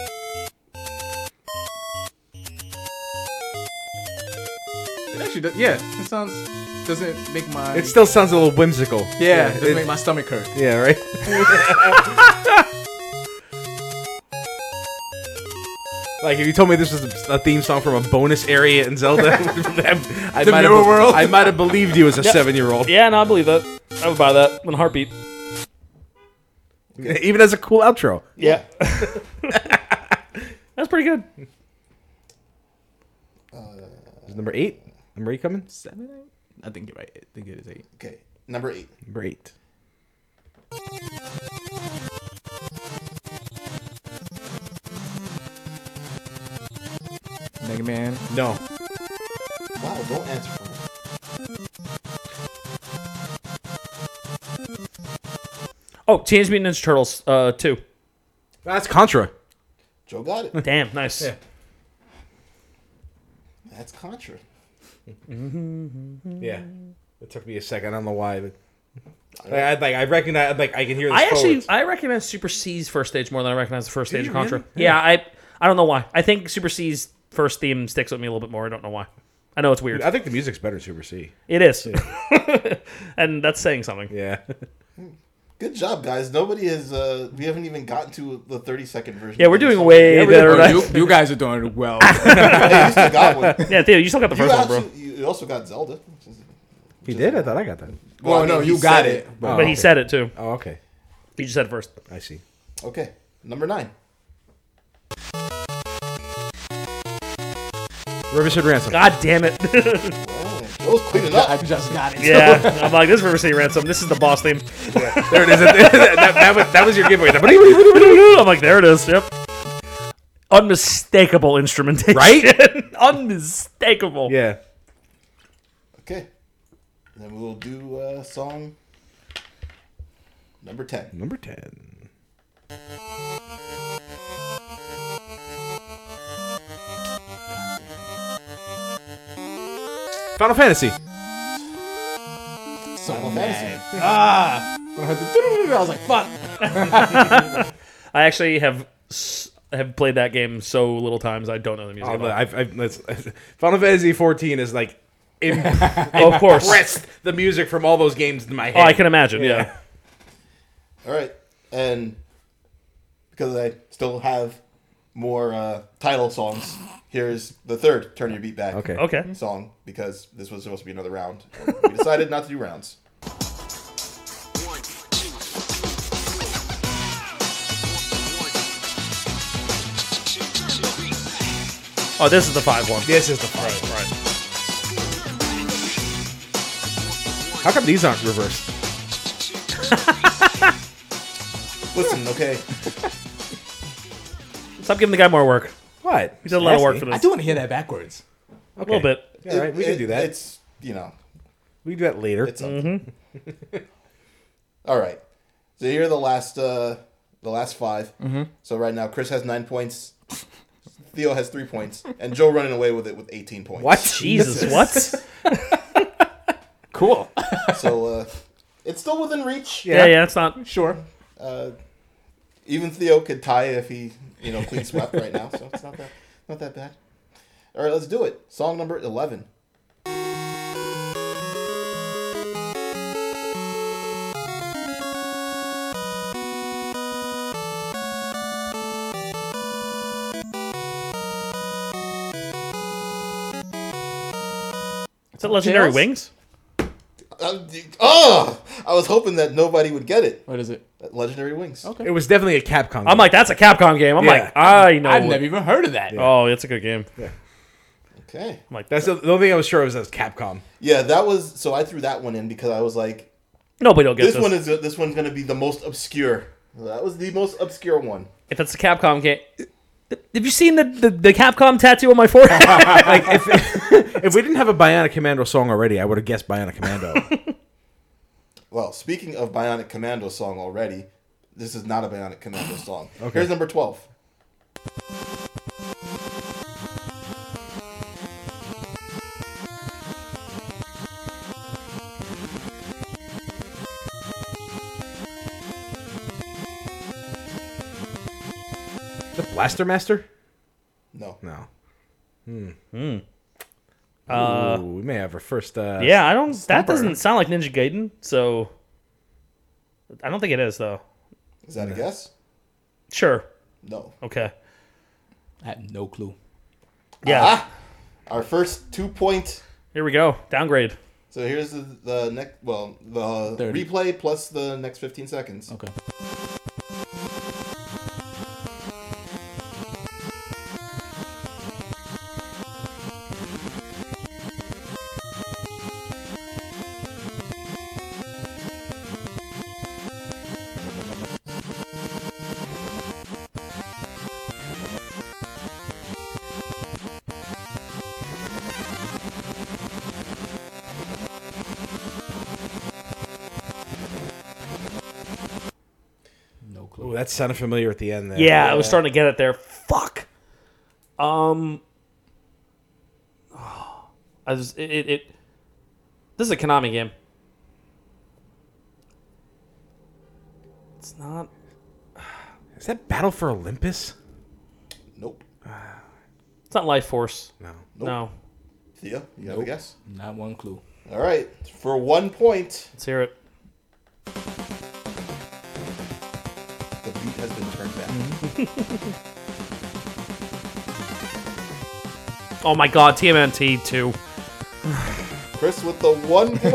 Speaker 4: It actually does. Yeah. It sounds doesn't make my.
Speaker 5: It still sounds a little whimsical.
Speaker 4: yeah. doesn't
Speaker 5: it-
Speaker 4: make my stomach hurt.
Speaker 5: yeah,
Speaker 3: *laughs*
Speaker 5: right? like, if you told me this was a theme song from a bonus area in
Speaker 3: *laughs*
Speaker 5: Zelda, I,
Speaker 4: The
Speaker 5: might have,
Speaker 4: Mirror World?
Speaker 5: *laughs* I might have believed you as a seven year old.
Speaker 3: Yeah, no, I believe that. I would buy that in a heartbeat.
Speaker 5: Even as a cool outro.
Speaker 2: Yeah.
Speaker 3: That's pretty good.
Speaker 5: Is number eight? Number eight coming?
Speaker 4: Seven. eight? I think you're right. I think it is eight.
Speaker 2: Okay. Number eight.
Speaker 5: Number eight.
Speaker 4: Mega Man.
Speaker 5: No.
Speaker 2: Wow. Don't answer. For me.
Speaker 3: Oh, Teenage Mutant Ninja Turtles uh, two.
Speaker 5: That's Contra.
Speaker 2: Joe got it.
Speaker 3: Damn, nice.
Speaker 2: That's Contra.
Speaker 5: Yeah. It took me a second. I don't know why, but I, I, like I recognize. Like I can hear. This
Speaker 3: I actually
Speaker 5: forwards.
Speaker 3: I recognize Super C's first stage more than I recognize the first stage
Speaker 5: you
Speaker 3: of Contra.
Speaker 5: really?
Speaker 3: Yeah. I I don't know why. I think Super C's first theme sticks with me a little bit more. I don't know why. I know it's weird.
Speaker 5: I think the music's better in Super C.
Speaker 3: It is, *laughs* and that's saying something.
Speaker 5: Yeah.
Speaker 2: Good job, guys. Nobody is. Uh, we haven't even gotten to the 30 second version.
Speaker 3: Yeah, we're
Speaker 2: *laughs*
Speaker 3: doing way better.
Speaker 4: Oh,
Speaker 3: right?
Speaker 4: you, you guys are doing well.
Speaker 2: I used to got
Speaker 5: *laughs*
Speaker 2: one.
Speaker 3: *laughs* Yeah, Theo, you still got the
Speaker 2: You,
Speaker 3: first one, bro.
Speaker 2: actually- you also got Zelda. which is-
Speaker 5: He did. I thought I got that.
Speaker 2: Well, I mean, he said
Speaker 3: But he said it too.
Speaker 5: Oh, okay.
Speaker 3: You just said it first.
Speaker 5: I see.
Speaker 2: Okay, number nine.
Speaker 5: Riverside Ransom.
Speaker 3: God damn it. *laughs*
Speaker 5: *laughs*
Speaker 2: Oh, Joe's cleaning up.
Speaker 4: just got it.
Speaker 3: yeah. I'm like, this is River City Ransom. This is the boss theme. *laughs*
Speaker 5: There it is. that, that was, that was your giveaway.
Speaker 3: I'm like, there it is. Yep. Unmistakable instrumentation.
Speaker 5: Right?
Speaker 3: *laughs* Unmistakable.
Speaker 5: yeah.
Speaker 2: Okay, then we'll do uh, song number ten.
Speaker 5: Number ten. Final Fantasy.
Speaker 2: Final Fantasy.
Speaker 4: I was like, fuck.
Speaker 3: I actually have s- have played that game so little times I don't know the music.
Speaker 5: Oh,
Speaker 3: at all.
Speaker 5: no, I've, I've, let's, Final Fantasy 14 is like
Speaker 3: of course.
Speaker 5: pressed the music from all those games in my head.
Speaker 3: Oh, I can imagine. Yeah.
Speaker 2: All right, and because I still have more uh, title songs, here's the third "Turn Your Beat Back"
Speaker 5: Okay.
Speaker 3: Okay.
Speaker 2: song because this was supposed to be another round. and we decided not to do rounds.
Speaker 8: One, two, three.
Speaker 3: Oh, this is the five one.
Speaker 5: This is the fun.
Speaker 3: Right.
Speaker 5: How come these aren't reversed? *laughs*
Speaker 2: Listen, okay,
Speaker 3: Stop giving the guy more work.
Speaker 5: What?
Speaker 3: He did a lot of work for this.
Speaker 4: I do want to hear that *laughs* backwards.
Speaker 3: A little bit.
Speaker 2: *laughs*
Speaker 5: All right, we
Speaker 2: It-
Speaker 5: can do that.
Speaker 2: It's you know,
Speaker 5: we can do that later.
Speaker 2: it's up. All right, so here are the last uh, the last 5
Speaker 5: Mm-hmm.
Speaker 2: So right now, Chris has nine points. Theo has three points, and Joe running away with it with eighteen points.
Speaker 3: Jesus, what?
Speaker 4: Cool.
Speaker 2: So uh, it's still within reach. Uh,
Speaker 3: Yeah, yeah, it's not.
Speaker 4: Sure.
Speaker 2: Even Theo could tie if he, you know, clean swept right now. So it's not that, not that bad. All right, let's do it. Song number eleven.
Speaker 3: Is that Legendary
Speaker 4: Tails?
Speaker 3: Wings?
Speaker 2: Uh, d- oh, I was hoping that nobody would get it.
Speaker 4: What is it?
Speaker 2: Legendary Wings.
Speaker 4: Okay.
Speaker 5: it was definitely a Capcom.
Speaker 3: I'm like, that's a Capcom game. I'm
Speaker 5: Yeah.
Speaker 3: like, I know.
Speaker 4: I've
Speaker 3: Oh, what-
Speaker 4: never even heard of that.
Speaker 3: Oh, it's a good game.
Speaker 2: Okay.
Speaker 3: I'm like,
Speaker 5: that's the, the only thing I was sure was that was Capcom.
Speaker 2: Yeah, that was so. I threw that one in because I was like,
Speaker 3: nobody will get
Speaker 2: this
Speaker 3: this.
Speaker 2: one is this one's gonna be the most obscure. That was the most obscure one.
Speaker 3: if it's a Capcom game. Have you seen the, the, the Capcom tattoo on my forehead?
Speaker 5: like if, if we didn't have a Bionic Commando song already, I would have guessed Bionic *laughs* Commando.
Speaker 2: Well, speaking of Bionic Commando song already, this is not a Bionic Commando song. Here's number twelve.
Speaker 5: the Blaster Master?
Speaker 2: No.
Speaker 5: No. Hmm. Ooh, we may have our first. Uh,
Speaker 3: yeah, I don't. That doesn't sound like Ninja Gaiden. So, I don't think it is though.
Speaker 2: Is that a guess?
Speaker 3: Sure.
Speaker 2: No.
Speaker 3: Okay.
Speaker 4: I have no clue.
Speaker 3: Yeah.
Speaker 2: Ah, our first two point.
Speaker 3: Here we go. Downgrade.
Speaker 2: So here's the, the next. Well, the
Speaker 4: 30.
Speaker 2: replay plus the next fifteen seconds.
Speaker 4: Okay.
Speaker 7: Ooh, that sounded familiar at the end there.
Speaker 3: Yeah, I was starting to get it there. Fuck. Um, I was it, it, it. This is a Konami game. It's not.
Speaker 7: Is that Battle for Olympus?
Speaker 2: Nope.
Speaker 3: It's not Life Force.
Speaker 7: No.
Speaker 3: No.
Speaker 2: Theo, you got to guess?
Speaker 4: Not one clue.
Speaker 2: All right. For one point,
Speaker 3: Let's hear it.
Speaker 2: the beat has been turned back.
Speaker 3: Oh my god, TMNT two.
Speaker 2: Chris with the one point.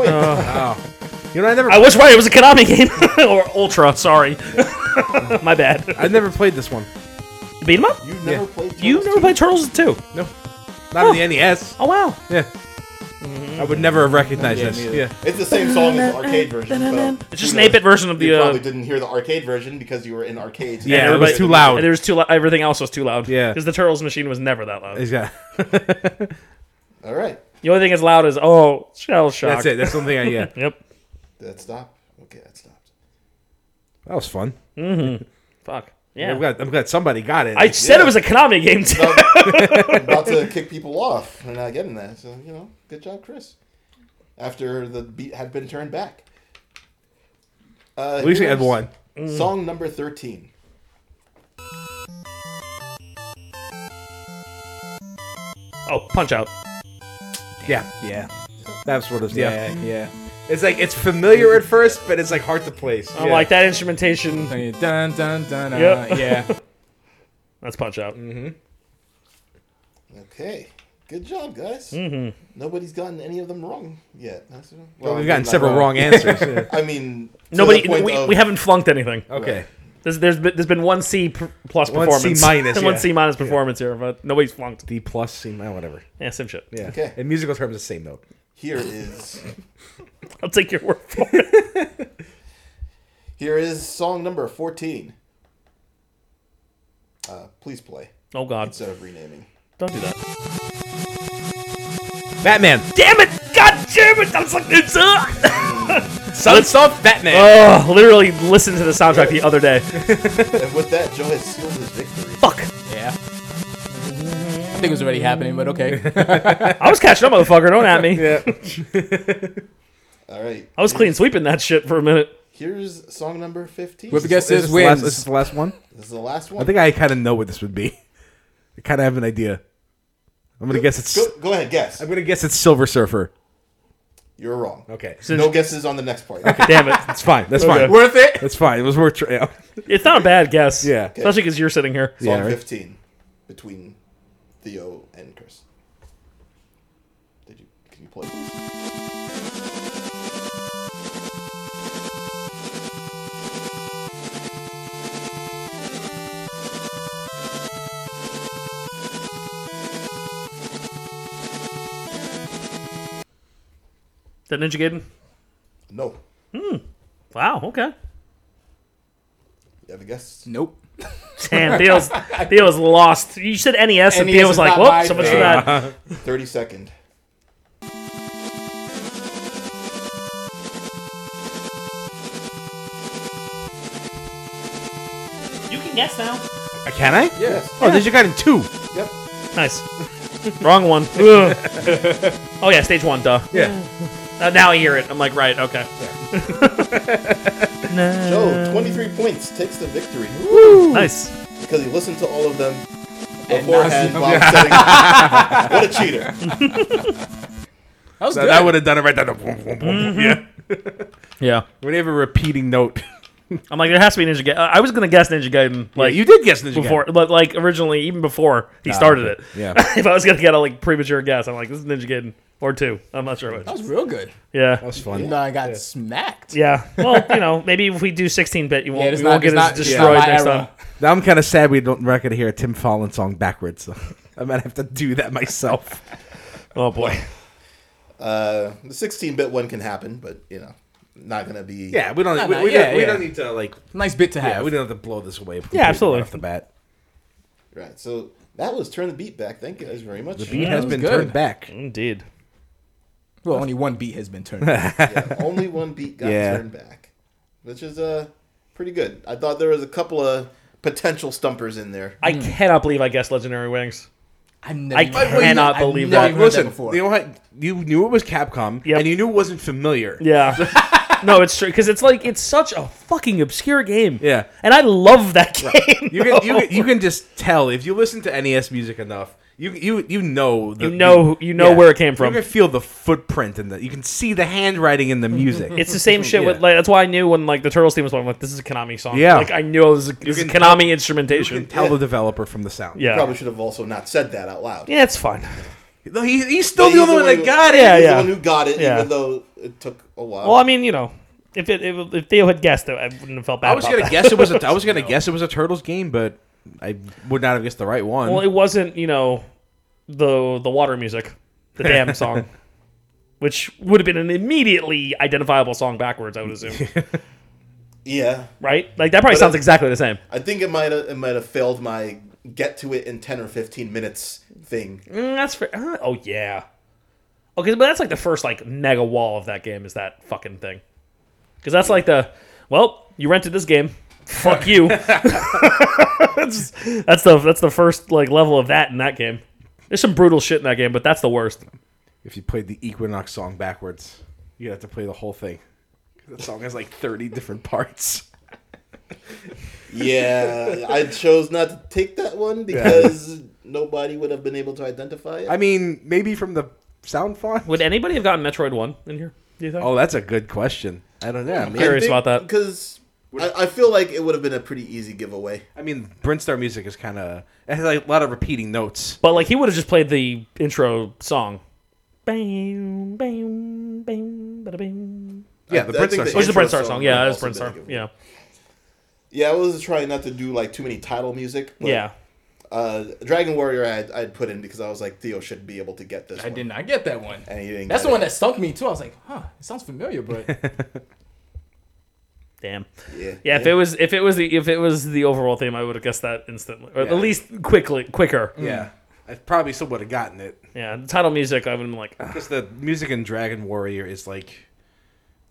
Speaker 5: You know, I never,
Speaker 3: I was right. It was a Konami game *laughs* or Ultra. Sorry, *laughs* my bad.
Speaker 5: I never played this one.
Speaker 3: Beat 'em up.
Speaker 2: you never played.
Speaker 3: You
Speaker 2: Turtles
Speaker 3: never
Speaker 2: 2?
Speaker 3: played Turtles two.
Speaker 5: Not on the NES.
Speaker 3: Oh wow.
Speaker 5: Yeah. I would never have recognized
Speaker 4: Yeah,
Speaker 5: this.
Speaker 4: neither.
Speaker 5: Yeah.
Speaker 2: It's the same song as the arcade version. So
Speaker 3: It's just
Speaker 2: who
Speaker 3: an
Speaker 2: knows?
Speaker 3: 8 bit version of the.
Speaker 2: You
Speaker 3: Uh,
Speaker 2: probably didn't hear the arcade version because you were in arcades.
Speaker 5: Yeah, it was
Speaker 3: everybody-
Speaker 5: too loud.
Speaker 3: and there was too loud. Everything else was too loud.
Speaker 5: Yeah.
Speaker 3: Because the Turtles machine was never that loud.
Speaker 5: He's got-
Speaker 2: All right.
Speaker 3: The only thing that's loud is, oh, shell shock.
Speaker 5: That's it. That's the only thing I, yeah.
Speaker 3: *laughs* Yep.
Speaker 2: Did that stop? Okay, that stopped.
Speaker 5: That was fun.
Speaker 3: Fuck. Yeah.
Speaker 5: I'm, glad, I'm glad somebody got it.
Speaker 3: I said it was a Konami game, too. *laughs*
Speaker 2: I'm about to kick people off. They're not getting that. So, you know, good job, Chris. After the beat had been turned back. Uh,
Speaker 5: At least we
Speaker 2: here's
Speaker 5: had one.
Speaker 2: Song number 13.
Speaker 3: Oh, punch out.
Speaker 5: Yeah. Yeah. That's what it's. Yeah.
Speaker 4: Yeah, yeah.
Speaker 7: It's like it's familiar at first, but it's like hard to place.
Speaker 3: I'm like, that instrumentation.
Speaker 4: Dun, dun, dun, dun, uh,
Speaker 3: Yep.
Speaker 4: Yeah.
Speaker 3: That's punch out.
Speaker 5: Mm-hmm.
Speaker 2: Okay. Good job, guys. Nobody's gotten any of them wrong yet. That's- Well,
Speaker 5: We've
Speaker 2: I'm
Speaker 5: gotten
Speaker 2: not
Speaker 5: several wrong answers. yeah.
Speaker 2: I mean, to
Speaker 3: Nobody,
Speaker 2: the point
Speaker 3: we,
Speaker 2: of-
Speaker 3: we haven't flunked anything.
Speaker 5: Okay.
Speaker 3: There's, there's, been, there's been one C pr- plus
Speaker 5: Oh. One C
Speaker 3: performance. *laughs*
Speaker 5: minus,
Speaker 3: And one
Speaker 5: yeah.
Speaker 3: C minus performance here, but nobody's flunked.
Speaker 5: D plus, C minus, whatever.
Speaker 3: Yeah, same shit.
Speaker 5: Yeah.
Speaker 2: Okay.
Speaker 5: In musical terms, it's the same note.
Speaker 2: Here is
Speaker 3: I'll take your word for
Speaker 5: *laughs*
Speaker 3: it.
Speaker 2: here is song number 14. Uh, please play
Speaker 3: Oh, God.
Speaker 2: instead of renaming.
Speaker 3: Don't do that.
Speaker 5: Batman.
Speaker 3: Damn it! God damn it! I was like, it's. Uh! *laughs*
Speaker 5: Sons of Batman.
Speaker 3: Oh, literally listened to the soundtrack the other *laughs* day.
Speaker 2: and with that, Joe has sealed his victory.
Speaker 3: Fuck.
Speaker 4: Yeah. I think it was already happening, but okay.
Speaker 3: I was catching up, motherfucker. Don't at me.
Speaker 2: All right.
Speaker 3: I was clean sweeping that shit for a minute.
Speaker 2: Here's song number 15.
Speaker 4: Whip against
Speaker 5: Is
Speaker 4: his
Speaker 5: this, the
Speaker 4: wins.
Speaker 5: last, is this the last one?
Speaker 2: This is the last one.
Speaker 5: I think I kind of know what this would be. I kind of have an idea. I'm gonna guess it's.
Speaker 2: go, go ahead, guess.
Speaker 5: I'm gonna guess it's Silver Surfer.
Speaker 2: You're wrong.
Speaker 5: Okay,
Speaker 2: No guesses on the next part. Okay.
Speaker 3: Damn it. *laughs*
Speaker 5: that's fine. That's
Speaker 3: Okay.
Speaker 5: fine.
Speaker 4: Worth it.
Speaker 5: That's fine. It was worth. Tra- yeah.
Speaker 3: It's not a bad guess.
Speaker 5: Yeah.
Speaker 3: Especially because you're sitting here.
Speaker 2: Song
Speaker 5: Yeah, right.
Speaker 2: 15 between Theo and Chris. Did you can you play?
Speaker 3: The Ninja Gaiden?
Speaker 2: No.
Speaker 3: Wow, okay.
Speaker 2: You have a guess?
Speaker 4: Nope.
Speaker 3: *laughs* Damn, Theo's, Theo's lost. You said NES, and
Speaker 4: NES
Speaker 3: Theo was
Speaker 4: is
Speaker 3: like,
Speaker 4: not
Speaker 3: whoop,
Speaker 4: my
Speaker 3: so much for
Speaker 4: thing."
Speaker 3: that.
Speaker 2: 30 second.
Speaker 3: You can guess now.
Speaker 5: Uh, Can I?
Speaker 2: Yes.
Speaker 5: Oh, did you got in two?
Speaker 2: Yep.
Speaker 3: Nice. Wrong *laughs* one. Ugh. oh, yeah, stage one, duh.
Speaker 5: Yeah.
Speaker 3: Uh, now I hear it. I'm like, right, okay.
Speaker 2: Joe,
Speaker 5: Um,
Speaker 2: 23 points takes the victory
Speaker 3: Nice.
Speaker 2: because he listened to all of them beforehand
Speaker 4: nauseam.
Speaker 5: *laughs*
Speaker 2: while setting. what a cheater.
Speaker 4: That was
Speaker 5: That,
Speaker 4: good.
Speaker 5: would have done it right down. the- boom, boom, boom, boom. Yeah.
Speaker 3: Yeah.
Speaker 5: We didn't have a repeating *laughs* note.
Speaker 3: I'm like, there has to be Ninja Gaiden. I I was going to guess Ninja Gaiden. Like,
Speaker 5: you did guess Ninja
Speaker 3: before,
Speaker 5: Gaiden.
Speaker 3: but like originally, even before he
Speaker 4: Ah,
Speaker 3: started it.
Speaker 5: Yeah.
Speaker 3: *laughs* if I was gonna get a like premature guess, I'm like, this is Ninja Gaiden or two. I'm not sure which.
Speaker 4: that was real good. Oh,
Speaker 3: Yeah.
Speaker 5: That's fun.
Speaker 4: No, I got smacked.
Speaker 3: Yeah. Well, you know, maybe if we do 16 bit, you won't,
Speaker 4: Yeah, it's
Speaker 3: you
Speaker 4: not-
Speaker 3: won't get
Speaker 4: it's
Speaker 3: as
Speaker 4: not- it's not
Speaker 3: destroyed
Speaker 4: my
Speaker 3: next
Speaker 4: era.
Speaker 3: time.
Speaker 5: Now I'm kind of sad we don't we're not gonna hear a Tim Fallon song backwards. So *laughs* I might have to do that myself.
Speaker 3: Oh
Speaker 4: *laughs*
Speaker 3: boy.
Speaker 2: Uh, the 16 bit one can happen, but, you know, not going to be.
Speaker 5: *laughs* Yeah, we don't.
Speaker 4: No,
Speaker 5: we,
Speaker 4: no,
Speaker 5: we
Speaker 4: yeah,
Speaker 5: don't we
Speaker 4: yeah.
Speaker 5: don't need to like.
Speaker 4: Nice bit to have.
Speaker 5: Yeah, we don't have to blow this away. completely
Speaker 3: absolutely.
Speaker 5: Off the bat,
Speaker 2: Right. So that was Turn the Beat Back. Thank you guys very much.
Speaker 5: the beat has
Speaker 4: was
Speaker 5: been
Speaker 4: good.
Speaker 5: turned back.
Speaker 3: Indeed.
Speaker 4: well,
Speaker 3: *laughs*
Speaker 2: *laughs*
Speaker 4: only one beat has been turned.
Speaker 2: Yeah, only one beat got
Speaker 5: Yeah.
Speaker 2: turned back, which is uh, pretty good. I thought there was a couple of potential stumpers in there.
Speaker 4: Hmm.
Speaker 3: I cannot believe I guessed legendary wings.
Speaker 4: I've never.
Speaker 3: I
Speaker 4: even-
Speaker 3: cannot
Speaker 4: I've
Speaker 3: believe
Speaker 4: never
Speaker 3: that.
Speaker 4: even heard
Speaker 5: Listen,
Speaker 4: before.
Speaker 5: you know what? You knew it was Capcom,
Speaker 3: Yep.
Speaker 5: and you knew it wasn't familiar.
Speaker 3: Yeah. *laughs* no, it's true because it's like it's such a fucking obscure game.
Speaker 5: Yeah.
Speaker 3: and I love that game.
Speaker 5: You can, you can you can just tell if you listen to NES music enough. You you you know the,
Speaker 3: You know- you know where it came from.
Speaker 5: You can feel the footprint in the. You can see the
Speaker 3: *laughs*
Speaker 5: handwriting in the music.
Speaker 3: It's the same shit
Speaker 5: Yeah.
Speaker 3: with like that's why I knew when like the Turtles theme was playing. I'm like, this is a Konami song.
Speaker 5: Yeah.
Speaker 3: like I knew it was a, this is
Speaker 5: can
Speaker 3: Konami
Speaker 5: you
Speaker 3: instrumentation.
Speaker 5: can tell the developer from the sound.
Speaker 3: yeah,
Speaker 2: Probably should have also not said that out loud.
Speaker 3: yeah, it's
Speaker 5: *laughs*
Speaker 3: fine.
Speaker 5: No, he, he's still
Speaker 2: He's
Speaker 5: the only one that
Speaker 2: who-
Speaker 5: got it.
Speaker 3: Yeah,
Speaker 2: he's
Speaker 3: yeah.
Speaker 2: the one who got it,
Speaker 3: Yeah.
Speaker 2: even though it took a while.
Speaker 3: Well, I mean, you know, if it, if, if Theo had guessed it, I wouldn't have felt bad.
Speaker 5: I was
Speaker 3: about
Speaker 5: gonna
Speaker 3: *laughs* that.
Speaker 5: guess it was a. I was gonna guess it was a Turtles game, but I would not have guessed the right one.
Speaker 3: Well, it wasn't you know the the water music, the
Speaker 5: *laughs*
Speaker 3: damn song, which would have been an immediately identifiable song backwards. I would
Speaker 5: *laughs*
Speaker 3: assume,
Speaker 2: yeah,
Speaker 3: right? Like that probably sounds
Speaker 2: it-
Speaker 3: exactly the same.
Speaker 2: I think it might have it might have failed my get to it in ten or fifteen minutes thing.
Speaker 3: *laughs* Mm, that's fair. Uh, oh yeah. Okay, but that's like the first like mega wall of that game is that fucking thing, because that's like the well you rented this game, fuck you. that's, that's the that's the first like level of that in that game. There's some brutal shit in that game, but that's the worst.
Speaker 5: if you played the Equinox song backwards, you'd have to play the whole thing. The song has like thirty different *laughs* parts.
Speaker 2: Yeah, I chose not to take that one because nobody would have been able to identify it.
Speaker 5: I mean, maybe from the sound font.
Speaker 3: Would anybody have gotten Metroid One in here? Do you think?
Speaker 5: Oh, that's a good question. I don't know. I mean,
Speaker 3: curious about that.
Speaker 2: because I, I feel like it would have been a pretty easy giveaway.
Speaker 5: I mean, Brinstar music is kind of it has like a lot of repeating notes.
Speaker 3: But like he would have just played the intro song. Bam, bam, bam, bada bam.
Speaker 5: Yeah, the
Speaker 2: I think
Speaker 5: Brinstar.
Speaker 2: the
Speaker 3: It was
Speaker 5: song.
Speaker 3: the
Speaker 2: Intro
Speaker 3: Brent Star
Speaker 2: song
Speaker 3: song.
Speaker 2: would
Speaker 3: Yeah, it was
Speaker 2: also
Speaker 3: Brent
Speaker 2: been a
Speaker 3: Star.
Speaker 2: giveaway.
Speaker 3: Yeah,
Speaker 2: Yeah, I was trying not to do like too many title music. But,
Speaker 3: yeah.
Speaker 2: Uh, Dragon Warrior, I had, I had put in because I was like Theo should be able to get this.
Speaker 4: I
Speaker 2: one.
Speaker 4: did not get that one.
Speaker 2: And he didn't
Speaker 4: That's
Speaker 2: get
Speaker 4: the one
Speaker 2: it.
Speaker 4: that sunk me too. I was like, huh, it sounds
Speaker 3: *laughs*
Speaker 4: familiar, but
Speaker 3: Damn.
Speaker 2: Yeah.
Speaker 3: Yeah, if it was if it was the if it was the overall theme, I would have guessed that instantly, or at least quickly, quicker. Yeah.
Speaker 5: Yeah, I probably still would have gotten it
Speaker 3: the title music, I would have been like, "Ugh."
Speaker 5: because the music in Dragon Warrior is like,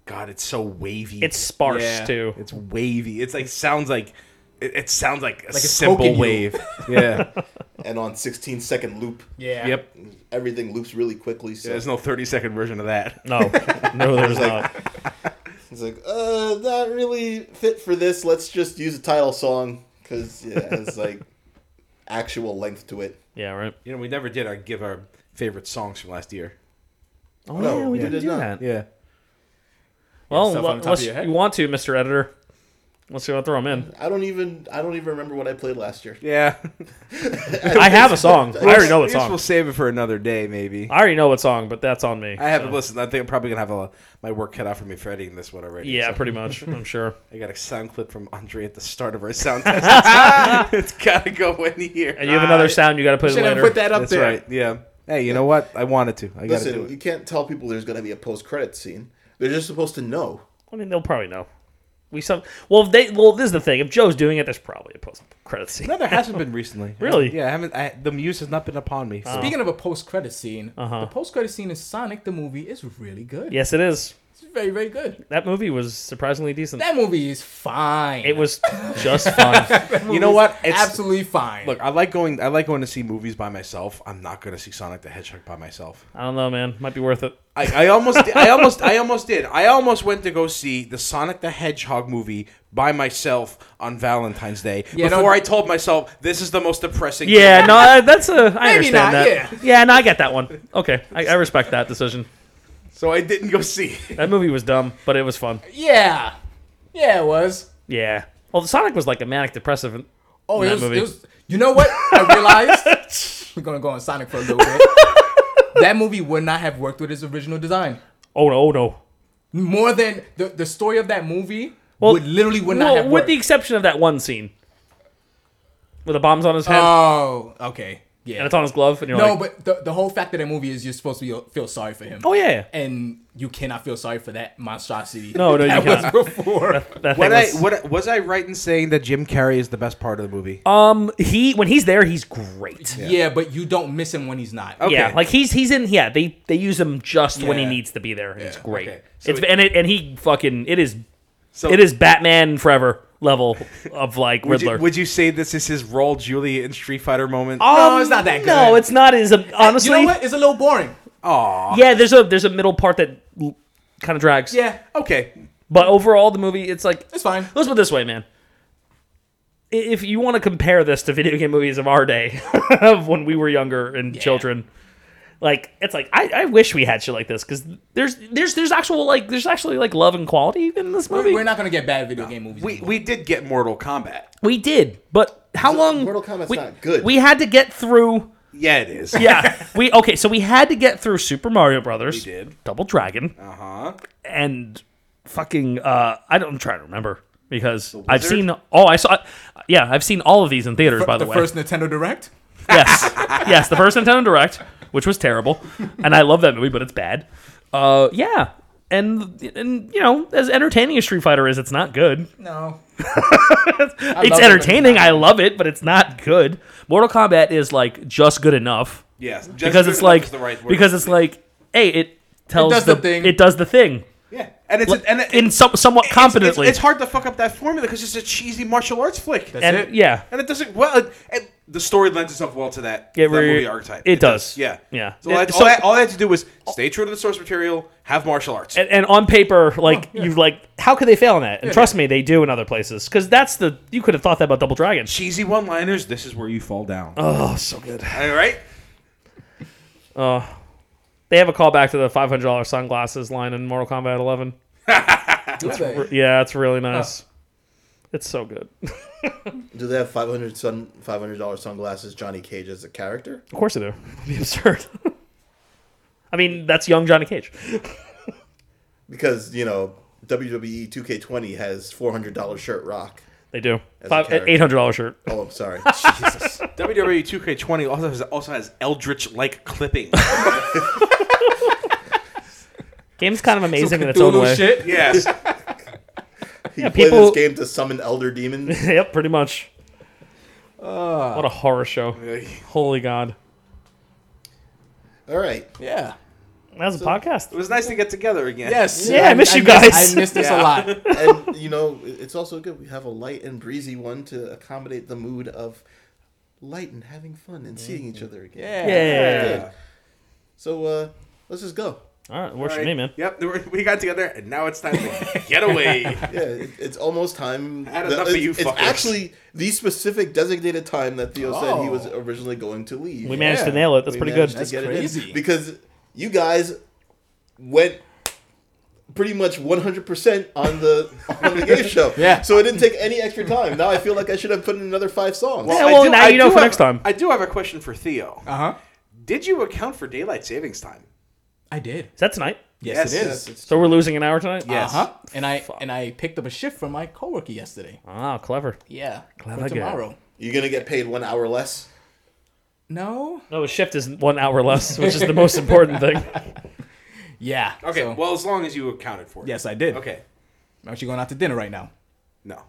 Speaker 5: God, it's so wavy.
Speaker 3: it's sparse
Speaker 4: Yeah.
Speaker 3: too.
Speaker 5: It's wavy. It's like sounds like it, it sounds like a
Speaker 4: it's
Speaker 5: simple
Speaker 4: poking you.
Speaker 5: wave. yeah.
Speaker 2: And on 16 second loop,
Speaker 4: yeah.
Speaker 5: Yep.
Speaker 2: everything loops really quickly. So
Speaker 5: There's no 30 second version of that.
Speaker 3: No, no, there's not.
Speaker 2: it's like, uh, not really fit for this. Let's just use a title song because yeah, it has
Speaker 5: *laughs*
Speaker 2: like actual length to it.
Speaker 3: Yeah, right.
Speaker 5: You know, we never did our give our favorite songs from last year.
Speaker 3: Oh
Speaker 2: No,
Speaker 3: yeah, we
Speaker 2: yeah.
Speaker 3: didn't do
Speaker 2: There's not.
Speaker 3: that.
Speaker 5: Yeah.
Speaker 3: Well,
Speaker 4: Stuff on top of
Speaker 3: unless
Speaker 4: your head.
Speaker 3: you want to, Mister Editor, let's see. I'll throw
Speaker 2: *laughs*
Speaker 3: them in.
Speaker 2: I don't even I don't even remember what I played last year.
Speaker 5: Yeah.
Speaker 3: I have a song. I already know what
Speaker 5: *laughs* I guess
Speaker 3: song.
Speaker 5: we'll save it for another day, maybe.
Speaker 3: I already know what song, but that's on me.
Speaker 5: I haven't listened. I think I'm probably gonna have a, my work cut out for me for editing this one already.
Speaker 3: Yeah,
Speaker 5: so
Speaker 3: pretty much. I'm sure.
Speaker 5: I got a sound clip from Andre at the start of our sound test. *laughs* it's gotta go in here.
Speaker 3: And you have another sound you got to put in
Speaker 4: Should have
Speaker 3: later.
Speaker 4: put that up
Speaker 5: That's
Speaker 4: there.
Speaker 5: right. Yeah. Hey, you know what? I wanted to. I gotta
Speaker 2: Listen,
Speaker 5: do
Speaker 2: you
Speaker 5: it.
Speaker 2: can't tell people there's going to be a post credit scene. They're just supposed to know.
Speaker 3: I mean, they'll probably know. We some well, if they well. This is the thing. If Joe's doing it, there's probably a post credit scene.
Speaker 5: No, there hasn't been recently.
Speaker 3: *laughs* Really? Uh-huh.
Speaker 5: Yeah, I haven't. I, the muse has not been upon me. so-
Speaker 4: Speaking of a post-credit scene, the post-credit scene in Sonic the movie is really good.
Speaker 3: Yes, it is.
Speaker 4: It's very, very good.
Speaker 3: That movie was surprisingly decent.
Speaker 4: That movie is fine.
Speaker 3: it was *laughs* just fun.
Speaker 5: you know what?
Speaker 4: It's absolutely fine.
Speaker 5: Look, I like going. I like going to see movies by myself. I'm not going to see Sonic the Hedgehog by myself.
Speaker 3: I don't know, man. Might be worth it.
Speaker 5: I, I almost, I almost, I almost did. I almost went to go see the Sonic the Hedgehog movie by myself on Valentine's Day
Speaker 4: Yeah,
Speaker 5: before
Speaker 4: don't-
Speaker 5: I told myself this is the most
Speaker 3: *laughs*
Speaker 5: depressing.
Speaker 3: Yeah, no, that's a. I understand
Speaker 4: not,
Speaker 3: that. Yeah. no, I get that one. Okay, I,
Speaker 4: *laughs*
Speaker 3: I respect that decision.
Speaker 5: So I didn't go see. it.
Speaker 3: That movie was dumb, but it was fun.
Speaker 4: yeah, yeah, it was.
Speaker 3: Yeah. Well, Sonic was like a manic depressive. in-
Speaker 4: Oh,
Speaker 3: in
Speaker 4: it
Speaker 3: that
Speaker 4: was,
Speaker 3: movie.
Speaker 4: it was. You know what?
Speaker 3: *laughs*
Speaker 4: I realized we're gonna go on Sonic for a little bit. that movie would not have worked with its original design.
Speaker 3: oh no, oh no.
Speaker 4: More than the, the story of that movie would literally would not
Speaker 3: well,
Speaker 4: have
Speaker 3: with
Speaker 4: worked.
Speaker 3: the exception of that one scene with the bombs on his head
Speaker 4: oh, okay, yeah.
Speaker 3: and it's on his glove, and you're
Speaker 4: no,
Speaker 3: like,
Speaker 4: but the, the whole fact of that movie is you're supposed to be, feel sorry for him.
Speaker 3: oh yeah,
Speaker 4: and you cannot feel sorry for that monstrosity.
Speaker 3: No, no, you
Speaker 4: *laughs* that
Speaker 3: cannot.
Speaker 4: was before.
Speaker 3: that
Speaker 5: What
Speaker 3: thing
Speaker 5: I,
Speaker 3: was,
Speaker 5: what was I right in saying that Jim Carrey is the best part of the movie?
Speaker 3: um he when he's there he's great.
Speaker 4: yeah. but you don't miss him when he's not.
Speaker 3: Yeah, like he's he's in. Yeah, they they use him just when he
Speaker 4: Yeah.
Speaker 3: needs to be there. and It's great.
Speaker 5: okay. So
Speaker 3: it's
Speaker 5: it-
Speaker 3: and it and he fucking it is
Speaker 5: so
Speaker 3: it is Batman forever. level of like
Speaker 5: Would
Speaker 3: Riddler.
Speaker 5: you, would you say this is his role, Julie, in Street Fighter moment?
Speaker 4: No, it's not that
Speaker 3: Um, No,
Speaker 4: good.
Speaker 3: it's not. Is honestly,
Speaker 4: You know what? It's a little boring.
Speaker 3: yeah. There's a there's a middle part that kind of drags.
Speaker 4: Yeah. Okay.
Speaker 3: But overall, the movie, it's like
Speaker 4: It's fine.
Speaker 3: Let's put it this way, man. I- If you want to compare this to video game movies of our day, *laughs* of when we were younger and children, like it's like I, I wish we had shit like this because there's there's there's actual like there's actually like love and quality in this movie.
Speaker 4: We're not gonna get bad video game movies.
Speaker 5: We
Speaker 4: anymore.
Speaker 5: we did get Mortal Kombat.
Speaker 3: we did, but how long?
Speaker 2: Mortal Kombat's
Speaker 3: we,
Speaker 2: not good.
Speaker 3: We had to get through.
Speaker 5: Yeah, it is.
Speaker 3: Yeah, *laughs* we okay. So we had to get through Super Mario Brothers. We
Speaker 5: did.
Speaker 3: Double Dragon. Uh huh. And fucking uh, I don't I'm trying to remember because I've seen. Oh, I saw. Yeah, I've seen all of these in theaters. by the,
Speaker 4: the
Speaker 3: way,
Speaker 4: first Nintendo Direct.
Speaker 3: yes, yes, the first Nintendo Direct, which was terrible, and I love that movie, but it's bad. Uh, yeah, and and you know, as entertaining as Street Fighter is, it's not good.
Speaker 4: No.
Speaker 3: it's
Speaker 4: love it when it's
Speaker 3: entertaining.
Speaker 4: not
Speaker 3: I love it, but it's not good. Mortal Kombat is like just good enough
Speaker 5: Yes, just
Speaker 3: because
Speaker 5: good
Speaker 3: it's
Speaker 5: enough
Speaker 3: like
Speaker 5: is the right word.
Speaker 3: because it's like hey, it tells
Speaker 4: does the thing.
Speaker 3: It does the thing.
Speaker 5: yeah, and it's and it,
Speaker 3: in some, somewhat
Speaker 5: it's- it's-
Speaker 3: competently.
Speaker 5: It's, hard to fuck up that formula because it's a cheesy martial arts flick,
Speaker 3: and
Speaker 4: it.
Speaker 3: yeah,
Speaker 5: and it doesn't. Well, it, it- the story lends itself well to that,
Speaker 3: Yeah,
Speaker 5: that
Speaker 3: we're-
Speaker 5: movie archetype.
Speaker 3: it does.
Speaker 5: Yeah,
Speaker 3: Yeah.
Speaker 5: So all,
Speaker 3: It-
Speaker 5: that,
Speaker 3: so-
Speaker 5: all, that, all they had to do was stay true to the source material, have martial arts.
Speaker 3: and, and on paper, like you like, how could they fail on that? And trust me, they do in other places because that's the you could have thought that about Double Dragon.
Speaker 5: cheesy one-liners. This is where you fall down.
Speaker 3: Oh, so good.
Speaker 5: all right.
Speaker 3: They have a callback to the five hundred dollars sunglasses line in Mortal Kombat eleven. Yeah, it's really nice. It's so good. Of
Speaker 2: Do they have 500 sun, $500 sunglasses Johnny Cage as a character?
Speaker 3: course they do. *laughs* It'd be absurd. I mean, that's young Johnny Cage.
Speaker 2: Because, you know, E WWE 2K20 has $400 shirt rock.
Speaker 3: They do.
Speaker 2: a
Speaker 3: Five
Speaker 2: character.
Speaker 3: eight hundred dollars shirt.
Speaker 2: Oh, I'm sorry. Jesus.
Speaker 5: WWE 2K20 also has, also has Eldritch-like clipping.
Speaker 3: Game's kind of amazing in its own way.
Speaker 4: shit.
Speaker 5: *laughs* yes.
Speaker 2: You *laughs* play this
Speaker 3: people-
Speaker 2: game to summon elder demons?
Speaker 3: *laughs* yep, pretty much.
Speaker 5: Ah.
Speaker 3: what a horror show! Holy God,
Speaker 2: All right.
Speaker 4: Yeah.
Speaker 3: that's a podcast.
Speaker 5: It was nice to get together again.
Speaker 4: Yes.
Speaker 3: Yeah, I miss you guys.
Speaker 4: I miss
Speaker 3: *laughs*
Speaker 4: this a lot.
Speaker 2: And, you know, it- it's also good. We have a light and breezy one to accommodate the mood of light and having fun and seeing each other again.
Speaker 4: Yeah.
Speaker 3: Yeah.
Speaker 2: So, uh, let's just go.
Speaker 3: All right, works
Speaker 5: All
Speaker 3: for
Speaker 5: right.
Speaker 3: me, man.
Speaker 5: Yep, we- we got together, and now it's time *laughs* to get away.
Speaker 2: Yeah, it, it's almost time.
Speaker 5: Had
Speaker 2: that-
Speaker 5: enough of
Speaker 2: it's,
Speaker 5: you
Speaker 2: it's
Speaker 5: fuckers.
Speaker 2: actually the specific designated time that Theo said he was
Speaker 5: Oh.
Speaker 2: originally going to leave.
Speaker 3: We managed to nail it. That's
Speaker 2: We
Speaker 3: pretty good.
Speaker 2: managed to get it in
Speaker 4: crazy.
Speaker 2: because you guys went pretty much 100% on the on the
Speaker 5: *laughs*
Speaker 2: game show.
Speaker 4: Yeah.
Speaker 2: So it didn't take any extra time. Now I feel like I should have put in another five songs.
Speaker 3: Yeah, well, now you know
Speaker 5: do
Speaker 3: for
Speaker 5: have-
Speaker 3: next time.
Speaker 5: I do have a question for Theo.
Speaker 4: Uh huh.
Speaker 5: Did you account for daylight savings time?
Speaker 4: I did.
Speaker 3: Is that tonight?
Speaker 4: Yes,
Speaker 5: Yes,
Speaker 4: it
Speaker 2: Yes,
Speaker 4: is.
Speaker 2: it's-
Speaker 3: So we're losing an hour tonight. Uh-huh.
Speaker 5: Yes.
Speaker 4: Uh huh. And I and I picked up a shift from my coworker yesterday.
Speaker 3: Ah, clever.
Speaker 4: Yeah.
Speaker 3: Clever
Speaker 4: for
Speaker 3: guy.
Speaker 4: tomorrow.
Speaker 2: You're going to get paid one hour less.
Speaker 4: No.
Speaker 3: No, the shift is one hour less, which is *laughs* the most important thing.
Speaker 4: Yeah.
Speaker 5: Okay,
Speaker 4: so-
Speaker 5: well, as long as you accounted for it.
Speaker 4: yes, I did.
Speaker 5: Okay.
Speaker 4: I'm actually going out to dinner right now.
Speaker 5: No.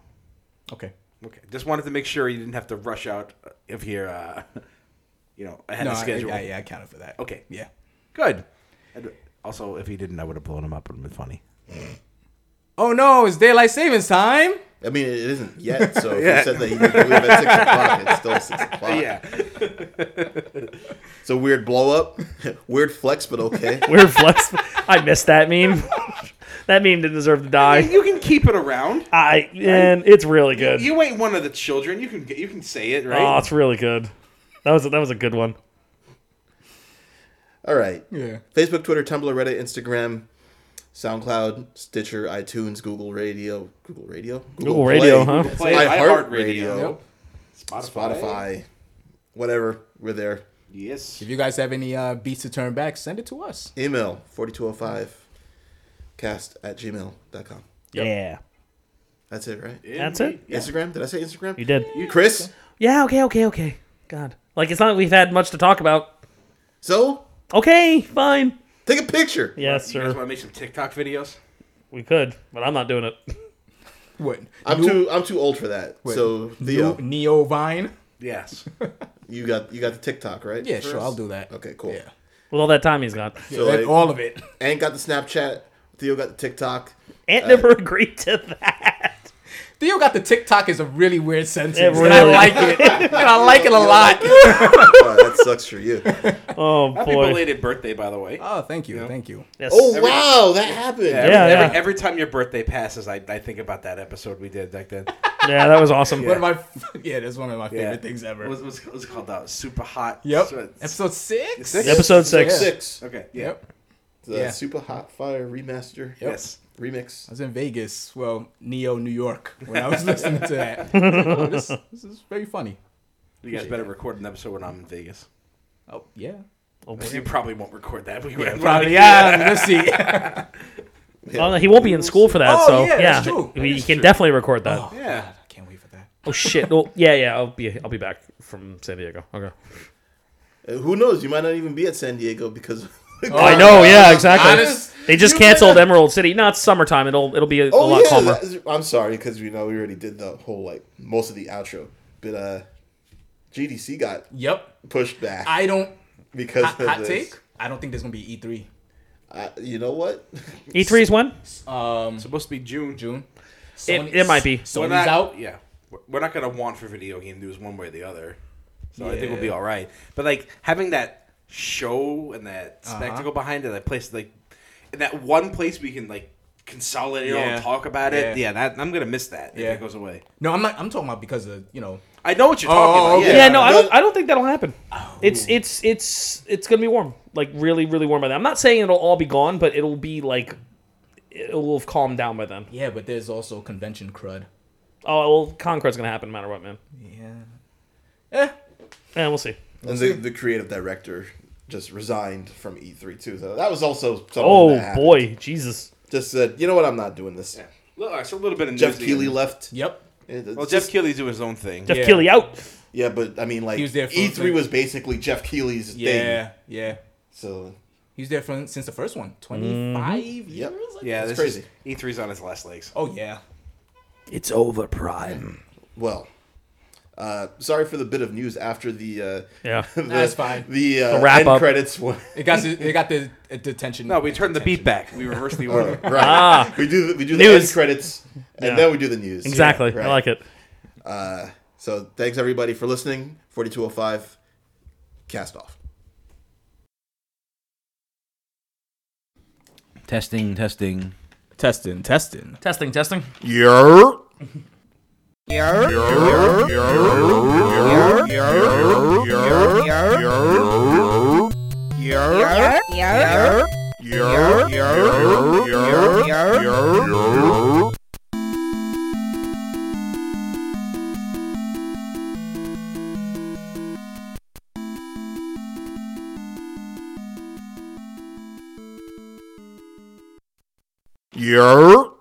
Speaker 4: Okay.
Speaker 5: Okay. Just wanted to make sure you didn't have to rush out if you're, uh, *laughs* you know, ahead
Speaker 4: No,
Speaker 5: of
Speaker 4: I,
Speaker 5: schedule.
Speaker 4: I, I accounted for that.
Speaker 5: Okay.
Speaker 4: Yeah.
Speaker 5: Good. And also, if he didn't, I would have blown him up. It would have been funny.
Speaker 4: Oh no! It's daylight savings time.
Speaker 2: I mean, it isn't
Speaker 5: *laughs*
Speaker 2: yet. So if you said that you were going to leave at 6 o'clock, it's still 6 o'clock.
Speaker 5: Yeah.
Speaker 2: It's a weird blow up. *laughs* Weird flex, but
Speaker 3: *laughs*
Speaker 2: okay.
Speaker 3: We're blessed. I missed that meme. that meme didn't deserve to die.
Speaker 5: you can keep it around.
Speaker 3: I and it's really good.
Speaker 5: You ain't one of the children. You can get, you can say it,
Speaker 3: Oh,
Speaker 5: right?
Speaker 3: it's really good. That was a, that was a good one.
Speaker 2: All right.
Speaker 4: Yeah.
Speaker 2: Facebook, Twitter, Tumblr, Reddit, Instagram, SoundCloud, Stitcher, iTunes, Google Radio, Google Radio,
Speaker 3: Google Radio, huh?
Speaker 5: Play
Speaker 2: I Heart
Speaker 5: iHeartRadio.
Speaker 2: Radio.
Speaker 4: Yep.
Speaker 5: Spotify.
Speaker 2: Spotify, whatever. We're there.
Speaker 5: Yes.
Speaker 4: If you guys have any uh, beats to turn back, send it to us.
Speaker 2: Email 4205cast at gmail.com.
Speaker 3: Yeah,
Speaker 2: That's it, right?
Speaker 3: that's it.
Speaker 2: Instagram? Did I say Instagram?
Speaker 3: You did.
Speaker 2: Chris?
Speaker 3: Yeah. Okay. Okay. Okay. God. Like it's not like we've had much to talk about.
Speaker 2: So,
Speaker 3: Okay. Fine.
Speaker 2: take a picture.
Speaker 3: Yes,
Speaker 5: You guys
Speaker 3: sir.
Speaker 5: want to make some TikTok videos?
Speaker 3: We could, but I'm not doing it.
Speaker 4: What?
Speaker 2: I'm
Speaker 4: New-
Speaker 2: too I'm too old for that. So Theo,
Speaker 4: new Neo Vine.
Speaker 5: Yes.
Speaker 2: you got you got the TikTok, right?
Speaker 4: Yeah,
Speaker 2: First?
Speaker 4: sure. I'll do that.
Speaker 2: Okay, cool.
Speaker 4: Yeah. oh.
Speaker 3: With all that time he's got.
Speaker 2: So
Speaker 4: That-
Speaker 2: like,
Speaker 4: all of it. *laughs*
Speaker 2: Ant got the Snapchat. Theo got the TikTok.
Speaker 3: Ant never agreed to that.
Speaker 4: Theo got the TikTok is a really weird sentence,
Speaker 3: It
Speaker 4: and I
Speaker 3: really-
Speaker 4: like it, and I like it a lot.
Speaker 2: Wow, that sucks for you.
Speaker 3: Oh
Speaker 5: Happy
Speaker 3: boy.
Speaker 5: belated birthday, by the way.
Speaker 4: Oh, thank you, thank you.
Speaker 3: Yes.
Speaker 2: Oh wow, that happened.
Speaker 3: yeah, yeah.
Speaker 5: Every, every time your birthday passes, I, I think about that episode we did back *laughs* then.
Speaker 3: yeah, that was awesome.
Speaker 4: One of my *laughs* yeah, that's one of my favorite
Speaker 5: Yeah.
Speaker 4: things ever.
Speaker 5: What was, what's- what's it called that? Super hot.
Speaker 4: yep,
Speaker 5: Sweats.
Speaker 4: episode six.
Speaker 5: Six?
Speaker 3: Episode six.
Speaker 2: Six.
Speaker 5: Okay. Yeah.
Speaker 4: Yep,
Speaker 2: The
Speaker 4: Yeah.
Speaker 2: Super Hot Fire Remaster.
Speaker 4: I
Speaker 5: Yes.
Speaker 2: Remix.
Speaker 4: was in Vegas, well, Neo, New York, when I
Speaker 5: *laughs*
Speaker 4: was listening to
Speaker 3: *laughs*
Speaker 4: that. I was like, oh, this, this is very funny.
Speaker 5: You guys better record an episode when I'm in Vegas.
Speaker 4: Oh yeah,
Speaker 5: *laughs* You probably won't record that. We were
Speaker 4: probably yeah.
Speaker 3: *laughs*
Speaker 4: Let's see.
Speaker 3: Oh, no, he won't be in school for that,
Speaker 4: Oh,
Speaker 3: so
Speaker 4: yeah,
Speaker 3: yeah,
Speaker 4: that's true. That
Speaker 3: he can definitely record that. Oh,
Speaker 5: Yeah.
Speaker 4: I can't wait for that.
Speaker 3: shit! Well, yeah, yeah, I'll be I'll be back from San Diego. Okay.
Speaker 2: Uh, Who knows? You might not even be at San Diego because.
Speaker 3: Oh,
Speaker 2: Oh,
Speaker 3: I *laughs* know, yeah, exactly.
Speaker 4: honest-
Speaker 3: they just
Speaker 4: you
Speaker 3: canceled
Speaker 4: better-
Speaker 3: Emerald City. No, it's summertime. It'll it'll be a, a
Speaker 2: oh
Speaker 3: lot
Speaker 2: yeah,
Speaker 3: calmer.
Speaker 2: that- I'm sorry because we know we already did the whole like most of the outro, but uh, GDC got
Speaker 4: Yep,
Speaker 2: pushed back
Speaker 4: I don't.
Speaker 2: because
Speaker 4: Hot,
Speaker 2: of
Speaker 4: hot
Speaker 2: this.
Speaker 4: take. I don't think there's gonna be E three.
Speaker 2: Uh, you know what?
Speaker 3: E3 E is when?
Speaker 4: Um,
Speaker 5: supposed to be June.
Speaker 4: June.
Speaker 3: It- it might be.
Speaker 4: Sony's
Speaker 5: not,
Speaker 4: out.
Speaker 5: Yeah, We're- we're not gonna want for video game news one way or the other. So I think we'll be all right. But like having that show and that
Speaker 4: Uh-huh.
Speaker 5: spectacle behind it, that place like in that one place we can like consolidate all
Speaker 4: Yeah.
Speaker 5: and talk about it.
Speaker 4: Yeah.
Speaker 5: Yeah, that, I'm gonna miss that
Speaker 4: Yeah.
Speaker 5: if it goes away.
Speaker 4: No, I'm not. I'm talking about because of you know.
Speaker 5: I know what you're
Speaker 4: Oh,
Speaker 5: talking about.
Speaker 4: okay.
Speaker 5: Yeah.
Speaker 3: Yeah, no, I don't. I don't think that'll happen. It's it's it's it's gonna be warm, like really really warm by then. I'm not saying it'll all be gone, but it'll be like it will have calmed down by then.
Speaker 4: Yeah, but there's also convention crud.
Speaker 3: Oh well, Concord's gonna happen no matter what, man.
Speaker 4: Yeah. Eh.
Speaker 3: Yeah, we'll see.
Speaker 2: and the, the creative director just resigned from E3 too. So that was also something that
Speaker 3: Oh
Speaker 2: happened.
Speaker 3: boy, Jesus.
Speaker 2: Just said, you know what? I'm not doing this.
Speaker 5: Look, all right, so a little bit of
Speaker 2: Jeff
Speaker 5: news
Speaker 2: Keeley
Speaker 5: again.
Speaker 2: left.
Speaker 4: Yep.
Speaker 2: It- it's
Speaker 5: Well,
Speaker 2: just-
Speaker 5: Jeff Keeley's doing his own thing.
Speaker 3: Jeff
Speaker 4: Yeah.
Speaker 3: Keighley out.
Speaker 2: yeah, but I mean, like
Speaker 4: He was there for-
Speaker 2: E3 was basically Jeff Keeley's
Speaker 4: Yeah.
Speaker 2: thing.
Speaker 4: Yeah.
Speaker 2: So
Speaker 4: He was there from since the first one. Twenty five years.
Speaker 2: Yep.
Speaker 4: I
Speaker 5: Mm-hmm. Yeah,
Speaker 4: guess?
Speaker 5: this
Speaker 2: crazy.
Speaker 5: Is, E3's on his last legs.
Speaker 4: Oh yeah.
Speaker 5: It's over, Prime.
Speaker 2: well, uh, sorry for the bit of news after the uh,
Speaker 3: Yeah.
Speaker 2: *laughs* the,
Speaker 4: That's fine.
Speaker 2: the, uh,
Speaker 3: wrap
Speaker 2: end
Speaker 3: up.
Speaker 2: credits.
Speaker 4: *laughs*
Speaker 2: One. *laughs*
Speaker 4: It got the, it got the uh, detention.
Speaker 5: No, we turned the beat back. We reversed *laughs* the order.
Speaker 2: right. We do the, we do the
Speaker 3: Ah. News.
Speaker 2: end credits and
Speaker 3: Yeah.
Speaker 2: then we do the news.
Speaker 3: Exactly.
Speaker 2: Yeah, right.
Speaker 3: I like it.
Speaker 2: So thanks everybody for listening. Forty two oh five, cast off.
Speaker 9: Testing, testing.
Speaker 4: Testing. Testing.
Speaker 3: Testing, testing.
Speaker 10: Yer.